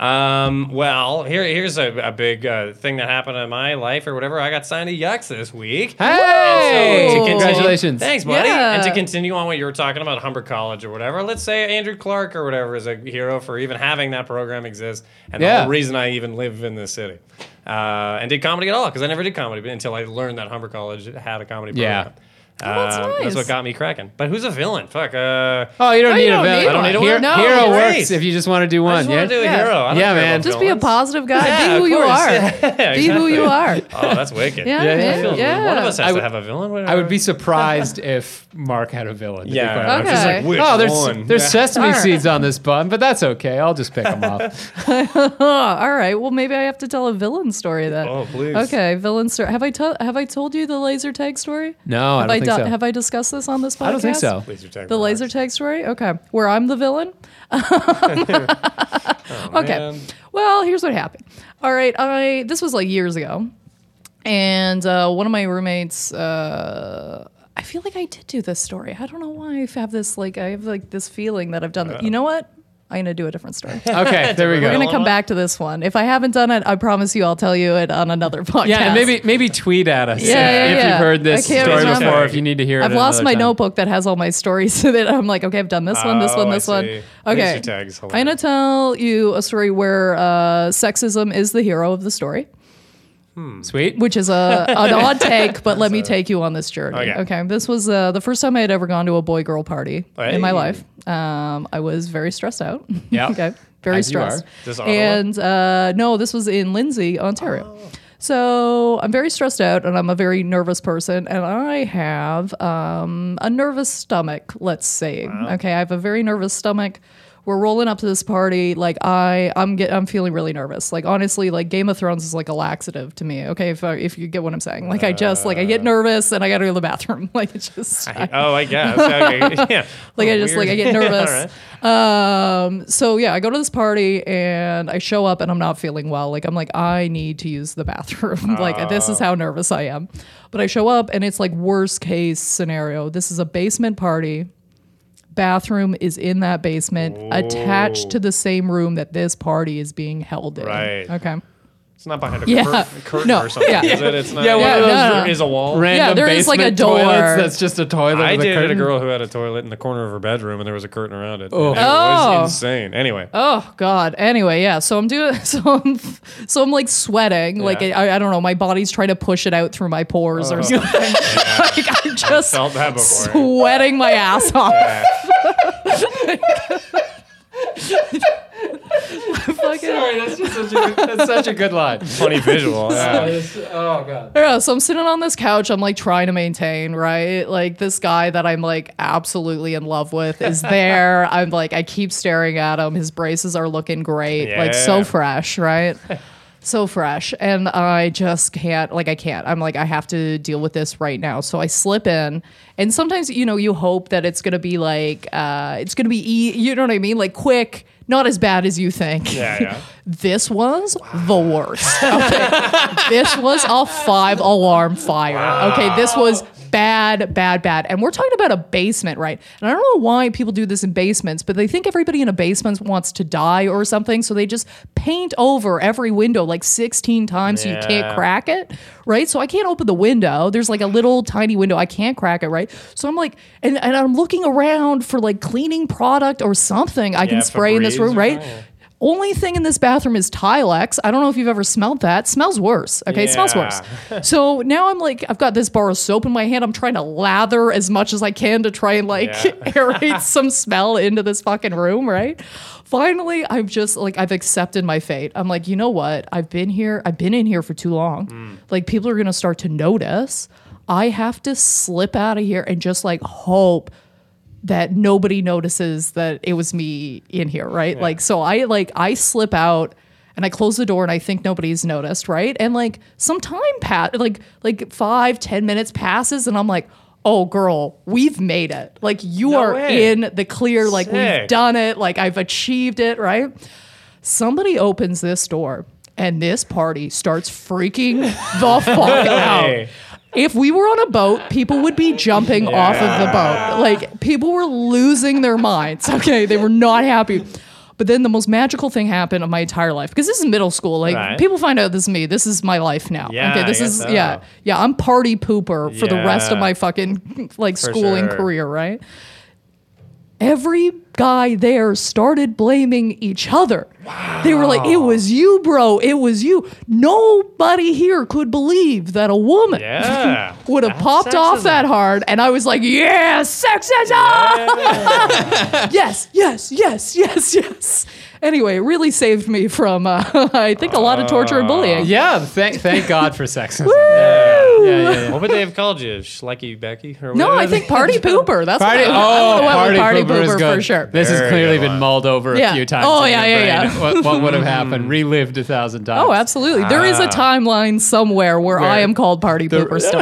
[SPEAKER 3] Um, well, here here's a, a big uh, thing that happened in my life or whatever. I got signed to Yucks this week.
[SPEAKER 2] hey,
[SPEAKER 1] Whoa.
[SPEAKER 3] continue-
[SPEAKER 2] congratulations!
[SPEAKER 3] Thanks, buddy.
[SPEAKER 1] Yeah.
[SPEAKER 3] And to continue on what you were talking about, Humber College or whatever, let's say Andrew Clark or whatever is a hero for even having that program exist and
[SPEAKER 2] Yeah.
[SPEAKER 3] the whole reason I even live in this city. Uh, and did comedy at all because I never did comedy until I learned that Humber College had a comedy
[SPEAKER 2] Yeah. Oh,
[SPEAKER 3] program.
[SPEAKER 1] that's
[SPEAKER 3] Uh,
[SPEAKER 1] nice.
[SPEAKER 3] That's what got me cracking. But who's a villain? Fuck. Uh,
[SPEAKER 2] Oh, you don't
[SPEAKER 1] No,
[SPEAKER 2] need
[SPEAKER 1] you
[SPEAKER 2] a
[SPEAKER 1] don't
[SPEAKER 2] villain.
[SPEAKER 1] need
[SPEAKER 2] I don't
[SPEAKER 1] one.
[SPEAKER 2] need a hero.
[SPEAKER 1] No,
[SPEAKER 2] hero
[SPEAKER 3] you're
[SPEAKER 2] works
[SPEAKER 3] right.
[SPEAKER 2] if you just want to do
[SPEAKER 3] I
[SPEAKER 2] one.
[SPEAKER 3] just want to do a
[SPEAKER 1] Yeah.
[SPEAKER 3] hero. I don't
[SPEAKER 2] Oh, Yeah,
[SPEAKER 3] care
[SPEAKER 2] man.
[SPEAKER 3] about
[SPEAKER 1] Just be a
[SPEAKER 3] villains.
[SPEAKER 1] positive guy.
[SPEAKER 3] Yeah,
[SPEAKER 1] be who
[SPEAKER 3] of
[SPEAKER 1] you
[SPEAKER 3] course.
[SPEAKER 1] are.
[SPEAKER 3] Yeah,
[SPEAKER 1] Be who you are.
[SPEAKER 3] exactly. Oh, that's wicked.
[SPEAKER 1] Yeah,
[SPEAKER 2] Yeah,
[SPEAKER 1] man.
[SPEAKER 2] yeah.
[SPEAKER 1] Yeah.
[SPEAKER 3] One of us has
[SPEAKER 2] I would-
[SPEAKER 3] to have a villain.
[SPEAKER 2] I would be surprised if Mark had a villain. to be quite
[SPEAKER 3] Yeah.
[SPEAKER 2] honest.
[SPEAKER 1] Okay.
[SPEAKER 3] Just like, which
[SPEAKER 2] oh, there's
[SPEAKER 3] one?
[SPEAKER 2] there's
[SPEAKER 3] Yeah.
[SPEAKER 2] sesame
[SPEAKER 1] All right.
[SPEAKER 2] seeds on this bun, but that's okay. I'll just pick them up.
[SPEAKER 1] Huh, Oh, all right. Well, maybe I have to tell a villain story then.
[SPEAKER 3] Oh, please.
[SPEAKER 1] Okay, villain story. Have I told Have I told you the laser tag story?
[SPEAKER 2] No,
[SPEAKER 1] Have
[SPEAKER 2] I don't think
[SPEAKER 1] do-
[SPEAKER 2] so.
[SPEAKER 1] Have I discussed this on this podcast?
[SPEAKER 2] I don't think so.
[SPEAKER 3] Laser tag
[SPEAKER 1] The
[SPEAKER 3] rocks.
[SPEAKER 1] laser tag story. Okay, where I'm the villain.
[SPEAKER 2] Oh,
[SPEAKER 1] okay.
[SPEAKER 3] man.
[SPEAKER 1] Well, here's what happened. All right, I this was like years ago, and uh, one of my roommates. Uh, I feel like I did do this story. I don't know why I have this like I have like this feeling that I've done. it. You know what? I'm gonna do a different story.
[SPEAKER 2] Okay, there we
[SPEAKER 1] We're
[SPEAKER 2] go.
[SPEAKER 1] gonna come back to this one. If I haven't done it, I promise you, I'll tell you it on another podcast.
[SPEAKER 2] Yeah, and maybe maybe tweet at us
[SPEAKER 1] Yeah, yeah,
[SPEAKER 2] if
[SPEAKER 1] yeah.
[SPEAKER 2] you've heard this
[SPEAKER 1] I can't
[SPEAKER 2] story
[SPEAKER 3] remember.
[SPEAKER 2] before. If you need to hear it,
[SPEAKER 1] I've lost
[SPEAKER 2] another
[SPEAKER 1] my
[SPEAKER 2] time.
[SPEAKER 1] notebook that has all my stories in it. I'm like, okay, I've done this one, this
[SPEAKER 3] Oh,
[SPEAKER 1] one,
[SPEAKER 3] I
[SPEAKER 1] this one.
[SPEAKER 3] see.
[SPEAKER 1] Okay,
[SPEAKER 3] Laser tag's
[SPEAKER 1] I'm gonna tell you a story where uh, sexism is the hero of the story.
[SPEAKER 2] Sweet.
[SPEAKER 1] which is a an odd take, but let me take you on this journey.
[SPEAKER 3] Okay.
[SPEAKER 1] Okay, this was uh, the first time I had ever gone to a boy girl party in my
[SPEAKER 3] Hey.
[SPEAKER 1] life. Um, I was very stressed out.
[SPEAKER 2] Yeah.
[SPEAKER 1] okay, very
[SPEAKER 2] As you are.
[SPEAKER 1] stressed.
[SPEAKER 3] This Ottawa? Oh.
[SPEAKER 1] and uh, no, this was in Lindsay, Ontario. So I'm very stressed out, and I'm a very nervous person, and I have um, a nervous stomach. Let's say, okay, I have a very nervous stomach. We're rolling up to this party, like I, I'm get, I'm feeling really nervous. Like honestly, like Game of Thrones is like a laxative to me. Okay, if I, if you get what I'm saying, like I just like I get nervous and I gotta go to the bathroom. Like it's just
[SPEAKER 3] Oh, Uh. I guess. Okay. Yeah.
[SPEAKER 1] like I just like I get
[SPEAKER 3] Oh, Weird.
[SPEAKER 1] nervous. Um so yeah, I go to this party and I show up and I'm not feeling well. Like I'm like I need to use the bathroom. like this is
[SPEAKER 3] Oh.
[SPEAKER 1] how nervous I am. But I show up and it's like worst case scenario. This is a basement party. Bathroom is in that basement attached to the same room that this party is being held in.
[SPEAKER 3] Right.
[SPEAKER 1] Okay.
[SPEAKER 3] It's not behind a
[SPEAKER 1] Yeah.
[SPEAKER 3] cur- curtain
[SPEAKER 1] No.
[SPEAKER 3] or something,
[SPEAKER 1] Yeah.
[SPEAKER 3] is it? It's not.
[SPEAKER 2] Yeah, one
[SPEAKER 1] of Yeah, those- uh,
[SPEAKER 3] there is a wall.
[SPEAKER 2] Random
[SPEAKER 1] there is, like, a
[SPEAKER 2] basement toilets
[SPEAKER 1] door.
[SPEAKER 2] That's just a toilet.
[SPEAKER 3] I
[SPEAKER 2] with a
[SPEAKER 3] dated a
[SPEAKER 2] curtain.
[SPEAKER 3] girl who had a toilet in the corner of her bedroom, and there was a curtain around it.
[SPEAKER 2] Oh.
[SPEAKER 3] And it
[SPEAKER 1] Oh.
[SPEAKER 3] was insane. Anyway,
[SPEAKER 1] Oh God. Anyway, yeah. So I'm doing. So I'm. So I'm like sweating. Like
[SPEAKER 3] Yeah. Oh.
[SPEAKER 1] I, I don't know. My body's trying to push it out through my pores or something. like I'm just
[SPEAKER 3] felt that before.
[SPEAKER 1] sweating my ass off.
[SPEAKER 3] Uh,
[SPEAKER 1] Fucking.
[SPEAKER 2] Sorry, that's just such a, that's such a good line.
[SPEAKER 3] funny visual. Uh, yeah.
[SPEAKER 2] oh god.
[SPEAKER 1] Yeah, so I'm sitting on this couch. I'm like trying to maintain, right? Like this guy that I'm like absolutely in love with is there. I'm like, I keep staring at him. His braces are looking great, like
[SPEAKER 3] Yeah.
[SPEAKER 1] so fresh, right? so fresh. And I just can't, like, I can't. I'm like, I have to deal with this right now. So I slip in. And sometimes, you know, you hope that it's going to be like, uh, it's going to be, e- you know what I mean? Like quick, not as bad as you think
[SPEAKER 3] Yeah, yeah.
[SPEAKER 1] this was the worst. Okay. this was a five alarm fire. Okay, this was bad, bad, bad. And we're talking about a basement, right? And I don't know why people do this in basements, but they think everybody in a basement wants to die or something, so they just paint over every window like 16 times so you
[SPEAKER 3] Yeah.
[SPEAKER 1] can't crack it, right? So I can't open the window. There's like a little tiny window. I can't crack it, right? So I'm like, and, and I'm looking around for like cleaning product or something I
[SPEAKER 3] Yeah,
[SPEAKER 1] can spray in this
[SPEAKER 3] Febreze
[SPEAKER 1] room,
[SPEAKER 3] or
[SPEAKER 1] right?
[SPEAKER 3] something.
[SPEAKER 1] Only thing in this bathroom is Tilex. I don't know if you've ever smelled that. Smells worse. Okay, it smells worse. so now I'm like, I've got this bar of soap in my hand. I'm trying to lather as much as I can to try and like
[SPEAKER 3] Yeah.
[SPEAKER 1] aerate some smell into this fucking room, right? Finally, I'm just like, I've accepted my fate. I'm like, you know what? I've been here, I've been in here for too long. Like, people are gonna start to notice. I have to slip out of here and just like hope that nobody notices that it was me in here, right? Like so I like I slip out and I close the door and I think nobody's noticed, right? And like some time pass like like five, ten minutes passes and I'm like, oh girl, we've made it. Like you
[SPEAKER 3] No
[SPEAKER 1] are
[SPEAKER 3] way.
[SPEAKER 1] in the clear, like
[SPEAKER 3] Sick.
[SPEAKER 1] we've done it, like I've achieved it, right? Somebody opens this door and this party starts freaking the fuck out.
[SPEAKER 3] Hey.
[SPEAKER 1] If we were on a boat, people would be jumping off of the boat. Like people were losing their minds. Okay, they were not happy. But then the most magical thing happened of my entire life because this is middle school. Like
[SPEAKER 3] Right.
[SPEAKER 1] people find out this is me. This is my life now.
[SPEAKER 3] Yeah,
[SPEAKER 1] okay, this
[SPEAKER 3] I
[SPEAKER 1] is
[SPEAKER 3] guess
[SPEAKER 1] yeah,
[SPEAKER 3] so.
[SPEAKER 1] yeah. I'm party pooper for the rest of
[SPEAKER 3] Yeah.
[SPEAKER 1] my fucking like schooling
[SPEAKER 3] sure.
[SPEAKER 1] career, right? every guy there started blaming each other. They were like, it was you, bro. It was you. Nobody here could believe that a woman
[SPEAKER 3] Yeah.
[SPEAKER 1] would have popped off
[SPEAKER 3] sexism.
[SPEAKER 1] that hard. And I was like, yeah, sexism. yes, yes, yes, yes, yes. Anyway, it really saved me from, uh, I think, a lot of torture and bullying.
[SPEAKER 2] Yeah. Thank thank God for sexism.
[SPEAKER 1] Woo!
[SPEAKER 2] Yeah, yeah, yeah.
[SPEAKER 3] What would they have called you? Schlecky Becky? Or
[SPEAKER 1] No,
[SPEAKER 3] whatever?
[SPEAKER 1] I think party pooper. That's
[SPEAKER 2] Party,
[SPEAKER 1] what I,
[SPEAKER 2] oh,
[SPEAKER 1] I went
[SPEAKER 2] party,
[SPEAKER 1] with party
[SPEAKER 2] pooper, is
[SPEAKER 1] pooper,
[SPEAKER 2] good.
[SPEAKER 1] for sure.
[SPEAKER 2] This has
[SPEAKER 3] Very
[SPEAKER 2] clearly
[SPEAKER 3] good
[SPEAKER 2] been
[SPEAKER 3] one. Mm.
[SPEAKER 2] mulled over
[SPEAKER 1] Yeah.
[SPEAKER 2] a few times.
[SPEAKER 1] Oh,
[SPEAKER 2] in
[SPEAKER 1] yeah,
[SPEAKER 2] your
[SPEAKER 1] yeah,
[SPEAKER 2] brain.
[SPEAKER 1] yeah.
[SPEAKER 2] What, what would have happened? Relived a thousand times.
[SPEAKER 1] Oh, absolutely. There is a
[SPEAKER 2] Ah.
[SPEAKER 1] timeline somewhere where I am called party pooper still.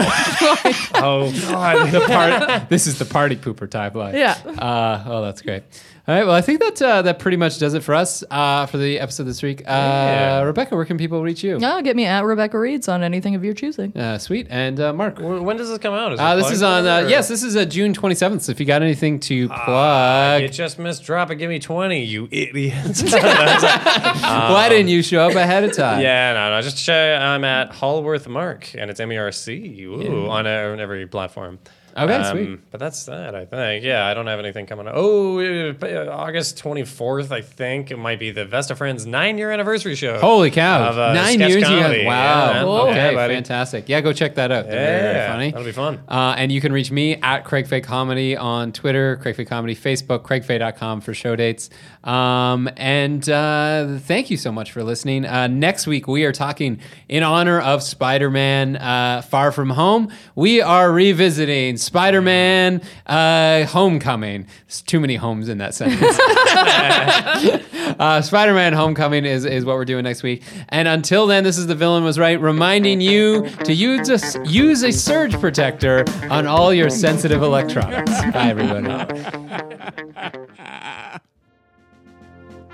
[SPEAKER 3] Oh, God. The part.
[SPEAKER 2] This is the party pooper timeline.
[SPEAKER 1] Yeah.
[SPEAKER 2] Uh, oh, that's great. All right. Well, I think that uh, that pretty much does it for us uh, for the episode this week. Uh,
[SPEAKER 3] Yeah.
[SPEAKER 2] Rebecca, where can people reach you?
[SPEAKER 1] No, get me at Rebecca Reeds on anything of your choosing.
[SPEAKER 2] Uh, sweet. And uh, Mark.
[SPEAKER 3] When does this come out? Is it
[SPEAKER 2] Uh, this
[SPEAKER 3] plugged
[SPEAKER 2] is on. Uh,
[SPEAKER 3] or-
[SPEAKER 2] yes, this is uh, June 27th. So if you got anything to
[SPEAKER 3] Ah,
[SPEAKER 2] plug,
[SPEAKER 3] You just missed drop it. Give me 20, you idiots.
[SPEAKER 2] why didn't you show up ahead of time?
[SPEAKER 3] Yeah, no, no. Just show I'm at Hallworth Mark, and it's M E R C Ooh, on, uh, on every platform.
[SPEAKER 2] Okay, sweet.
[SPEAKER 3] But that's that, I think. Yeah, I don't have anything coming up. Oh, uh, August 24th, I think, it might be the Vesta Friends nine year anniversary show.
[SPEAKER 2] Holy cow!
[SPEAKER 3] Of, uh,
[SPEAKER 2] Nine
[SPEAKER 3] sketch
[SPEAKER 2] years
[SPEAKER 3] comedy.
[SPEAKER 2] you have.
[SPEAKER 3] Yeah,
[SPEAKER 2] Wow.
[SPEAKER 3] man.
[SPEAKER 2] okay,
[SPEAKER 3] Yeah, buddy.
[SPEAKER 2] fantastic. Yeah, go check that out. They're very, very
[SPEAKER 3] Yeah,
[SPEAKER 2] funny.
[SPEAKER 3] that'll be fun.
[SPEAKER 2] Uh, and you can reach me at Craig Fay Comedy on Twitter, Craig Fay Comedy, Facebook, CraigFay.com for show dates. Um, and uh, thank you so much for listening. Uh, next week, we are talking in honor of Spider Man uh, Far From Home. We are revisiting Spider Man uh, Homecoming. There's too many homes in that sentence. Uh, Spider-Man: Homecoming is is what we're doing next week. And until then, this is the villain was right, reminding you to use a s- use a surge protector on all your sensitive electronics. Bye, everybody.